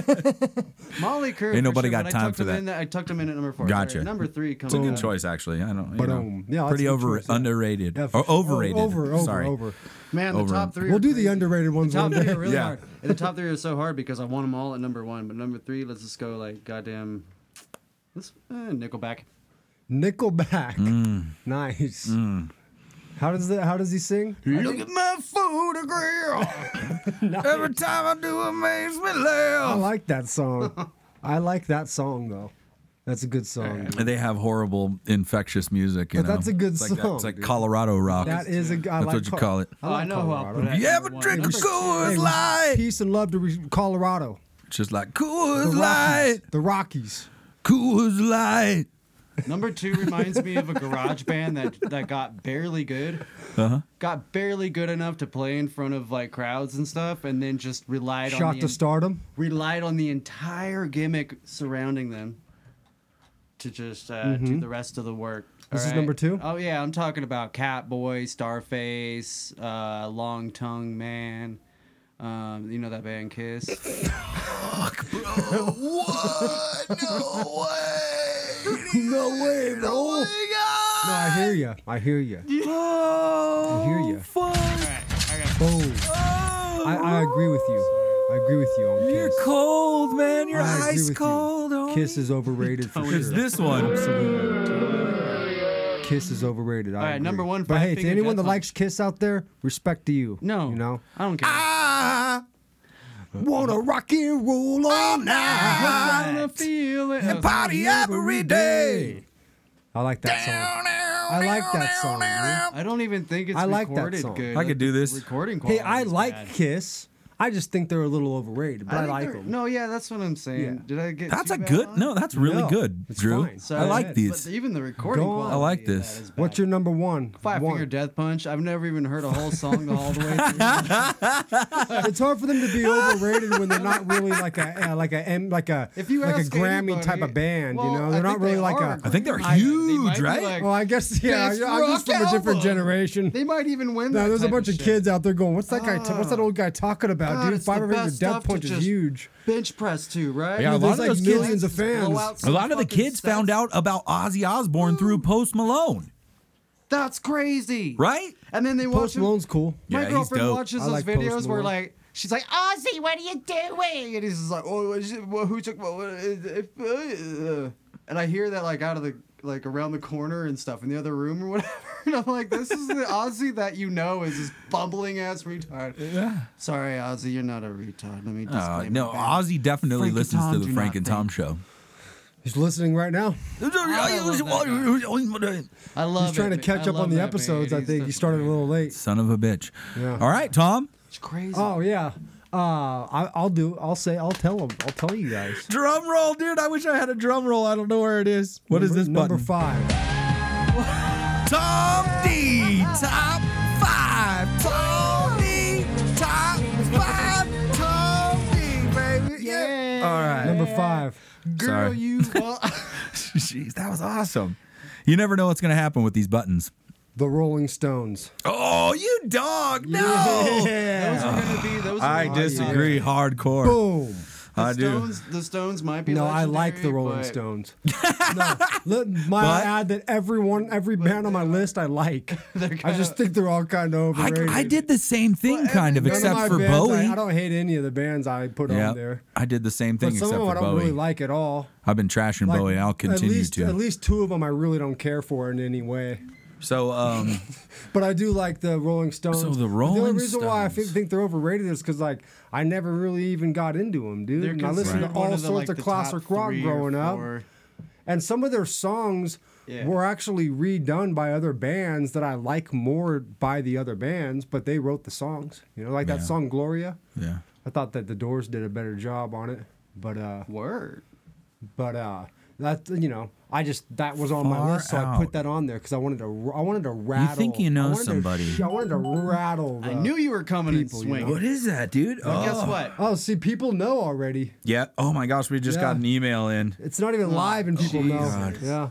Speaker 5: Motley Crue.
Speaker 3: Ain't
Speaker 5: for
Speaker 3: nobody
Speaker 5: sure,
Speaker 3: got
Speaker 5: but I
Speaker 3: time
Speaker 5: tucked
Speaker 3: for
Speaker 5: him
Speaker 3: that.
Speaker 5: In, I tucked him in at number four.
Speaker 3: Gotcha.
Speaker 5: All right, number three comes.
Speaker 3: It's a good choice, actually. I don't. You know,
Speaker 4: Ba-dum. Oh. um, Yeah, that's
Speaker 3: pretty
Speaker 4: a good
Speaker 3: over
Speaker 4: choice, yeah.
Speaker 3: underrated
Speaker 4: Yeah,
Speaker 3: or
Speaker 4: for- Oh,
Speaker 3: overrated.
Speaker 4: Over, over,
Speaker 3: Sorry.
Speaker 4: over.
Speaker 5: Man, the
Speaker 3: Over.
Speaker 5: top three.
Speaker 4: We'll
Speaker 5: are
Speaker 4: do the
Speaker 5: crazy.
Speaker 4: underrated ones
Speaker 5: The
Speaker 4: one
Speaker 5: top
Speaker 4: day.
Speaker 5: three are really
Speaker 3: Yeah.
Speaker 5: hard. And the top three are so hard because I want them all at number one, but number three, let's just go like goddamn. This eh, Nickelback.
Speaker 4: Nickelback.
Speaker 3: Mm.
Speaker 4: Nice. How does that? How does he sing?
Speaker 3: Look at my photograph. Every time I do, it makes me
Speaker 4: I
Speaker 3: laugh.
Speaker 4: like that song. I like that song though. That's a good song. dude.
Speaker 3: And they have horrible, infectious music. You
Speaker 4: But
Speaker 3: know?
Speaker 4: that's a good
Speaker 3: it's like that-
Speaker 4: song,
Speaker 3: it's like
Speaker 4: dude.
Speaker 3: Colorado rock.
Speaker 4: That is a. I
Speaker 3: That's
Speaker 4: like
Speaker 3: what you
Speaker 4: Col-
Speaker 3: call it.
Speaker 5: Oh, I
Speaker 4: like
Speaker 5: know who I'll
Speaker 4: Colorado.
Speaker 5: put at
Speaker 3: You ever
Speaker 5: number one.
Speaker 3: drink a
Speaker 5: Number-
Speaker 3: Coors
Speaker 4: Hey,
Speaker 3: Light?
Speaker 4: Peace and love to re- Colorado.
Speaker 3: Just like
Speaker 4: The
Speaker 3: Coors Light,
Speaker 4: Rockies. The Rockies.
Speaker 3: Coors Light.
Speaker 5: Number two reminds me of a garage band that that got barely good.
Speaker 3: Uh-huh.
Speaker 5: Got barely good enough to play in front of like crowds and stuff, and then just relied on
Speaker 4: Shot
Speaker 5: the
Speaker 4: to stardom.
Speaker 5: relied on the entire gimmick surrounding them to just uh, do the rest of the work.
Speaker 4: Mm-hmm. This is
Speaker 5: Alright.
Speaker 4: number two?
Speaker 5: Oh yeah, I'm talking about Catboy, Starface, uh, Long Tongue Man. Um, you know that band Kiss.
Speaker 3: What? No way.
Speaker 4: No way, bro. No, I hear you. I hear you.
Speaker 3: Oh,
Speaker 4: I hear ya.
Speaker 3: Fuck.
Speaker 4: Boom. I, I agree with you. I agree with you on
Speaker 3: You're
Speaker 4: Kiss.
Speaker 3: cold, man. You're
Speaker 4: I agree
Speaker 3: ice
Speaker 4: with you.
Speaker 3: cold. homie.
Speaker 4: Kiss is overrated
Speaker 5: Oh,
Speaker 4: for sure.
Speaker 3: It's this one.
Speaker 4: Absolutely. Kiss is overrated. All
Speaker 5: right, number one,
Speaker 4: But
Speaker 5: Five
Speaker 4: hey, to
Speaker 5: Finger
Speaker 4: anyone that
Speaker 5: Death Punch.
Speaker 4: likes Kiss out there, respect to you.
Speaker 5: No,
Speaker 4: you know.
Speaker 5: I don't care.
Speaker 3: I wanna rock and roll
Speaker 4: Oh,
Speaker 3: all night
Speaker 5: I wanna feel it.
Speaker 3: and party every day.
Speaker 4: I like that song. I like that song. man.
Speaker 5: I don't even think it's
Speaker 4: I like that
Speaker 5: recorded
Speaker 4: song.
Speaker 5: good.
Speaker 3: I could do this.
Speaker 5: Recording
Speaker 4: Hey,
Speaker 5: quality.
Speaker 4: I
Speaker 5: is
Speaker 4: like
Speaker 5: bad.
Speaker 4: Kiss. I just think they're a little overrated, but I,
Speaker 5: think
Speaker 4: like
Speaker 5: they're-
Speaker 4: them.
Speaker 5: No, yeah, that's what I'm saying.
Speaker 4: Yeah.
Speaker 5: Did I get?
Speaker 3: That's
Speaker 5: too
Speaker 3: a
Speaker 5: bad
Speaker 3: good.
Speaker 5: on
Speaker 3: No,
Speaker 5: it?
Speaker 3: that's really
Speaker 4: No,
Speaker 3: good,
Speaker 4: it's
Speaker 3: Drew.
Speaker 4: fine.
Speaker 5: So-
Speaker 3: I like
Speaker 5: but
Speaker 3: these.
Speaker 5: even the recording.
Speaker 4: Go on.
Speaker 5: Quality
Speaker 4: I
Speaker 3: like
Speaker 5: of that
Speaker 3: this.
Speaker 5: is bad.
Speaker 4: What's your number one?
Speaker 5: Five
Speaker 4: One.
Speaker 5: Finger Death Punch. I've never even heard a whole song all the way through.
Speaker 4: It's hard for them to be overrated when they're not really like a uh, like a M- like a
Speaker 5: If you
Speaker 4: like a
Speaker 5: ask
Speaker 4: Grammy
Speaker 5: anybody-
Speaker 4: type of band,
Speaker 5: Well,
Speaker 4: you know,
Speaker 5: I
Speaker 4: they're not
Speaker 5: think
Speaker 4: really
Speaker 5: they
Speaker 4: like
Speaker 5: are
Speaker 4: a.
Speaker 5: Grammy.
Speaker 3: I think they're
Speaker 5: I- they might
Speaker 3: huge,
Speaker 5: be
Speaker 3: right?
Speaker 5: like-
Speaker 4: Well, I guess yeah,
Speaker 5: Best
Speaker 4: I'm just
Speaker 5: rock
Speaker 4: from a different
Speaker 5: album.
Speaker 4: generation.
Speaker 5: They might even win.
Speaker 4: Now
Speaker 5: that
Speaker 4: there's a
Speaker 5: type
Speaker 4: bunch of
Speaker 5: shit. Ah.
Speaker 4: kids out there going, "What's that guy? T- what's that old guy talking about,
Speaker 5: God,
Speaker 4: dude?"
Speaker 5: it's the
Speaker 4: Five Finger
Speaker 5: best stuff
Speaker 4: Death
Speaker 5: to
Speaker 4: Punch is
Speaker 5: just-
Speaker 4: huge.
Speaker 5: Bench press too, right?
Speaker 3: Yeah, a lot
Speaker 4: There's
Speaker 3: of
Speaker 4: like
Speaker 3: those kids-
Speaker 4: millions of fans.
Speaker 5: Blow out
Speaker 3: A
Speaker 5: some
Speaker 3: lot of the
Speaker 5: fucking
Speaker 3: kids
Speaker 5: sets.
Speaker 3: found out about Ozzy Osbourne through Post Malone,
Speaker 5: That's crazy,
Speaker 3: right?
Speaker 5: And then they watch
Speaker 4: Post
Speaker 5: him-
Speaker 4: Malone's cool.
Speaker 5: My
Speaker 3: Yeah, he's
Speaker 5: girlfriend
Speaker 3: dope.
Speaker 5: watches
Speaker 4: I
Speaker 5: those
Speaker 4: like Post
Speaker 5: videos where
Speaker 4: Malone.
Speaker 5: like she's like Ozzy, what are you doing? And he's just like, oh, is it- well, who took what? what is it- if, uh, and I hear that like out of the like around the corner and stuff in the other room or whatever. And I'm like, this is the Ozzy that you know is this bumbling ass retard. Yeah. Sorry, Ozzy, you're not a retard. Let me just
Speaker 3: Uh, no, Ozzy definitely
Speaker 5: Frank and
Speaker 3: listens
Speaker 5: Tom
Speaker 3: to the
Speaker 5: do
Speaker 3: Frank
Speaker 5: not
Speaker 3: and Tom show.
Speaker 4: He's listening right now.
Speaker 5: I love
Speaker 4: He's trying
Speaker 5: it,
Speaker 4: to
Speaker 5: man.
Speaker 4: catch
Speaker 5: I
Speaker 4: up
Speaker 5: love
Speaker 4: on the
Speaker 5: that
Speaker 4: episodes.
Speaker 5: man.
Speaker 4: I
Speaker 5: He's
Speaker 4: think
Speaker 5: the-
Speaker 4: he started a little late.
Speaker 3: Son of a bitch.
Speaker 4: Yeah.
Speaker 3: All right, Tom.
Speaker 5: It's crazy.
Speaker 4: Oh yeah. Uh, I, I'll do. I'll say. I'll tell him. I'll tell you guys.
Speaker 3: Drum roll, dude. I wish I had a drum roll. I don't know where it is. What is
Speaker 4: number,
Speaker 3: this
Speaker 4: number
Speaker 3: button?
Speaker 4: five?
Speaker 3: Tom D. Top five. Tom D. Top five. Tom D, baby.
Speaker 5: Yeah.
Speaker 3: All right.
Speaker 4: Number five.
Speaker 5: Girl,
Speaker 3: Sorry.
Speaker 5: you. Well,
Speaker 3: Jeez, that was awesome. You never know what's going to happen with these buttons.
Speaker 4: The Rolling Stones.
Speaker 3: Oh, you dog. No.
Speaker 5: those are gonna be those. Are
Speaker 3: I
Speaker 5: gonna be-
Speaker 3: disagree hardcore.
Speaker 4: Boom.
Speaker 5: The
Speaker 3: I do.
Speaker 5: Stones, the Stones might be.
Speaker 4: No, I like the
Speaker 5: legendary,
Speaker 4: Rolling
Speaker 5: but-
Speaker 4: Stones. no, let, might I
Speaker 3: But-
Speaker 4: add that everyone, every band on my list, I like. I just think they're all kind of
Speaker 3: I,
Speaker 4: overrated.
Speaker 3: I did the same thing, kind of,
Speaker 4: None of
Speaker 3: except
Speaker 4: my
Speaker 3: for
Speaker 4: bands,
Speaker 3: Bowie.
Speaker 4: I, I don't hate any of the bands I put
Speaker 3: yeah,
Speaker 4: on there,
Speaker 3: I did the same thing,
Speaker 4: but some
Speaker 3: except
Speaker 4: of them I
Speaker 3: for
Speaker 4: don't
Speaker 3: Bowie.
Speaker 4: really like at all.
Speaker 3: I've been trashing
Speaker 4: Like,
Speaker 3: Bowie. I'll continue
Speaker 4: at least,
Speaker 3: to.
Speaker 4: At least two of them I really don't care for in any way.
Speaker 3: So, um,
Speaker 4: But I do like the Rolling Stones.
Speaker 3: the
Speaker 4: But The
Speaker 3: Rolling
Speaker 4: only reason why I fi-
Speaker 3: Stones.
Speaker 4: think they're overrated is because like I never really even got into them, dude.
Speaker 5: They're
Speaker 4: And I listened
Speaker 5: considered
Speaker 4: to all
Speaker 5: one the,
Speaker 4: sorts
Speaker 5: like,
Speaker 4: of
Speaker 5: the
Speaker 4: classic
Speaker 5: top
Speaker 4: rock
Speaker 5: three or
Speaker 4: growing up.
Speaker 5: four.
Speaker 4: and some of their songs
Speaker 5: Yeah.
Speaker 4: were actually redone by other bands that I like more by the other bands, but they wrote the songs. You know, like that
Speaker 3: Yeah.
Speaker 4: song Gloria.
Speaker 3: yeah.
Speaker 4: I thought that the Doors did a better job on it, but uh,
Speaker 5: Word.
Speaker 4: but uh, that you know, I just that was on my
Speaker 3: Far
Speaker 4: list, so I
Speaker 3: out.
Speaker 4: put that on there because I wanted to, r- I wanted to rattle.
Speaker 3: think you know
Speaker 4: I wanted to
Speaker 3: somebody.
Speaker 4: sh- I wanted to rattle. The,
Speaker 5: I knew you were coming in
Speaker 4: people, you
Speaker 5: swinging.
Speaker 3: What is that, dude? Oh.
Speaker 5: Guess what?
Speaker 4: Oh, see, people know already.
Speaker 3: Yeah. Oh my gosh, we just
Speaker 4: Yeah.
Speaker 3: got an email in.
Speaker 4: It's not
Speaker 3: Oh,
Speaker 4: even live, and people know.
Speaker 5: Jesus.
Speaker 4: Yeah,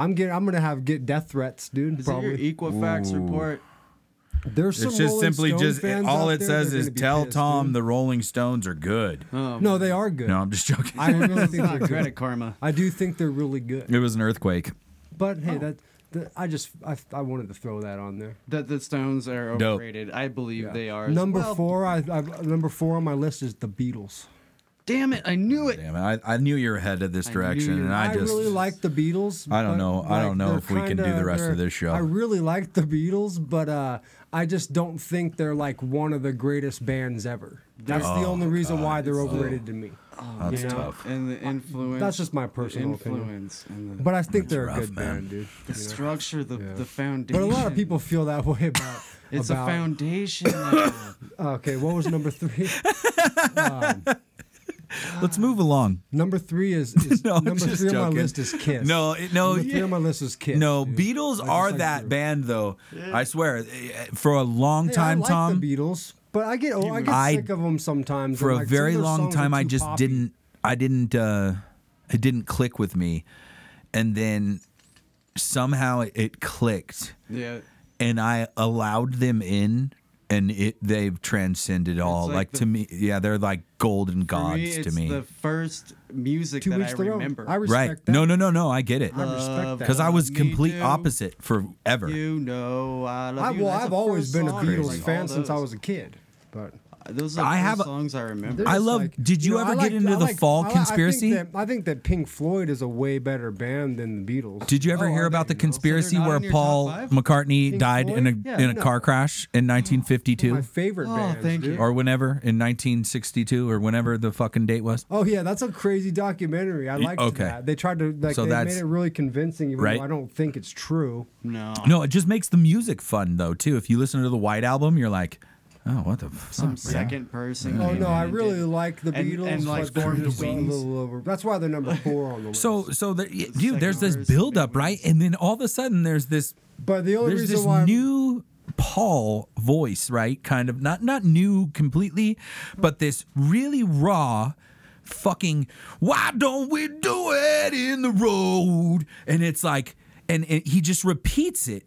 Speaker 4: I'm getting. I'm gonna have get death threats, dude.
Speaker 5: Is it your e-,
Speaker 4: probably.
Speaker 5: Equifax report?
Speaker 4: There's some
Speaker 3: It's just
Speaker 4: Rolling
Speaker 3: simply
Speaker 4: Stone
Speaker 3: just it-
Speaker 4: fans
Speaker 3: all
Speaker 4: out
Speaker 3: it
Speaker 4: there,
Speaker 3: says
Speaker 4: they're
Speaker 3: is
Speaker 4: gonna be
Speaker 3: tell
Speaker 4: pissed,
Speaker 3: Tom
Speaker 4: dude.
Speaker 3: the Rolling Stones are good.
Speaker 4: No, they are good.
Speaker 3: No, I'm just joking.
Speaker 4: I really think they're
Speaker 5: Not credit
Speaker 4: good.
Speaker 5: karma.
Speaker 4: I do think they're really good.
Speaker 3: it was an earthquake.
Speaker 4: But
Speaker 5: Oh.
Speaker 4: hey, that, that I just I, I wanted to throw that on there.
Speaker 5: That the Stones are
Speaker 3: Dope.
Speaker 5: overrated. I believe they are. as
Speaker 4: Number
Speaker 5: well.
Speaker 4: four, I, I number four on my list is the Beatles.
Speaker 5: Damn it! I knew it.
Speaker 3: Damn, I, I knew you were headed this
Speaker 5: I knew
Speaker 3: direction,
Speaker 5: you-
Speaker 3: and I,
Speaker 4: I,
Speaker 3: just
Speaker 4: really like the Beatles.
Speaker 3: I don't
Speaker 4: but,
Speaker 3: know- I don't know
Speaker 4: they're
Speaker 3: if we can do
Speaker 4: kinda-
Speaker 3: the rest of
Speaker 4: they're-
Speaker 3: this show.
Speaker 4: I really like the Beatles, but uh, I just don't think they're like one of the greatest bands ever. That's
Speaker 3: Oh,
Speaker 4: the only reason why they're overrated to me.
Speaker 3: that's
Speaker 4: you know?
Speaker 3: tough.
Speaker 5: And the influence.
Speaker 4: That's just my
Speaker 5: the
Speaker 4: personal opinion.
Speaker 5: influence and the,
Speaker 4: But I think they're
Speaker 3: rough,
Speaker 4: a good
Speaker 3: man.
Speaker 4: band, dude.
Speaker 5: the structure, the, the foundation.
Speaker 4: But a lot of people feel that way about.
Speaker 5: It's
Speaker 4: about, uh,
Speaker 5: a foundation. now.
Speaker 4: Okay, what was number three?
Speaker 3: Let's move along.
Speaker 4: number three is, is
Speaker 3: No, I'm
Speaker 4: number
Speaker 3: just
Speaker 4: three on
Speaker 3: joking.
Speaker 4: my list is Kiss.
Speaker 3: No, it- no,
Speaker 4: number three
Speaker 3: yeah.
Speaker 4: on my list is Kiss.
Speaker 3: No,
Speaker 4: dude.
Speaker 3: Beatles
Speaker 4: I just
Speaker 3: are
Speaker 4: like
Speaker 3: that
Speaker 4: Drew.
Speaker 3: band though. I swear, eh, for a long
Speaker 4: Hey,
Speaker 3: time,
Speaker 4: I like
Speaker 3: Tom,
Speaker 4: The Beatles, but I get oh, I get
Speaker 3: I-
Speaker 4: sick of them sometimes.
Speaker 3: for
Speaker 4: and,
Speaker 3: a
Speaker 4: like, some of
Speaker 3: very
Speaker 4: their
Speaker 3: long
Speaker 4: songs are
Speaker 3: time I
Speaker 4: too
Speaker 3: just
Speaker 4: poppy.
Speaker 3: didn't I didn't uh it didn't click with me and then somehow it, it clicked
Speaker 5: yeah.
Speaker 3: and I allowed them in and it they've transcended all like,
Speaker 5: like
Speaker 3: to
Speaker 5: the-
Speaker 3: me yeah they're like golden
Speaker 5: For
Speaker 3: gods
Speaker 5: me, it's
Speaker 3: to me
Speaker 5: the first music
Speaker 4: Two
Speaker 5: that
Speaker 4: weeks
Speaker 5: I
Speaker 4: to go.
Speaker 5: remember. Uh,
Speaker 4: I respect
Speaker 3: right
Speaker 4: that.
Speaker 3: no no no no I get it
Speaker 4: I respect that.
Speaker 3: cuz I was
Speaker 5: Me
Speaker 3: complete
Speaker 5: too.
Speaker 3: opposite forever
Speaker 5: You know, I love
Speaker 4: I,
Speaker 5: you.
Speaker 4: well,
Speaker 5: That's
Speaker 4: I've
Speaker 5: the
Speaker 4: always
Speaker 5: first
Speaker 4: been a
Speaker 5: song.
Speaker 4: Beatles
Speaker 5: Like, all
Speaker 4: fan since I
Speaker 5: those.
Speaker 4: was a kid, but
Speaker 5: Those are the
Speaker 3: I
Speaker 5: first
Speaker 3: have a-
Speaker 5: songs I remember.
Speaker 4: They're
Speaker 3: I
Speaker 4: just
Speaker 3: love- did you
Speaker 4: I
Speaker 3: ever get into
Speaker 4: I
Speaker 3: the fall
Speaker 4: I
Speaker 3: conspiracy?
Speaker 4: I think, that, I think that Pink Floyd is a way better band than the Beatles.
Speaker 3: Did you ever
Speaker 5: Oh,
Speaker 3: hear
Speaker 5: I
Speaker 3: about the
Speaker 5: didn't know. So they're
Speaker 3: conspiracy
Speaker 5: not
Speaker 3: where
Speaker 5: in your top
Speaker 3: Paul
Speaker 5: five?
Speaker 3: McCartney
Speaker 4: Pink
Speaker 3: died in a
Speaker 4: Floyd?
Speaker 5: Yeah,
Speaker 3: in a
Speaker 5: no.
Speaker 3: car crash in
Speaker 4: my
Speaker 3: 1952
Speaker 4: favorite
Speaker 5: Oh,
Speaker 4: band.
Speaker 5: thank you.
Speaker 3: or whenever in 1962 or whenever the fucking date was?
Speaker 4: Oh yeah, that's a crazy documentary. I liked
Speaker 3: okay.
Speaker 4: that. They tried to like
Speaker 3: So
Speaker 4: they made
Speaker 3: that's-
Speaker 4: it really convincing, even
Speaker 3: Right.
Speaker 4: though I don't think it's true.
Speaker 5: no.
Speaker 3: No, it just makes the music fun though too. If you listen to the White album, you're like, oh, what the fuck?
Speaker 5: Some
Speaker 3: man?
Speaker 5: second person.
Speaker 4: Oh
Speaker 5: came
Speaker 4: no,
Speaker 5: in
Speaker 4: I
Speaker 5: and
Speaker 4: really
Speaker 5: did-
Speaker 4: like the
Speaker 5: and-
Speaker 4: Beatles,
Speaker 5: and, like,
Speaker 4: but they're
Speaker 5: formed
Speaker 4: just a
Speaker 5: wings.
Speaker 4: little over. That's why they're number four on the list.
Speaker 3: So so there, y- dude, there's
Speaker 5: second
Speaker 3: this
Speaker 5: verse,
Speaker 3: build
Speaker 5: big
Speaker 3: up,
Speaker 5: verse.
Speaker 3: right? And then all of a sudden there's this
Speaker 4: but the only
Speaker 3: there's
Speaker 4: reason
Speaker 3: this
Speaker 4: why I'm-
Speaker 3: new Paul voice, right? Kind of not not new completely, but this really raw fucking why don't we do it in the road? And it's like and, and he just repeats it.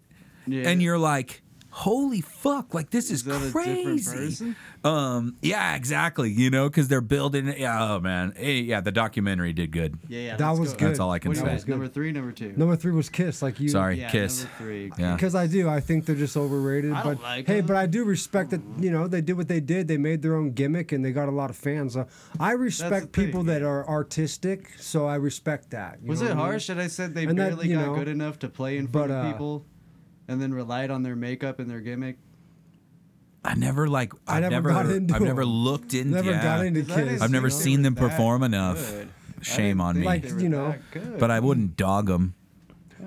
Speaker 5: Yeah.
Speaker 3: And you're like, holy fuck, like this is,
Speaker 5: Is that a different
Speaker 3: crazy.
Speaker 5: person?
Speaker 3: Um yeah, exactly, you know, cuz they're building it. Yeah, oh man. Hey, yeah, the documentary did good.
Speaker 5: Yeah, yeah.
Speaker 4: That
Speaker 5: let's
Speaker 4: was
Speaker 5: go.
Speaker 4: good.
Speaker 3: That's all I can
Speaker 5: What do you
Speaker 3: say.
Speaker 5: guys? Number three, number two.
Speaker 4: number three was Kiss. Like you,
Speaker 3: Sorry,
Speaker 5: Yeah,
Speaker 3: Kiss.
Speaker 5: number three.
Speaker 3: Yeah.
Speaker 4: Because I do, I think they're just overrated.
Speaker 5: I don't
Speaker 4: but
Speaker 5: like
Speaker 4: hey,
Speaker 5: them.
Speaker 4: but I do respect that. You know, they did what they did. They made their own gimmick, and they got a lot of fans. Uh, I respect
Speaker 5: thing,
Speaker 4: people that are artistic, so I respect that. you
Speaker 5: Was
Speaker 4: know
Speaker 5: it
Speaker 4: what I mean?
Speaker 5: harsh that I said they
Speaker 4: And that,
Speaker 5: barely
Speaker 4: you
Speaker 5: got
Speaker 4: know,
Speaker 5: good enough to play in front
Speaker 4: but,
Speaker 5: of
Speaker 4: uh,
Speaker 5: people, and then relied on their makeup and their gimmick?
Speaker 3: I never like
Speaker 4: I
Speaker 3: I've
Speaker 4: never got into
Speaker 3: I've never
Speaker 4: them.
Speaker 3: looked into
Speaker 4: Never
Speaker 3: yeah.
Speaker 4: got into
Speaker 5: 'Cause I didn't
Speaker 4: Kiss.
Speaker 3: I've never
Speaker 4: you know?
Speaker 5: think
Speaker 3: seen
Speaker 5: they
Speaker 3: them
Speaker 5: were that
Speaker 3: perform enough.
Speaker 5: good.
Speaker 3: Shame
Speaker 5: I
Speaker 3: on
Speaker 5: didn't
Speaker 3: me.
Speaker 5: think
Speaker 4: Like,
Speaker 5: they were
Speaker 4: you know,
Speaker 5: that good.
Speaker 3: but I wouldn't dog them.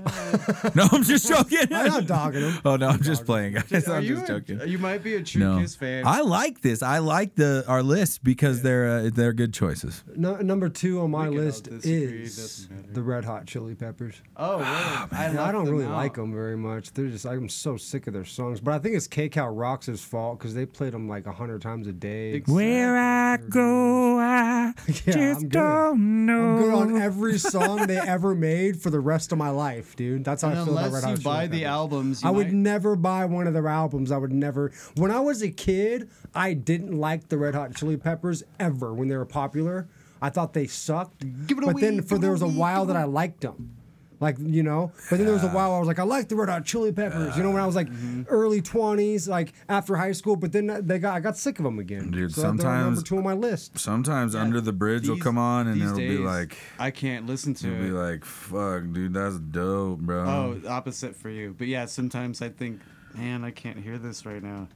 Speaker 5: Uh,
Speaker 3: no, I'm just joking.
Speaker 4: I'm not dogging 'em.
Speaker 3: Oh no, I'm just playing, guys.
Speaker 5: Are
Speaker 3: I'm
Speaker 5: you
Speaker 3: just
Speaker 5: a-
Speaker 3: joking.
Speaker 5: You might be a true
Speaker 3: No,
Speaker 5: Kiss fan.
Speaker 3: I like this. I like the our list because they're uh, they're good choices.
Speaker 4: No, number two on my
Speaker 5: can all
Speaker 4: list
Speaker 5: disagree,
Speaker 4: is
Speaker 5: doesn't matter.
Speaker 4: the Red Hot Chili Peppers.
Speaker 5: oh, really? I,
Speaker 4: And I
Speaker 5: left
Speaker 4: don't
Speaker 5: them
Speaker 4: really
Speaker 5: out.
Speaker 4: like them very much. They're just I'm so sick of their songs. But I think it's KCal Rox's fault because they played them like hundred times a day.
Speaker 5: Ex- Where
Speaker 3: I go, I
Speaker 4: Yeah, just I'm good. don't I'm good on every song they ever made for the rest of my life, dude. That's how I feel about Red
Speaker 5: Unless
Speaker 4: Hot
Speaker 5: you
Speaker 4: Chili
Speaker 5: buy the
Speaker 4: Peppers.
Speaker 5: albums, you
Speaker 4: I would
Speaker 5: might-
Speaker 4: never buy one of their albums. I would never. When I was a kid, I didn't like the Red Hot Chili Peppers ever when they were popular. I thought they sucked.
Speaker 5: Give it a
Speaker 4: but then
Speaker 5: wee,
Speaker 4: for
Speaker 5: give it
Speaker 4: there
Speaker 5: a
Speaker 4: was a
Speaker 5: wee,
Speaker 4: while
Speaker 5: give it
Speaker 4: that
Speaker 5: a- Ah.
Speaker 4: I liked them. Like, you know, but then there was a while I was like, I like the Red Hot Chili Peppers, you know, when I was like
Speaker 5: Mm-hmm.
Speaker 4: early 20s, like after high school, but then they got, I got sick of them again.
Speaker 3: Dude,
Speaker 4: so they're number
Speaker 3: sometimes-
Speaker 4: two on my list.
Speaker 3: Sometimes Under the Bridge will
Speaker 5: These-
Speaker 3: come on and
Speaker 5: these
Speaker 3: it'll be
Speaker 5: days,
Speaker 3: like,
Speaker 5: I can't listen to
Speaker 3: it'll be
Speaker 5: it.
Speaker 3: like, um, fuck, dude, that's dope, bro.
Speaker 5: oh, opposite for you. But yeah, sometimes I think, man, I can't hear this right now.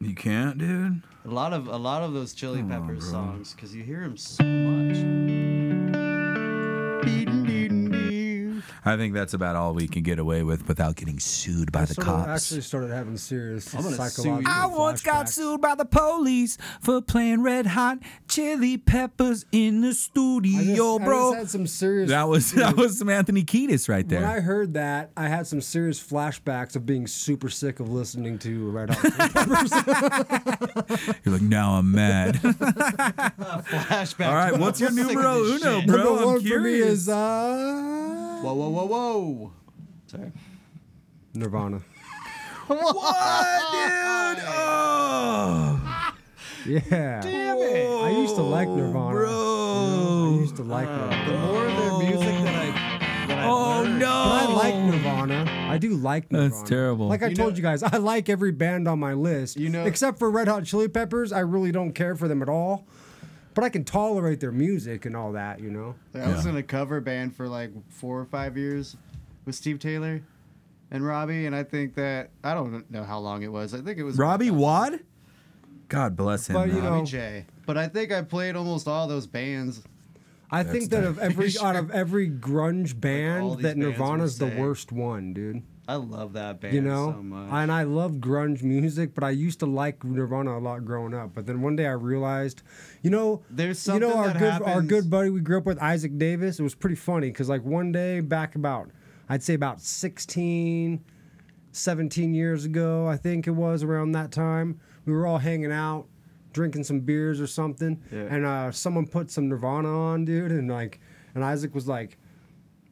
Speaker 3: You can't, dude.
Speaker 5: A lot of a lot of those Chili Peppers songs because you hear them so much.
Speaker 3: I think that's about all we can get away with without getting sued by the
Speaker 4: Sort of
Speaker 3: cops.
Speaker 4: actually started having serious
Speaker 5: gonna sue
Speaker 4: psychological
Speaker 5: you.
Speaker 3: I once got
Speaker 4: flashbacks.
Speaker 3: sued by the police for playing red hot chili peppers in the
Speaker 4: I just-
Speaker 3: studio,
Speaker 4: I
Speaker 3: bro.
Speaker 4: just had some serious.
Speaker 3: that was that was some Anthony Kiedis right
Speaker 4: When I
Speaker 3: there.
Speaker 4: heard that, I had some serious flashbacks of being super sick of listening to Red Hot Chili Peppers.
Speaker 3: You're like, now I'm mad.
Speaker 5: Flashback.
Speaker 3: All right, what's your
Speaker 5: Sick of
Speaker 3: numero
Speaker 5: this
Speaker 3: uno,
Speaker 5: shit.
Speaker 3: bro?
Speaker 4: Number
Speaker 3: I'm
Speaker 4: one for me
Speaker 3: curious.
Speaker 4: is uh,
Speaker 5: Whoa, whoa, whoa, whoa. Sorry.
Speaker 4: Nirvana.
Speaker 3: what, dude? Oh,
Speaker 4: Yeah,
Speaker 5: Damn it.
Speaker 4: I used to like Nirvana.
Speaker 3: bro.
Speaker 4: I used to like
Speaker 5: The
Speaker 4: Nirvana.
Speaker 5: more of their music that I that I
Speaker 3: Oh
Speaker 5: learn,
Speaker 3: no!
Speaker 4: But I like Nirvana. I do like Nirvana.
Speaker 3: Oh. That's terrible.
Speaker 4: Like I
Speaker 5: You
Speaker 4: told
Speaker 5: know-
Speaker 4: you guys, I like every band on my list.
Speaker 5: You know-
Speaker 4: except for Red Hot Chili Peppers, I really don't care for them at all. But I can tolerate their music and all that, you know.
Speaker 5: Like, I was in a cover band for like four or five years with Steve Taylor and Robbie, and I think that I don't know how long it was. I think it was
Speaker 3: Robbie Wad. God bless him.
Speaker 4: But, you
Speaker 3: man.
Speaker 4: know-
Speaker 5: Robbie J. But I think I played almost all those bands.
Speaker 4: I think that of every
Speaker 5: Sure.
Speaker 4: out of every grunge band,
Speaker 5: these
Speaker 4: that
Speaker 5: bands were
Speaker 4: Nirvana's the
Speaker 5: sick.
Speaker 4: worst one, dude.
Speaker 5: I love that band
Speaker 4: You know,
Speaker 5: so much.
Speaker 4: and I love grunge music, but I used to like Nirvana a lot growing up. But then one day I realized, you know,
Speaker 5: There's
Speaker 4: you know
Speaker 5: something
Speaker 4: our
Speaker 5: that
Speaker 4: good our
Speaker 5: happens-
Speaker 4: good buddy we grew up with Isaac Davis. It was pretty funny because like one day back about I'd say about 16, 17 years ago, I think it was around that time. We were all hanging out, drinking some beers or something,
Speaker 5: Yeah.
Speaker 4: and uh, someone put some Nirvana on, dude, and like, and Isaac was like,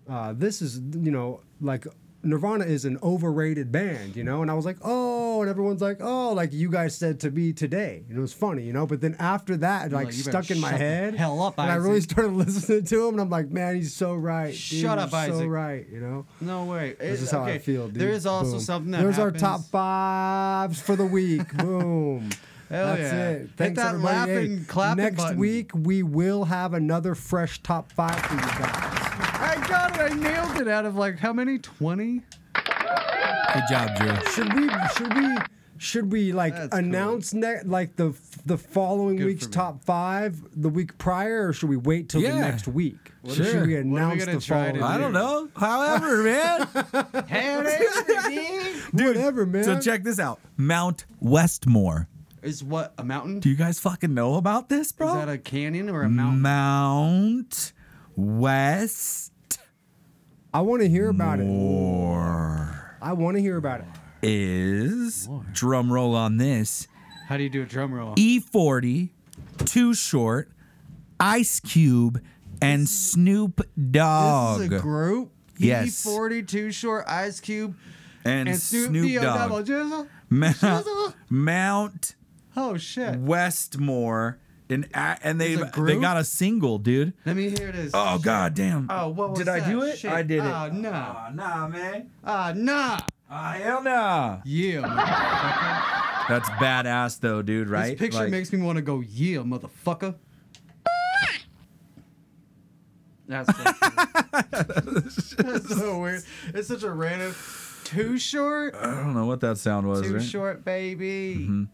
Speaker 4: uh, "This is, you know, like." Nirvana is an overrated band, you know? And I was like, oh, and everyone's like, oh, like you guys said to be today. And it was funny, you know? But then after that, it, like,
Speaker 5: like, "You better
Speaker 4: stuck in my
Speaker 5: shut the
Speaker 4: head.
Speaker 5: hell up,
Speaker 4: And I really
Speaker 5: Isaac.
Speaker 4: started listening to him, and I'm like, man, he's so right. dude.
Speaker 5: Shut up,
Speaker 4: You're So
Speaker 5: Isaac."
Speaker 4: right, you know?
Speaker 5: no way.
Speaker 4: This
Speaker 5: It-
Speaker 4: is how I
Speaker 5: okay,
Speaker 4: feel, dude.
Speaker 5: There is also
Speaker 4: Boom.
Speaker 5: something that
Speaker 4: There's
Speaker 5: happens.
Speaker 4: our top fives for the week. Boom.
Speaker 5: Hell
Speaker 4: That's
Speaker 5: yeah.
Speaker 4: it.
Speaker 5: Hit
Speaker 4: Thanks
Speaker 5: that
Speaker 4: everybody.
Speaker 5: laughing,
Speaker 4: Hey,
Speaker 5: clapping
Speaker 4: Next
Speaker 5: button.
Speaker 4: week we will have another fresh top five for you guys.
Speaker 5: I got it. I nailed it out of like how many? 20?
Speaker 3: Good job, Drew.
Speaker 4: Should we? Should we? Should we like
Speaker 5: That's cool.
Speaker 4: announce ne- like the the following
Speaker 5: Good
Speaker 4: week's
Speaker 5: for me.
Speaker 4: top five the week prior, or should we wait till
Speaker 3: Yeah.
Speaker 4: the next week?
Speaker 5: What
Speaker 4: Should
Speaker 3: are-
Speaker 4: we
Speaker 3: what
Speaker 5: are we
Speaker 4: announce
Speaker 5: gonna
Speaker 4: the
Speaker 5: try to
Speaker 4: following?
Speaker 3: I don't know. However, man.
Speaker 5: Hell
Speaker 3: Dude,
Speaker 4: Whatever, man.
Speaker 3: So check this out. Mount Westmore.
Speaker 5: Is what a mountain?
Speaker 3: Do you guys fucking know about this, bro?
Speaker 5: Is that a canyon or a mountain?
Speaker 3: Mount West.
Speaker 4: I want to hear about it. I want to hear about it.
Speaker 3: is drum roll on this
Speaker 5: How do you do a drum roll?
Speaker 3: E40, Too Short, Ice Cube, and Snoop Dogg.
Speaker 5: This is a group.
Speaker 3: Yes.
Speaker 5: E42 short Ice Cube
Speaker 3: and,
Speaker 5: and
Speaker 3: Snoop,
Speaker 5: Snoop, D.O. Double
Speaker 3: Dogg.
Speaker 5: Jizzle.
Speaker 3: Mount,
Speaker 5: Jizzle.
Speaker 3: Mount
Speaker 5: Oh shit.
Speaker 3: Westmore. And, a- and they
Speaker 5: It's a
Speaker 3: they
Speaker 5: group?
Speaker 3: got a single, dude.
Speaker 5: Let me hear this.
Speaker 3: Oh god damn.
Speaker 5: Oh, what was
Speaker 3: Did I
Speaker 5: that?
Speaker 3: do it?
Speaker 5: Shit.
Speaker 3: I did it.
Speaker 5: Oh, no.
Speaker 3: Aw, nah, man.
Speaker 5: Ah, nah.
Speaker 3: Ah, hell nah.
Speaker 5: Yeah. motherfucker.
Speaker 3: That's badass though, dude, right?
Speaker 5: This picture
Speaker 3: Like-
Speaker 5: makes me want to go, yeah, motherfucker. That's so, weird. That's so weird. It's such a random. Too short.
Speaker 3: I don't know what that sound Uh, was,
Speaker 5: Too
Speaker 3: right?
Speaker 5: short, baby.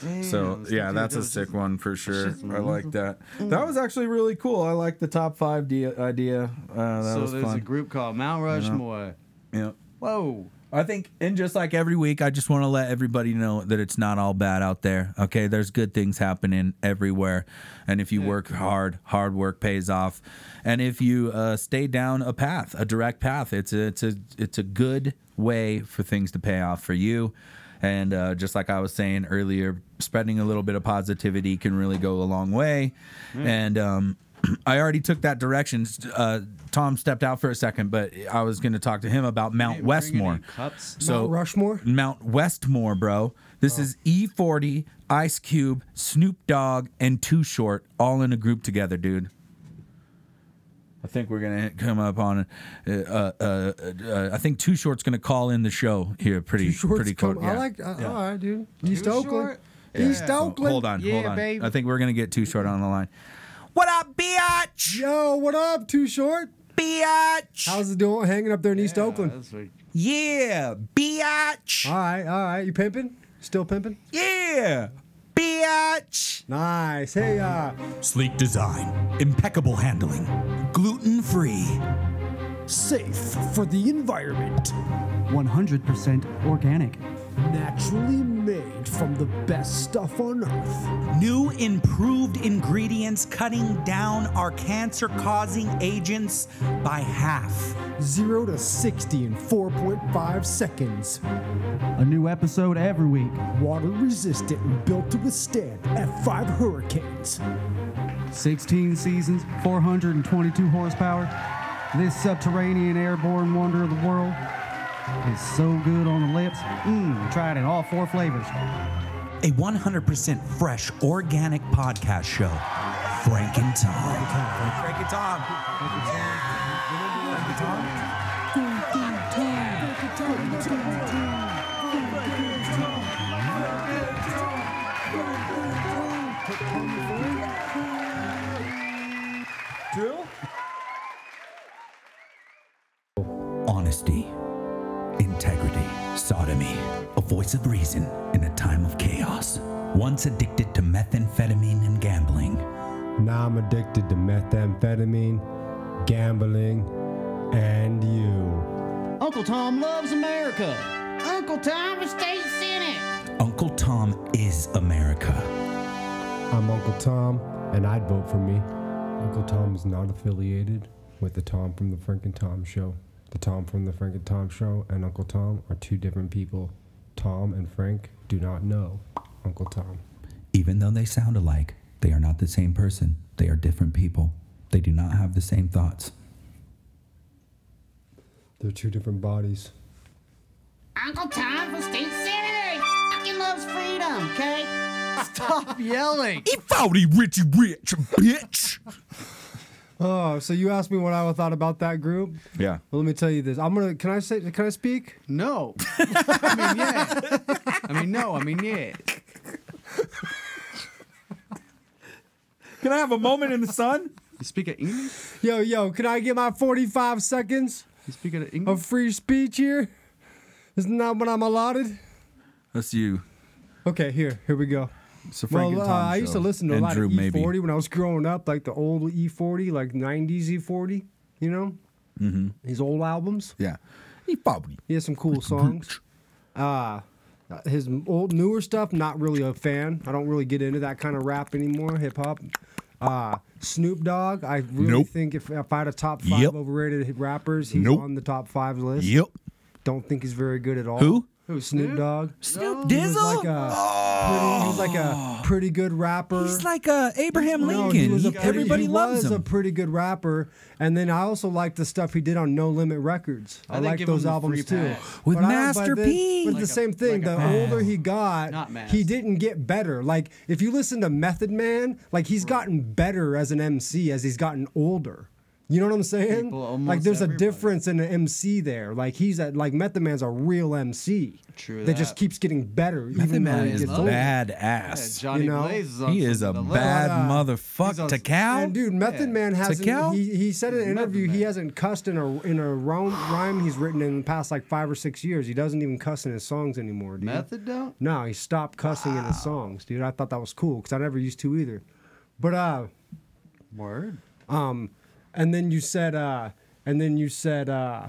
Speaker 5: Damn,
Speaker 3: So yeah,
Speaker 5: dude,
Speaker 3: that's a
Speaker 5: that was
Speaker 3: sick
Speaker 5: just-
Speaker 3: one for sure.
Speaker 5: just mm-hmm.
Speaker 3: I like that. That was actually really cool. I like the top five de- idea. Uh, that
Speaker 5: so
Speaker 3: was
Speaker 5: there's a
Speaker 3: fun.
Speaker 5: group called Mount Rushmore.
Speaker 3: yeah.
Speaker 5: Whoa.
Speaker 3: I think, and just like every week, I just want to let everybody know that it's not all bad out there. Okay, there's good things happening everywhere, and if you work hard, hard work pays off, and if you uh, stay down a path, a direct path, it's a, it's a it's a good way for things to pay off for you. And uh, just like I was saying earlier, spreading a little bit of positivity can really go a long way. And um, I already took that direction. Uh, Tom stepped out for a second, but I was going to talk to him about Mount
Speaker 5: Hey, bring any
Speaker 3: Westmore.
Speaker 5: Cups.
Speaker 3: So
Speaker 4: Mount Rushmore? Oh.
Speaker 3: Mount Westmore, bro. This is E40, Ice Cube, Snoop Dogg, and Too Short, all in a group together, dude. I think we're gonna come up on. Uh, uh, uh, uh, I think Too Short's gonna call in the show here pretty
Speaker 4: Two shorts
Speaker 3: pretty
Speaker 4: come-
Speaker 3: quick.
Speaker 4: I like. Uh, All right, dude. East
Speaker 5: Too
Speaker 4: Oakland.
Speaker 5: short? Yeah.
Speaker 4: East
Speaker 5: Oh,
Speaker 4: Oakland.
Speaker 3: Hold on,
Speaker 5: Yeah,
Speaker 3: hold on.
Speaker 5: babe.
Speaker 3: I think we're gonna get Too Short on the line. What up, biatch?
Speaker 4: Yo, what up? Too short.
Speaker 3: Biatch.
Speaker 4: How's it doing? Hanging up there in East
Speaker 5: Yeah,
Speaker 4: Oakland.
Speaker 5: that's like-
Speaker 3: yeah, biatch.
Speaker 4: All right, all right. You pimping? Still pimping?
Speaker 3: yeah, biatch.
Speaker 4: Nice. Hey,
Speaker 5: Uh-huh.
Speaker 4: uh,
Speaker 3: Sleek design, impeccable handling, gluten free.
Speaker 8: Safe for the environment.
Speaker 5: 100% organic.
Speaker 8: Naturally made from the best stuff on earth.
Speaker 3: New improved ingredients cutting down our cancer causing agents by half.
Speaker 8: 0 to 60 in 4.5 seconds.
Speaker 5: A new episode every week.
Speaker 8: Water resistant and built to withstand F5 hurricanes.
Speaker 5: 16 seasons, 422 horsepower. This subterranean airborne wonder of the world is so good on the lips. Mmm, tried it all four flavors.
Speaker 3: A 100% fresh organic podcast show. Frank and Tom. Frank and Tom. Honesty, integrity, sodomy, a voice of reason in a time of chaos. Once addicted to methamphetamine and gambling,
Speaker 4: now I'm addicted to methamphetamine, gambling, and you.
Speaker 5: Uncle Tom loves America. Uncle Tom stays in it.
Speaker 3: Uncle Tom is America.
Speaker 4: I'm Uncle Tom, and I'd vote for me. Uncle Tom is not affiliated with the Tom from the Frank and Tom Show. The Tom from the Frank and Tom Show and Uncle Tom are two different people. Tom and Frank do not know Uncle Tom.
Speaker 3: Even though they sound alike, they are not the same person. They are different people. They do not have the same thoughts.
Speaker 4: They're two different bodies.
Speaker 9: Uncle Tom from State Senator. He fucking loves freedom, okay?
Speaker 5: Stop yelling.
Speaker 3: If Audi Richie Rich, bitch.
Speaker 4: Oh, so you asked me what I thought about that group?
Speaker 3: Yeah.
Speaker 4: Well, let me tell you this. I'm gonna. Can I say? Can I speak?
Speaker 5: No. I mean, yeah. I mean, no. I mean, yeah.
Speaker 3: Can I have a moment in the sun?
Speaker 5: You speak of English?
Speaker 4: Yo, yo, can I get my 45 seconds
Speaker 5: You speak of
Speaker 4: of
Speaker 5: English?
Speaker 4: free speech here? Isn't that what I'm allotted?
Speaker 3: That's you.
Speaker 4: Okay, here, here we go.
Speaker 3: It's a Frank
Speaker 4: Well,
Speaker 3: and
Speaker 4: uh,
Speaker 3: Tom
Speaker 4: I used to
Speaker 3: show.
Speaker 4: listen to
Speaker 3: And
Speaker 4: a lot
Speaker 3: Drew,
Speaker 4: of E40
Speaker 3: maybe.
Speaker 4: when I was growing up, like the old E40, like 90s E40, you know? Mm-hmm. His old albums.
Speaker 3: Yeah. He probably.
Speaker 4: He has some cool songs. Uh, his old newer stuff, not really a fan. I don't really get into that kind of rap anymore, hip hop. Uh, Snoop Dogg, I really
Speaker 3: Nope.
Speaker 4: think if, if I had a top five
Speaker 3: Yep.
Speaker 4: overrated rappers, he's
Speaker 3: Nope.
Speaker 4: on the top five list.
Speaker 3: Yep.
Speaker 4: Don't think he's very good at all.
Speaker 3: Who?
Speaker 5: Who,
Speaker 4: Snoop Dogg.
Speaker 3: Snoop Oh.
Speaker 4: He was like a, pretty, he was like a pretty good rapper.
Speaker 3: He's like uh, Abraham
Speaker 4: No,
Speaker 3: Lincoln.
Speaker 4: he was a pretty-
Speaker 3: Everybody
Speaker 4: he
Speaker 3: loves
Speaker 4: was a
Speaker 3: him.
Speaker 4: pretty good rapper, and then I also like the stuff he did on No Limit Records.
Speaker 5: I
Speaker 4: I,
Speaker 5: think
Speaker 4: like
Speaker 5: give him
Speaker 4: those
Speaker 5: the
Speaker 4: albums
Speaker 5: free
Speaker 4: too.
Speaker 5: pass.
Speaker 3: With
Speaker 4: But I-
Speaker 3: Master
Speaker 4: but then-
Speaker 3: P.
Speaker 4: But
Speaker 3: Like
Speaker 4: the
Speaker 5: a-
Speaker 4: same thing.
Speaker 5: like a
Speaker 4: the older he
Speaker 5: Not
Speaker 4: got,
Speaker 5: mass.
Speaker 4: he didn't get better. Like if you listen to Method Man, like he's gotten better as an MC as he's gotten older. You know what I'm saying?
Speaker 5: People,
Speaker 4: like
Speaker 5: almost
Speaker 4: there's
Speaker 5: everybody.
Speaker 4: a difference in an MC there. Like he's a, like Method Man's a real MC.
Speaker 5: True
Speaker 4: That just
Speaker 5: that.
Speaker 4: keeps getting better.
Speaker 3: Method
Speaker 4: even though
Speaker 3: Man
Speaker 4: he
Speaker 3: is
Speaker 4: gets older.
Speaker 5: Yeah,
Speaker 3: badass.
Speaker 5: Johnny
Speaker 4: you know?
Speaker 5: Blaze is on
Speaker 3: He is a
Speaker 5: the list.
Speaker 3: bad
Speaker 4: uh,
Speaker 5: he's
Speaker 3: motherfucker.
Speaker 5: on-
Speaker 3: To cow.
Speaker 4: And dude, Method Man
Speaker 3: Cal?
Speaker 4: hasn't. He, he said in an
Speaker 5: Method
Speaker 4: interview he
Speaker 5: Man.
Speaker 4: hasn't cussed in a in a rhyme, rhyme he's written in the past like five or six years. He doesn't even cuss in his songs anymore, dude.
Speaker 5: Method don't?
Speaker 4: No, he stopped cussing in his songs, dude. I thought that was cool because I never used to either. But uh, um,
Speaker 5: Word.
Speaker 4: and then you said uh, and then you said uh,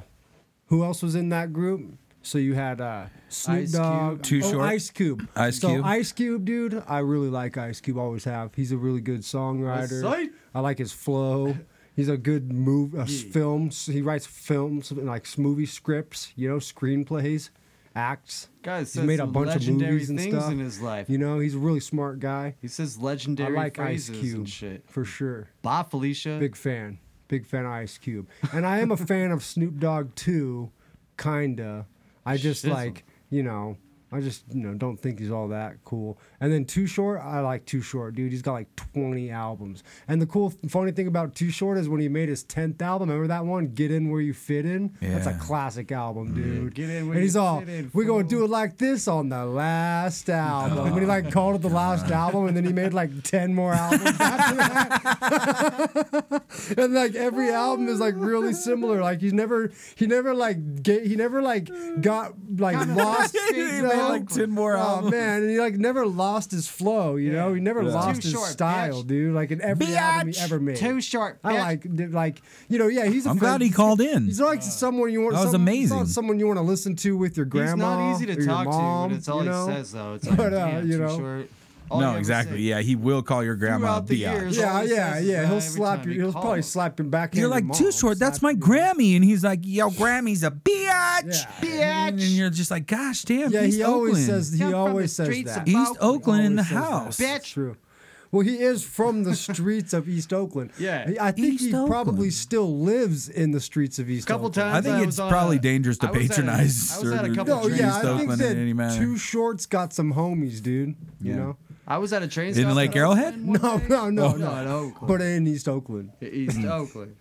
Speaker 4: who else was in that group? So you had uh, Snoop
Speaker 5: Ice Cube.
Speaker 4: Dogg,
Speaker 3: Too
Speaker 4: oh,
Speaker 3: Short.
Speaker 4: Ice Cube,
Speaker 3: Ice
Speaker 4: so
Speaker 3: Cube.
Speaker 4: Ice Cube, dude. I really like Ice Cube. Always have. He's a really good songwriter.
Speaker 5: Sight.
Speaker 4: I like his flow. He's a good move. Uh, s-
Speaker 5: Yeah.
Speaker 4: Films. He writes films like s- movie scripts. You know, screenplays, acts.
Speaker 5: Guys,
Speaker 4: he's
Speaker 5: said
Speaker 4: made a
Speaker 5: some
Speaker 4: bunch of
Speaker 5: legendary
Speaker 4: movies and
Speaker 5: things
Speaker 4: stuff.
Speaker 5: in his life.
Speaker 4: You know, he's a really smart guy.
Speaker 5: He says
Speaker 4: I
Speaker 5: legendary
Speaker 4: like Ice
Speaker 5: phrases
Speaker 4: Cube
Speaker 5: and shit.
Speaker 4: for sure.
Speaker 5: Bye, Felicia.
Speaker 4: Big fan. Big fan of Ice Cube. And I am a fan of Snoop Dogg too, kinda. I just
Speaker 5: Shizzle.
Speaker 4: like, you know, I just, you know, don't think he's all that cool. And then Too Short, I like Too Short, dude. He's got like 20 albums. And the cool, funny thing about Too Short is when he made his 10th album, remember that one, Get In Where You Fit In? That's a
Speaker 3: Yeah.
Speaker 4: classic album, dude.
Speaker 5: Get In Where
Speaker 4: and he's
Speaker 5: You
Speaker 4: all,
Speaker 5: Fit In,
Speaker 4: we're going to do
Speaker 5: fool."
Speaker 4: it like this on the last album. And he like called it the last album, and then he made like 10 more albums after that and like every album is like really similar. Like he's never he never like get he never like got like lost.
Speaker 3: He
Speaker 4: you
Speaker 3: made,
Speaker 4: know?
Speaker 3: like, 10 more
Speaker 4: Oh
Speaker 3: albums.
Speaker 4: man, and he like never lost his flow. You know, he never
Speaker 5: Yeah.
Speaker 4: lost
Speaker 5: Too
Speaker 4: his
Speaker 5: short,
Speaker 4: style,
Speaker 5: bitch.
Speaker 4: dude. Like in every album he
Speaker 3: Bitch.
Speaker 4: ever made.
Speaker 5: Too short.
Speaker 4: I
Speaker 5: bitch.
Speaker 4: like did, like you know yeah he's. A
Speaker 3: I'm
Speaker 4: friend.
Speaker 3: glad he called in.
Speaker 4: He's like someone you want.
Speaker 3: That was
Speaker 4: someone- he's
Speaker 3: amazing.
Speaker 4: not Someone you want to listen to with your grandma.
Speaker 5: He's not easy
Speaker 4: or
Speaker 5: to
Speaker 4: your
Speaker 5: talk
Speaker 4: mom,
Speaker 5: to, but it's all
Speaker 4: you know?
Speaker 5: he says though. It's like,
Speaker 4: But, uh,
Speaker 5: damn,
Speaker 4: you
Speaker 5: too
Speaker 4: know.
Speaker 5: short. All he
Speaker 3: no,
Speaker 5: ever
Speaker 3: exactly.
Speaker 5: said.
Speaker 3: Yeah, he will call your grandma a
Speaker 5: Throughout the
Speaker 3: biatch.
Speaker 5: years.
Speaker 4: Yeah,
Speaker 5: all he
Speaker 4: yeah,
Speaker 5: says is
Speaker 4: yeah.
Speaker 5: that
Speaker 4: He'll
Speaker 5: every
Speaker 4: slap
Speaker 5: time
Speaker 4: you.
Speaker 5: he
Speaker 4: He'll probably
Speaker 5: calls.
Speaker 4: slap your back.
Speaker 3: You're like too short. That's my Grammy, and he's like, "Yo, Grammy's a biatch,
Speaker 4: Yeah.
Speaker 3: And you're just like, "Gosh damn,
Speaker 4: Yeah,
Speaker 3: East
Speaker 4: he
Speaker 3: Oakland.
Speaker 4: always says he
Speaker 5: Come from
Speaker 4: always
Speaker 5: the
Speaker 4: says
Speaker 5: streets
Speaker 4: that.
Speaker 5: of
Speaker 3: East
Speaker 5: Oakland.
Speaker 3: Oakland in the
Speaker 4: Always says that.
Speaker 3: house."
Speaker 4: That's true. Well, he is from the streets of East Oakland.
Speaker 5: Yeah.
Speaker 4: He- I think
Speaker 3: East
Speaker 4: he
Speaker 3: Oakland.
Speaker 4: probably still lives in the streets of East.
Speaker 5: couple
Speaker 4: Oakland.
Speaker 5: times.
Speaker 3: I think
Speaker 5: was
Speaker 3: it's
Speaker 5: on
Speaker 3: probably
Speaker 5: a-
Speaker 3: dangerous to
Speaker 5: I was at a-
Speaker 3: patronize
Speaker 5: I was at a
Speaker 3: certain
Speaker 5: couple
Speaker 3: No,
Speaker 4: No,
Speaker 5: train
Speaker 3: East
Speaker 4: yeah, I
Speaker 5: stops.
Speaker 4: think
Speaker 3: Oakland in any
Speaker 4: that
Speaker 3: manner.
Speaker 4: Two Shorts got some homies, dude. You
Speaker 3: Yeah.
Speaker 4: know?
Speaker 5: I was at a train
Speaker 3: In
Speaker 5: stop
Speaker 3: Lake
Speaker 5: in
Speaker 3: Arrowhead?
Speaker 5: Oakland
Speaker 4: No,
Speaker 5: one day.
Speaker 4: no, no,
Speaker 5: no, in
Speaker 4: no.
Speaker 5: Oakland.
Speaker 4: But in East Oakland.
Speaker 5: East Oakland.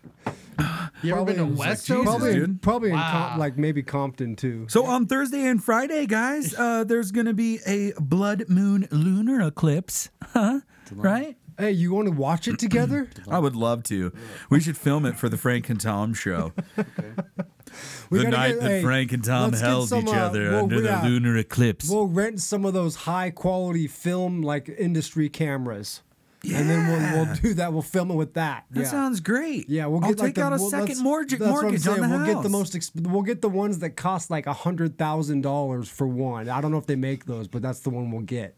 Speaker 5: You ever
Speaker 4: Probably
Speaker 5: been to
Speaker 4: in-
Speaker 5: West
Speaker 3: Jesus,
Speaker 5: Oakland?
Speaker 4: Probably, in-
Speaker 3: dude.
Speaker 4: probably in
Speaker 5: Wow.
Speaker 4: Com- like maybe Compton too.
Speaker 3: So on Thursday and Friday, guys, uh, there's gonna be a blood moon lunar eclipse, huh? Right?
Speaker 4: Hey, you want to watch it together?
Speaker 3: I would love to. We should film it for the Frank and Tom show.
Speaker 4: We
Speaker 3: the
Speaker 4: gotta
Speaker 3: night
Speaker 4: get-
Speaker 3: that
Speaker 4: hey,
Speaker 3: Frank and Tom
Speaker 4: let's get
Speaker 3: held
Speaker 4: some,
Speaker 3: each
Speaker 4: uh,
Speaker 3: other
Speaker 4: well,
Speaker 3: under the
Speaker 4: yeah.
Speaker 3: lunar eclipse.
Speaker 4: We'll rent some of those high quality film like industry cameras. And then we'll, we'll do that. We'll film it with that.
Speaker 3: that
Speaker 4: yeah.
Speaker 3: sounds great.
Speaker 4: Yeah, we'll
Speaker 3: I'll
Speaker 4: get
Speaker 3: take
Speaker 4: like the,
Speaker 3: out a
Speaker 4: we'll-
Speaker 3: second
Speaker 4: let's-
Speaker 3: mortgage,
Speaker 4: that's what I'm
Speaker 3: mortgage on
Speaker 4: saying.
Speaker 3: the
Speaker 4: we'll
Speaker 3: house.
Speaker 4: get the most. Exp- we'll get the ones that cost like a hundred thousand dollars for one. I don't know if they make those, but that's the one we'll get.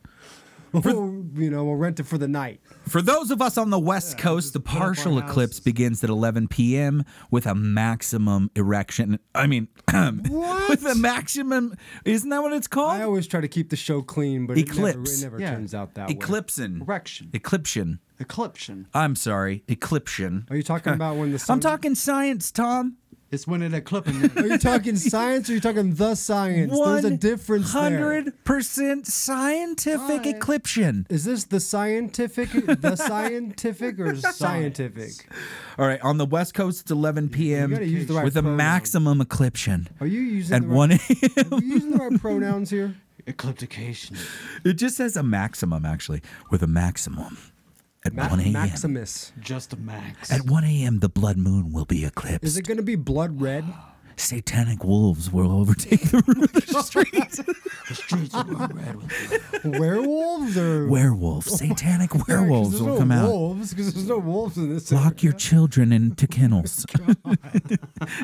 Speaker 4: We'll, you know, we'll rent it for the night.
Speaker 3: For those of us on the West Coast, the partial eclipse begins at 11 p.m. with a maximum erection. I mean, with a maximum. Isn't that what it's
Speaker 4: I
Speaker 3: called?
Speaker 4: always try to keep the show clean, but
Speaker 3: Oh. Eclipse.
Speaker 4: it never, it never
Speaker 5: Yeah.
Speaker 4: turns out that way.
Speaker 3: Eclipsing.
Speaker 5: Erection.
Speaker 3: Eclipsing.
Speaker 5: Eclipsion.
Speaker 3: I'm sorry. Eclipsing.
Speaker 4: Are you talking about when the sun?
Speaker 3: I'm talking science, Tom.
Speaker 5: It's when it
Speaker 4: Are
Speaker 5: eclipsing.
Speaker 4: you talking science or are you talking the science? There's a difference. there.
Speaker 3: 100% scientific
Speaker 5: Alright.
Speaker 3: eclipsing.
Speaker 4: Is this the scientific, the scientific, or scientific?
Speaker 3: All right, on the West Coast, it's 11 p.m.
Speaker 4: You gotta use the right
Speaker 3: with a
Speaker 4: pronoun.
Speaker 3: maximum eclipsing.
Speaker 4: Are you using
Speaker 3: At
Speaker 4: the
Speaker 3: 1
Speaker 4: right,
Speaker 3: a.m.
Speaker 4: Are you using the right pronouns here?
Speaker 5: Ecliptication.
Speaker 3: It just says a maximum, actually, with a maximum At
Speaker 4: Ma-
Speaker 3: 1 a.m.
Speaker 4: Maximus.
Speaker 5: Just a max.
Speaker 3: At 1 a.m., the blood moon will be eclipsed.
Speaker 4: Is it going to be blood red?
Speaker 3: Satanic wolves will overtake the
Speaker 4: Werewolves or
Speaker 3: werewolves. Satanic
Speaker 4: Yeah, 'cause
Speaker 3: werewolves
Speaker 4: there's
Speaker 3: will
Speaker 4: no
Speaker 3: come out.
Speaker 4: Wolves, because there's no wolves in this.
Speaker 3: Lock your children into kennels.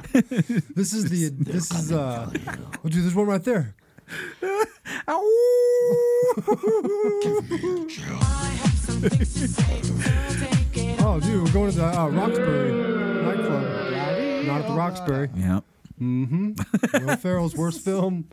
Speaker 4: This is the. This is uh. Oh, dude, there's one right there. Oh, dude, we're going to the uh, Roxbury nightclub. Not at the Roxbury.
Speaker 3: yeah.
Speaker 4: Will Ferrell's worst film.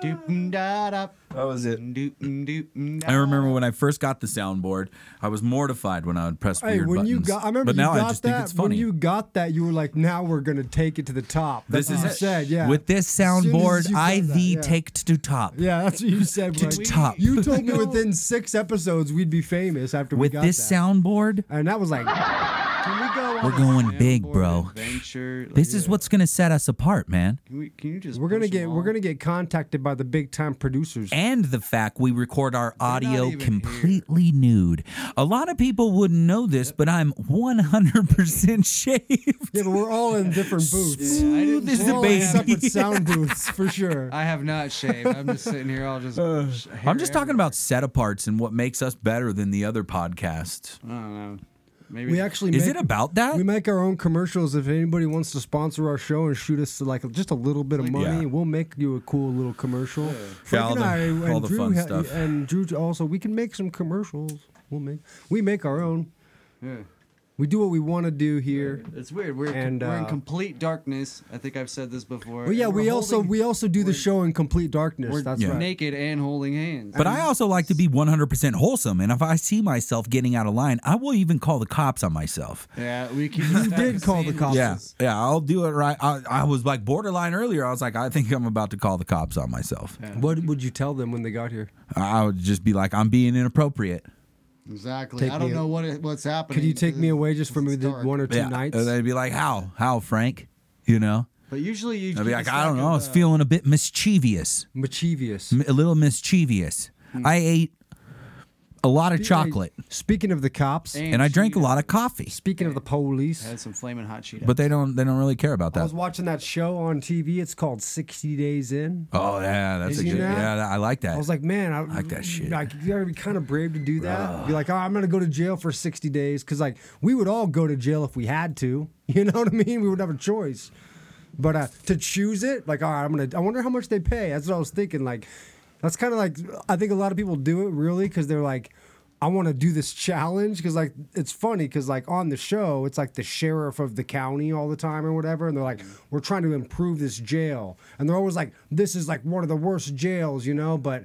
Speaker 5: Doop-m-da-da.
Speaker 3: That was it.
Speaker 5: Doop-m-doop-m-da.
Speaker 3: I remember when I first got the soundboard, I was mortified when I would press
Speaker 4: Hey,
Speaker 3: weird
Speaker 4: when
Speaker 3: buttons.
Speaker 4: you got, I remember
Speaker 3: but
Speaker 4: you
Speaker 3: now
Speaker 4: got
Speaker 3: I just
Speaker 4: that.
Speaker 3: think it's funny.
Speaker 4: When you got that, you were like, "Now we're gonna take it to the top." That's
Speaker 3: this
Speaker 4: what
Speaker 3: is
Speaker 4: you
Speaker 3: it.
Speaker 4: said, yeah.
Speaker 3: With this
Speaker 4: As soon as
Speaker 3: soundboard,
Speaker 4: you said
Speaker 3: I
Speaker 4: that,
Speaker 3: thee
Speaker 4: yeah.
Speaker 3: take to top.
Speaker 4: Yeah, that's what you said.
Speaker 3: To
Speaker 4: like,
Speaker 3: the top.
Speaker 4: You told me within six episodes we'd be famous after we
Speaker 3: With
Speaker 4: got
Speaker 3: this
Speaker 4: that.
Speaker 3: soundboard,
Speaker 4: and that was like,
Speaker 5: Can we go on
Speaker 3: We're
Speaker 5: a
Speaker 3: going
Speaker 5: family
Speaker 3: big, bro.
Speaker 5: Adventure? Like,
Speaker 3: this is what's gonna set us apart, man.
Speaker 5: Can, we, can you just?
Speaker 4: we're gonna
Speaker 5: push
Speaker 4: get,
Speaker 5: them
Speaker 4: we're
Speaker 5: all?
Speaker 4: gonna get contacted by the big time producers.
Speaker 3: and the fact we record our audio
Speaker 5: even
Speaker 3: completely nude. A lot of people wouldn't know this, but I'm 100% shaved.
Speaker 4: Yeah, but we're all in different booths.
Speaker 5: Yeah, I
Speaker 3: This is the
Speaker 5: didn't.
Speaker 4: We're all in
Speaker 3: baby.
Speaker 4: separate sound booths for sure.
Speaker 5: I have not shaved. I'm just sitting here. I'll just.
Speaker 3: Uh, I'm just talking about set aparts and what makes us better than the other podcasts.
Speaker 5: I don't know. Maybe
Speaker 4: We actually
Speaker 3: Is
Speaker 4: make,
Speaker 3: it about that?
Speaker 4: we make our own commercials. If anybody wants to sponsor our show and shoot us like just a little bit of money,
Speaker 3: Yeah.
Speaker 4: we'll make you a cool little commercial. Frank
Speaker 3: all
Speaker 4: and
Speaker 3: the-
Speaker 4: I and
Speaker 3: all the
Speaker 4: Drew
Speaker 3: fun
Speaker 4: ha-
Speaker 3: stuff.
Speaker 4: And Drew also, we can make some commercials. We'll make we make our own.
Speaker 5: Yeah.
Speaker 4: We do what we want to do here.
Speaker 5: It's weird. We're
Speaker 4: And,
Speaker 5: we're in
Speaker 4: uh,
Speaker 5: complete darkness. I think I've said this before.
Speaker 4: Well, yeah,
Speaker 5: And
Speaker 4: we
Speaker 5: we're
Speaker 4: also
Speaker 5: holding-
Speaker 4: we also do the
Speaker 5: we're-
Speaker 4: show in complete darkness.
Speaker 5: we're
Speaker 4: That's
Speaker 3: Yeah.
Speaker 4: right.
Speaker 5: naked and holding hands.
Speaker 3: But I also like to be 100% wholesome. And if I see myself getting out of line, I will even call the cops on myself.
Speaker 5: yeah, we can.
Speaker 4: You did call the cops.
Speaker 3: Yeah, yeah, I'll do it right. I, I was like borderline earlier. I was like, I think I'm about to call the cops on myself.
Speaker 4: What would you tell them when they got here?
Speaker 3: I I would just be like, I'm being inappropriate.
Speaker 5: Exactly.
Speaker 4: Take
Speaker 5: I don't
Speaker 4: me-
Speaker 5: know what it, what's happening.
Speaker 4: Could you take me away just for
Speaker 5: It's
Speaker 4: maybe the
Speaker 5: dark.
Speaker 4: one or two
Speaker 3: yeah.
Speaker 4: nights?
Speaker 3: And they'd be like, how? How, Frank? You know?
Speaker 5: But usually you.
Speaker 3: I'd be
Speaker 5: keep
Speaker 3: like,
Speaker 5: a
Speaker 3: I don't
Speaker 5: stack
Speaker 3: know. I
Speaker 5: of,
Speaker 3: was
Speaker 5: uh,
Speaker 3: feeling a bit mischievous,
Speaker 4: Mischievous.
Speaker 3: m- a little mischievous.
Speaker 5: Hmm.
Speaker 3: I ate a lot of chocolate
Speaker 4: Speaking of the cops,
Speaker 5: And-
Speaker 3: and I drank a
Speaker 5: Cheetos.
Speaker 3: lot of coffee,
Speaker 4: speaking of the police,
Speaker 5: I had some flaming hot Cheetos.
Speaker 3: but they don't they don't really care about
Speaker 4: I
Speaker 3: that.
Speaker 4: was watching that show on TV. It's called 60 Days In.
Speaker 3: Oh yeah, that's
Speaker 4: Did
Speaker 3: a
Speaker 4: you
Speaker 3: good.
Speaker 4: know?
Speaker 3: Yeah, that- I like that.
Speaker 4: I was like, man, I
Speaker 3: Like that shit.
Speaker 4: Like, you gotta be kind of brave to do that. Be like, oh, I'm gonna go to jail for 60 days. Cause, like, we would all go to jail if we had to. You know what I mean? We would have a choice. But uh, to choose it, like, all right, I'm gonna, I wonder how much they pay. That's what I was thinking. Like, that's kind of like, I think a lot of people do it really because they're like, I want to do this challenge because, like, it's funny because, like, on the show, it's like the sheriff of the county all the time or whatever. And they're like, we're trying to improve this jail. And they're always like, this is like one of the worst jails, you know? But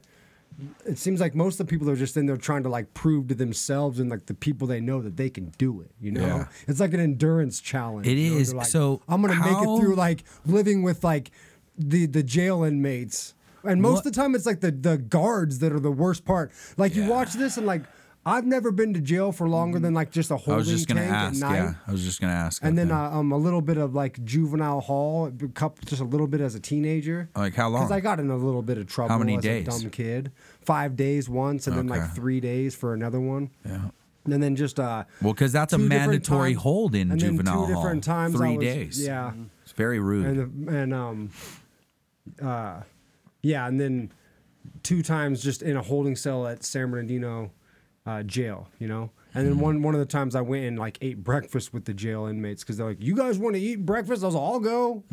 Speaker 4: it seems like most of the people are just in there trying to like prove to themselves and like the people they know that they can do it. You know,
Speaker 3: Yeah.
Speaker 4: it's like an endurance challenge.
Speaker 3: It
Speaker 4: It is.
Speaker 3: is. So
Speaker 4: I'm gonna make
Speaker 3: how-
Speaker 4: it through like living with like the the jail inmates, and most
Speaker 3: What-
Speaker 4: of the time it's like the the guards that are the worst part. Like you watch this and like I've never been to jail for longer than like just a
Speaker 3: Mm-hmm. I
Speaker 4: holding
Speaker 3: was just gonna
Speaker 4: tank
Speaker 3: ask.
Speaker 4: at night.
Speaker 3: Yeah, I was just gonna ask.
Speaker 4: And then
Speaker 3: okay.
Speaker 4: uh, um, a little bit of like juvenile hall, a couple- just a little bit as a teenager.
Speaker 3: Like, how long?
Speaker 4: Because I got in a little bit of trouble.
Speaker 3: many
Speaker 4: as
Speaker 3: days?
Speaker 4: A dumb kid. Five days once, and then
Speaker 3: Okay.
Speaker 4: like three days for another one.
Speaker 3: yeah.
Speaker 4: And then just uh,
Speaker 3: Well, because that's a
Speaker 4: two different
Speaker 3: mandatory
Speaker 4: times-
Speaker 3: hold in
Speaker 4: and then
Speaker 3: juvenile
Speaker 4: two different
Speaker 3: hall.
Speaker 4: times I
Speaker 3: Three
Speaker 4: was-
Speaker 3: days.
Speaker 4: Yeah,
Speaker 3: it's very rude.
Speaker 4: and the, and um, uh, yeah, and then two times just in a holding cell at San Bernardino uh, jail, you know. And
Speaker 3: Hmm.
Speaker 4: then one one of the times I went and like ate breakfast with the jail inmates because they're like, "You guys want to eat breakfast?" I was like, "I'll go."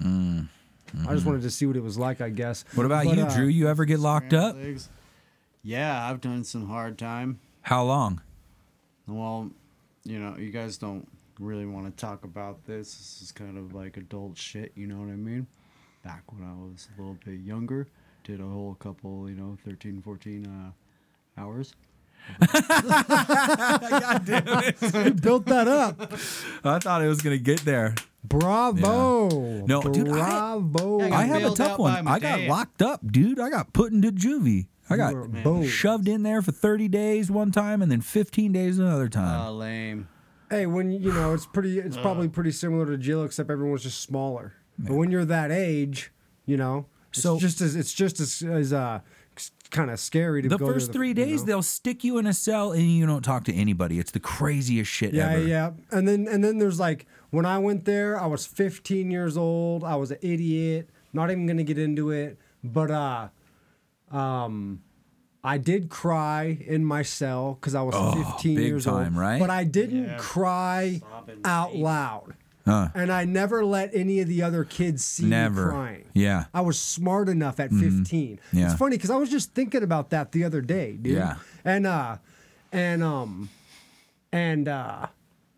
Speaker 4: I just wanted to see what it was like, I guess.
Speaker 3: Mm-hmm. what about
Speaker 4: But,
Speaker 3: you,
Speaker 4: uh,
Speaker 3: Drew? You ever get locked up?
Speaker 5: Legs. Yeah, I've done some hard time.
Speaker 3: How long?
Speaker 5: Well, you know, you guys don't really want to talk about this. This is kind of like adult shit, you know what I mean? Back when I was a little bit younger, did a whole couple, you know, 13, 14 uh, hours.
Speaker 4: You built that up,
Speaker 3: I thought it was gonna get there.
Speaker 4: bravo!
Speaker 3: No, dude, I-
Speaker 4: bravo!
Speaker 5: I got
Speaker 3: I have a
Speaker 5: bailed
Speaker 3: tough
Speaker 5: out by
Speaker 3: one.
Speaker 5: my
Speaker 3: I got
Speaker 5: dad.
Speaker 3: locked up, dude. I got put into juvie. I got
Speaker 4: were bold.
Speaker 3: shoved in there for 30 days one time and then 15 days another time.
Speaker 5: Ah, lame.
Speaker 4: Hey, when you know it's pretty, it's probably pretty similar to jail, except everyone's just smaller. But when you're that age, you know, it's
Speaker 3: So-
Speaker 4: just as it's just as, as uh, kind of scary to
Speaker 3: The
Speaker 4: go
Speaker 3: first
Speaker 4: there,
Speaker 3: three
Speaker 4: you
Speaker 3: days,
Speaker 4: know?
Speaker 3: they'll stick you in a cell and you don't talk to anybody. It's the craziest shit
Speaker 4: Yeah,
Speaker 3: ever.
Speaker 4: yeah. And then and then there's like when I went there, I was 15 years old. I was an idiot. Not even gonna get into it. But uh, um, I did cry in my cell because I was 15
Speaker 3: Oh, big
Speaker 4: years
Speaker 3: time,
Speaker 4: old.
Speaker 3: right?
Speaker 4: But I didn't
Speaker 5: Yeah.
Speaker 4: cry
Speaker 5: Sobbing.
Speaker 4: out loud.
Speaker 3: Huh.
Speaker 4: And I never let any of the other kids see
Speaker 3: Never.
Speaker 4: me crying.
Speaker 3: Yeah. Mm-hmm.
Speaker 4: I was smart enough at 15.
Speaker 3: Yeah.
Speaker 4: It's funny because I was just thinking about that the other day, dude.
Speaker 3: Yeah.
Speaker 4: And uh, and um, and uh,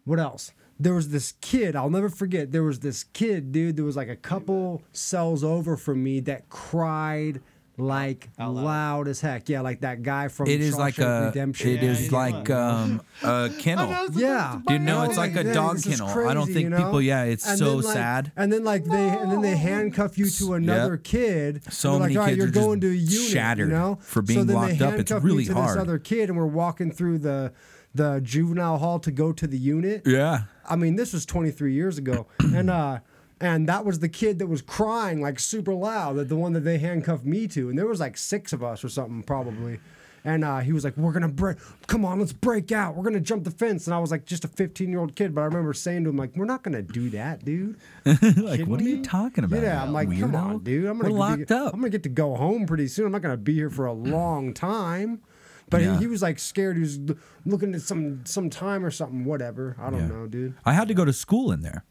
Speaker 4: what else? There was this kid I'll never forget. There was this kid, dude. There was like a couple cells over from me that cried like loud. as heck. Yeah, like that guy from
Speaker 3: It is
Speaker 4: Shawshank
Speaker 3: like a.
Speaker 4: Redemption.
Speaker 3: It is like um, a kennel.
Speaker 4: Yeah.
Speaker 3: You know, it's like a
Speaker 4: Yeah,
Speaker 3: dog
Speaker 4: this is
Speaker 3: kennel. I don't
Speaker 4: crazy,
Speaker 3: think
Speaker 4: you know?
Speaker 3: people. Yeah, it's
Speaker 4: And
Speaker 3: so
Speaker 4: then, like-
Speaker 3: sad.
Speaker 4: And then like they and then they handcuff you to another
Speaker 3: Yep.
Speaker 4: kid. and
Speaker 3: So
Speaker 4: they're
Speaker 3: many
Speaker 4: like, all right,
Speaker 3: kids
Speaker 4: you're
Speaker 3: are just
Speaker 4: going to a unit,
Speaker 3: shattered
Speaker 4: you know?
Speaker 3: for being
Speaker 4: so then
Speaker 3: locked
Speaker 4: they
Speaker 3: up. It's
Speaker 4: handcuff
Speaker 3: really
Speaker 4: you to
Speaker 3: hard.
Speaker 4: This other kid, and we're walking through the the juvenile hall to go to the unit.
Speaker 3: Yeah.
Speaker 4: I mean, this was 23 years ago, and uh, and that was the kid that was crying like super loud, that the one that they handcuffed me to, and there was like six of us or something probably, and uh, he was like, "We're gonna break, come on, let's break out, we're gonna jump the fence," and I was like, just a 15 year old kid, but I remember saying to him like, "We're not gonna do that, dude."
Speaker 3: Like, what are you talking about?
Speaker 4: Yeah, I'm like,
Speaker 3: weirdo?
Speaker 4: come on, dude, I'm gonna
Speaker 3: We're
Speaker 4: be,
Speaker 3: locked up.
Speaker 4: I'm gonna get to go home pretty soon. I'm not gonna be here for a long time. But
Speaker 3: Yeah.
Speaker 4: he, he was like scared. He was l- looking at some some time or something. Whatever. I don't know, dude.
Speaker 3: I had to go to school in there.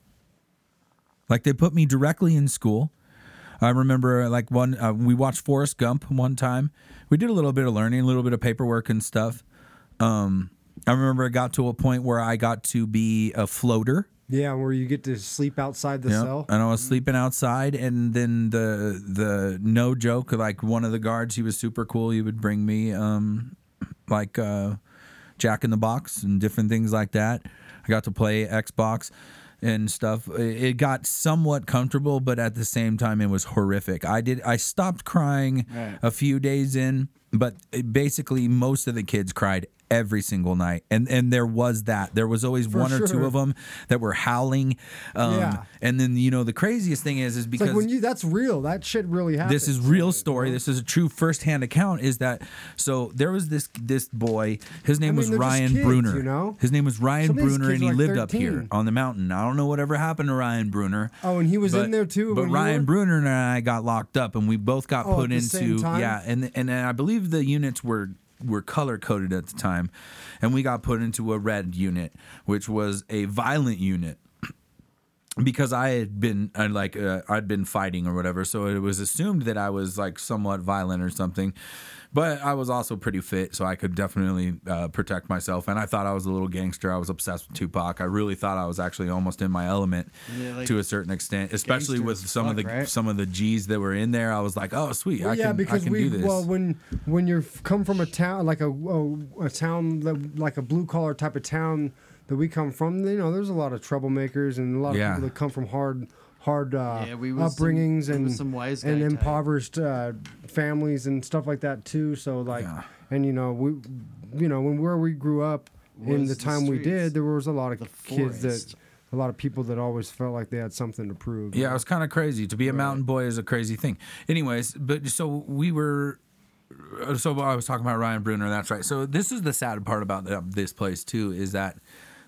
Speaker 3: Like they put me directly in school. I remember like one uh, we watched Forrest Gump one time. We did a little bit of learning, a little bit of paperwork and stuff. Um, I remember it got to a point where I got to be a floater.
Speaker 4: Yeah, where you get to sleep outside the
Speaker 3: Yeah. Uh,
Speaker 4: cell. Mm.
Speaker 3: And I was sleeping outside, and then the the no joke, like one of the guards, he was super cool. He would bring me um like uh Jack in the Box and different things like that. I got to play Xbox and stuff. It it got somewhat comfortable, but at the same time, it was horrific. I did I stopped crying
Speaker 5: Right.
Speaker 3: a few days in, but it- basically most of the kids cried every single night, and and there was that. There was always one or two
Speaker 4: sure.
Speaker 3: of them that were howling. Um,
Speaker 4: Yeah.
Speaker 3: And then you know the craziest thing is is
Speaker 4: It's
Speaker 3: because
Speaker 4: like when you that's real. That shit really happened.
Speaker 3: this is real story. This is a true firsthand account. Is that so? There was this this boy. His name
Speaker 4: mean,
Speaker 3: was
Speaker 4: they're just
Speaker 3: Ryan
Speaker 4: kids,
Speaker 3: Bruner.
Speaker 4: you know?
Speaker 3: His name was Ryan
Speaker 4: Some of these
Speaker 3: Bruner,
Speaker 4: kids
Speaker 3: and
Speaker 4: are
Speaker 3: he
Speaker 4: like
Speaker 3: lived up here
Speaker 4: 13.
Speaker 3: on the mountain. I don't know whatever happened to Ryan Bruner.
Speaker 4: Oh, and he was
Speaker 3: but-
Speaker 4: in there too
Speaker 3: But
Speaker 4: when you
Speaker 3: Ryan
Speaker 4: were?
Speaker 3: Bruner and I got locked up, and we both got
Speaker 4: Oh,
Speaker 3: put
Speaker 4: at the
Speaker 3: into
Speaker 4: same time?
Speaker 3: yeah, and and I believe the units were were color coded at the time, and we got put into a red unit, which was a violent unit because I had been uh, like uh, I'd been fighting or whatever, so it was assumed that I was like somewhat violent or something. But I was also pretty fit, so I could definitely uh, protect myself. And I thought I was a little gangster. I was obsessed with Tupac. I really thought I was actually almost in my element
Speaker 5: Yeah, like,
Speaker 3: to a certain extent, especially with
Speaker 5: gangster as
Speaker 3: some of the
Speaker 5: fuck, right?
Speaker 3: some of the G's that were in there. I was like, oh sweet,
Speaker 4: Well,
Speaker 3: I
Speaker 4: yeah,
Speaker 3: can I
Speaker 4: because
Speaker 3: can
Speaker 4: we
Speaker 3: do this.
Speaker 4: well when when you come from a town like a a, a town that, like a blue collar type of town that we come from, you know, there's a lot of troublemakers and a lot
Speaker 3: Yeah.
Speaker 4: of people that come from hard hard uh,
Speaker 5: Yeah, we was some-
Speaker 4: upbringings
Speaker 5: we
Speaker 4: and
Speaker 5: was some wise guy
Speaker 4: and
Speaker 5: type.
Speaker 4: impoverished uh, families and stuff like that too. So like, and you know we, you know when where we grew up in
Speaker 5: Was
Speaker 4: the
Speaker 5: the
Speaker 4: time we did,
Speaker 5: streets,
Speaker 4: there was a lot of
Speaker 5: the
Speaker 4: kids that
Speaker 5: forest.
Speaker 4: a lot of people that always felt like they had something to prove.
Speaker 3: Yeah, it was kind of crazy. To be a mountain boy is a crazy thing. Anyways, but so we were. uh, So I was talking about Ryan Bruner. That's right. So this is the sad part about th- this place too is that,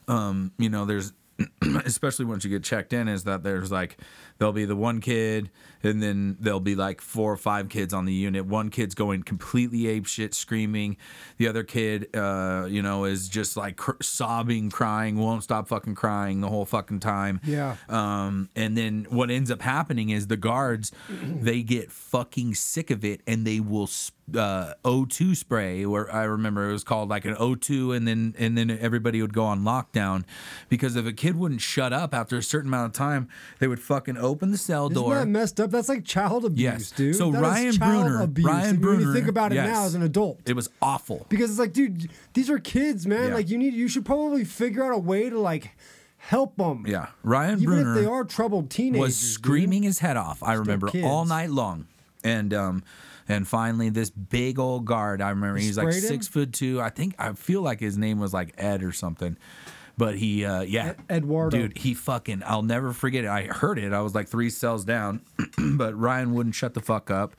Speaker 3: um, you know, there's especially once you get checked in is that there's like there'll be the one kid and then there'll be like four or five kids on the unit one kid's going completely ape shit screaming the other kid uh you know is just like cr- sobbing crying won't stop fucking crying the whole fucking time
Speaker 4: Yeah.
Speaker 3: um, and then what ends up happening is the guards, they get fucking sick of it and they will sp- uh, O2 spray, or I remember it was called like an O2, and then and then everybody would go on lockdown because if a kid wouldn't shut up after a certain amount of time, they would fucking open the cell
Speaker 4: Isn't
Speaker 3: door.
Speaker 4: that messed up? That's like child abuse,
Speaker 3: Yes.
Speaker 4: dude.
Speaker 3: So
Speaker 4: That is
Speaker 3: Ryan
Speaker 4: child
Speaker 3: Bruner-
Speaker 4: abuse.
Speaker 3: Ryan
Speaker 4: I mean, when
Speaker 3: Bruner-
Speaker 4: you think about it now
Speaker 3: yes.
Speaker 4: as an adult,
Speaker 3: it was awful.
Speaker 4: because it's like, dude, these are kids, man.
Speaker 3: Yeah.
Speaker 4: Like you need, you should probably figure out a way to like help them.
Speaker 3: Yeah, Ryan
Speaker 4: even
Speaker 3: Bruner.
Speaker 4: if they are troubled teenagers,
Speaker 3: was
Speaker 4: dude.
Speaker 3: screaming his head off. I remember all
Speaker 4: kids.
Speaker 3: night long. And um, and finally, this big old guard. I remember he's like
Speaker 4: sprayed him?
Speaker 3: six foot two. I think I feel like his name was like Ed or something. But he, uh, yeah,
Speaker 4: E- Eduardo.
Speaker 3: dude, he fucking. I'll never forget it. I heard it. I was like three cells down, but Ryan wouldn't shut the fuck up,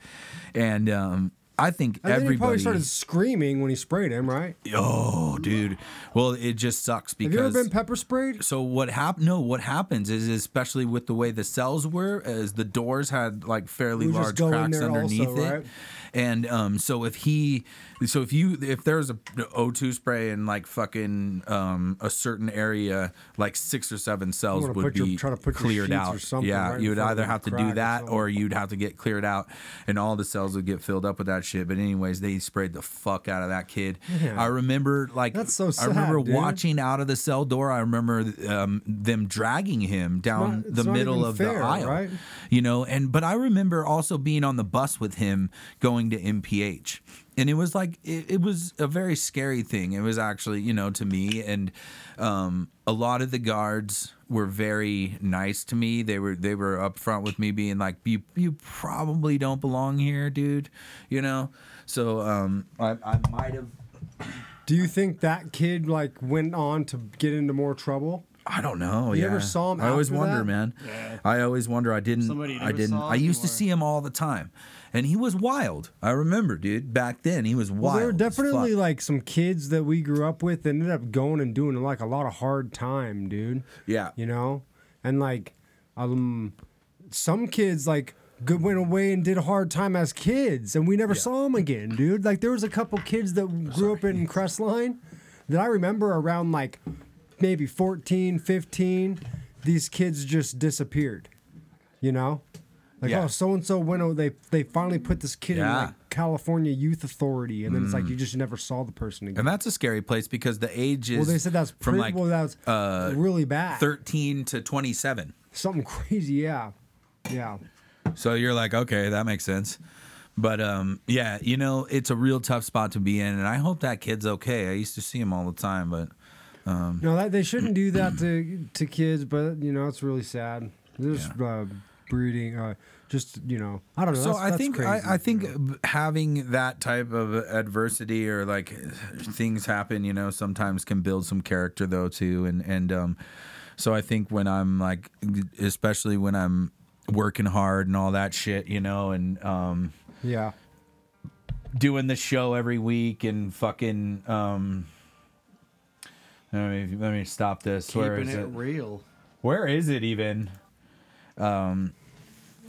Speaker 3: and um, I think
Speaker 4: And then he probably
Speaker 3: everybody.
Speaker 4: started screaming when he sprayed him, right?
Speaker 3: oh, dude. Well, it just sucks
Speaker 4: Have you ever
Speaker 3: because.
Speaker 4: been pepper sprayed?
Speaker 3: so what happened? No, what happens is, especially with the way the cells were, is the doors had like fairly
Speaker 4: We just
Speaker 3: large
Speaker 4: go in
Speaker 3: cracks
Speaker 4: there also,
Speaker 3: underneath it,
Speaker 4: right?
Speaker 3: and um, so if he, so if you, if there's a O2 spray in like fucking um a certain area, like six or seven cells
Speaker 4: wanna
Speaker 3: would
Speaker 4: put your-
Speaker 3: be
Speaker 4: try to put your
Speaker 3: cleared
Speaker 4: sheets or
Speaker 3: out.
Speaker 4: something
Speaker 3: yeah,
Speaker 4: right in
Speaker 3: you would
Speaker 4: front of
Speaker 3: either
Speaker 4: the
Speaker 3: have to
Speaker 4: crack
Speaker 3: do
Speaker 4: or
Speaker 3: that
Speaker 4: something.
Speaker 3: or you'd have to get cleared out and all the cells would get filled up with that shit. But anyways, they sprayed the fuck out of that kid. I remember like
Speaker 4: That's so
Speaker 3: I remember
Speaker 4: sad, dude.
Speaker 3: watching out of the cell door. I remember um, them dragging him down
Speaker 4: not- it's
Speaker 3: the
Speaker 4: not
Speaker 3: middle
Speaker 4: even
Speaker 3: of the
Speaker 4: fair,
Speaker 3: aisle.
Speaker 4: right?
Speaker 3: You know, and but I remember also being on the bus with him going to MPH. And it was like it, it was a very scary thing. It was actually, you know, to me and um a lot of the guards were very nice to me. They were they were upfront with me being like you you probably don't belong here, dude, you know. So um I I might have
Speaker 4: Do you think that kid like went on to get into more trouble?
Speaker 3: I don't know.
Speaker 4: You
Speaker 3: yeah.
Speaker 4: ever saw him
Speaker 3: I always
Speaker 4: after
Speaker 3: wonder,
Speaker 4: that?
Speaker 3: man. I always wonder. I didn't.
Speaker 5: Somebody you
Speaker 3: I
Speaker 5: never
Speaker 3: didn't.
Speaker 5: saw
Speaker 3: I used to
Speaker 5: before.
Speaker 3: see him all the time, and he was wild. I remember, dude. Back then, he was
Speaker 4: Well,
Speaker 3: wild.
Speaker 4: there were
Speaker 3: as fuck.
Speaker 4: definitely like some kids that we grew up with that ended up going and doing like a lot of hard time, dude.
Speaker 3: Yeah.
Speaker 4: You know? And like um some kids like good went away and did a hard time as kids and we never saw them again, dude. Like there was a couple kids that grew up in Crestline that I remember around like maybe 14, 15, these kids just disappeared. You know? Like,
Speaker 3: Yeah.
Speaker 4: oh, so and so went. Oh, they they finally put this kid in
Speaker 3: Yeah. Mm.
Speaker 4: like California Youth Authority, and then it's like you just never saw the person again.
Speaker 3: and that's a scary place because the age is
Speaker 4: well, they said that's
Speaker 3: from
Speaker 4: pretty,
Speaker 3: like
Speaker 4: well, that's
Speaker 3: uh,
Speaker 4: really bad.
Speaker 3: thirteen to twenty-seven.
Speaker 4: Something crazy, yeah, yeah.
Speaker 3: So you're like, okay, that makes sense. But um, yeah, you know, it's a real tough spot to be in, and I hope that kid's okay. I used to see him all the time, but
Speaker 4: No, that they shouldn't do that to to kids, but you know it's really sad. There's uh, breeding, uh, just you know, I don't know.
Speaker 3: So
Speaker 4: that's-
Speaker 3: I
Speaker 4: that's
Speaker 3: think
Speaker 4: crazy.
Speaker 3: I, I think b- having that type of adversity or like things happen, you know, sometimes can build some character though too, and and um, so I think when I'm like, especially when I'm working hard and all that shit, you know, and um,
Speaker 4: yeah.
Speaker 3: doing the show every week and fucking um. Let me, let me stop this. Where
Speaker 5: Keeping
Speaker 3: is
Speaker 5: it,
Speaker 3: it?
Speaker 5: real.
Speaker 3: Where is it even?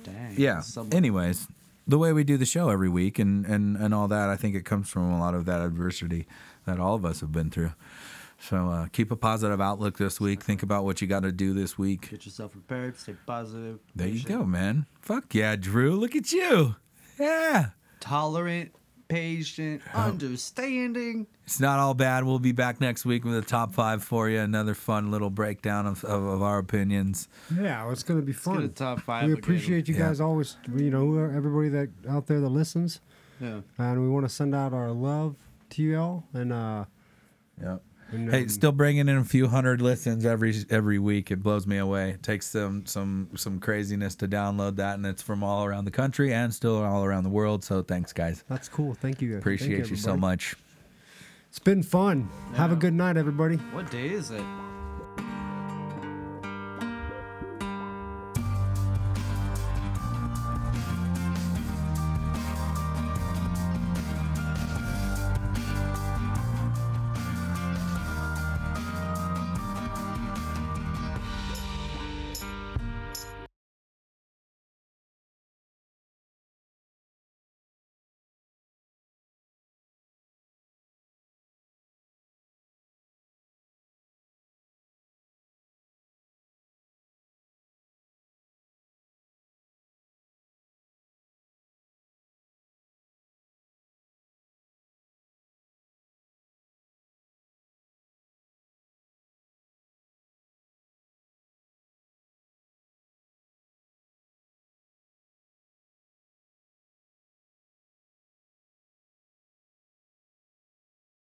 Speaker 5: Dang.
Speaker 3: yeah
Speaker 5: some-
Speaker 3: anyways the way we do the show every week and, and and all that i think it comes from a lot of that adversity that all of us have been through so uh, keep a positive outlook this week think about what you got to do this week
Speaker 5: Get yourself prepared. Stay positive.
Speaker 3: there you
Speaker 5: patient,
Speaker 3: go man fuck yeah drew look at you yeah
Speaker 5: Tolerant, patient, understanding.
Speaker 3: it's not all bad we'll be back next week with a top five for you another fun little breakdown of, of, of our opinions
Speaker 4: Yeah, it's gonna be
Speaker 5: Get
Speaker 4: fun.
Speaker 5: a top five.
Speaker 4: we
Speaker 5: again.
Speaker 4: appreciate you
Speaker 3: Yeah.
Speaker 4: guys always. You know, everybody that out there that listens.
Speaker 5: Yeah.
Speaker 4: and we want to send out our love to you all and uh
Speaker 3: yep
Speaker 4: and,
Speaker 3: Hey,
Speaker 4: um,
Speaker 3: still bringing in a few hundred listens every every week. It blows me away. It takes some some some craziness to download that, and it's from all around the country and still all around the world. So thanks, guys.
Speaker 4: that's cool thank you Thank
Speaker 3: Appreciate you so
Speaker 4: everybody.
Speaker 3: much.
Speaker 4: it's been fun have a
Speaker 5: Yeah.
Speaker 4: good night everybody
Speaker 5: What day is it?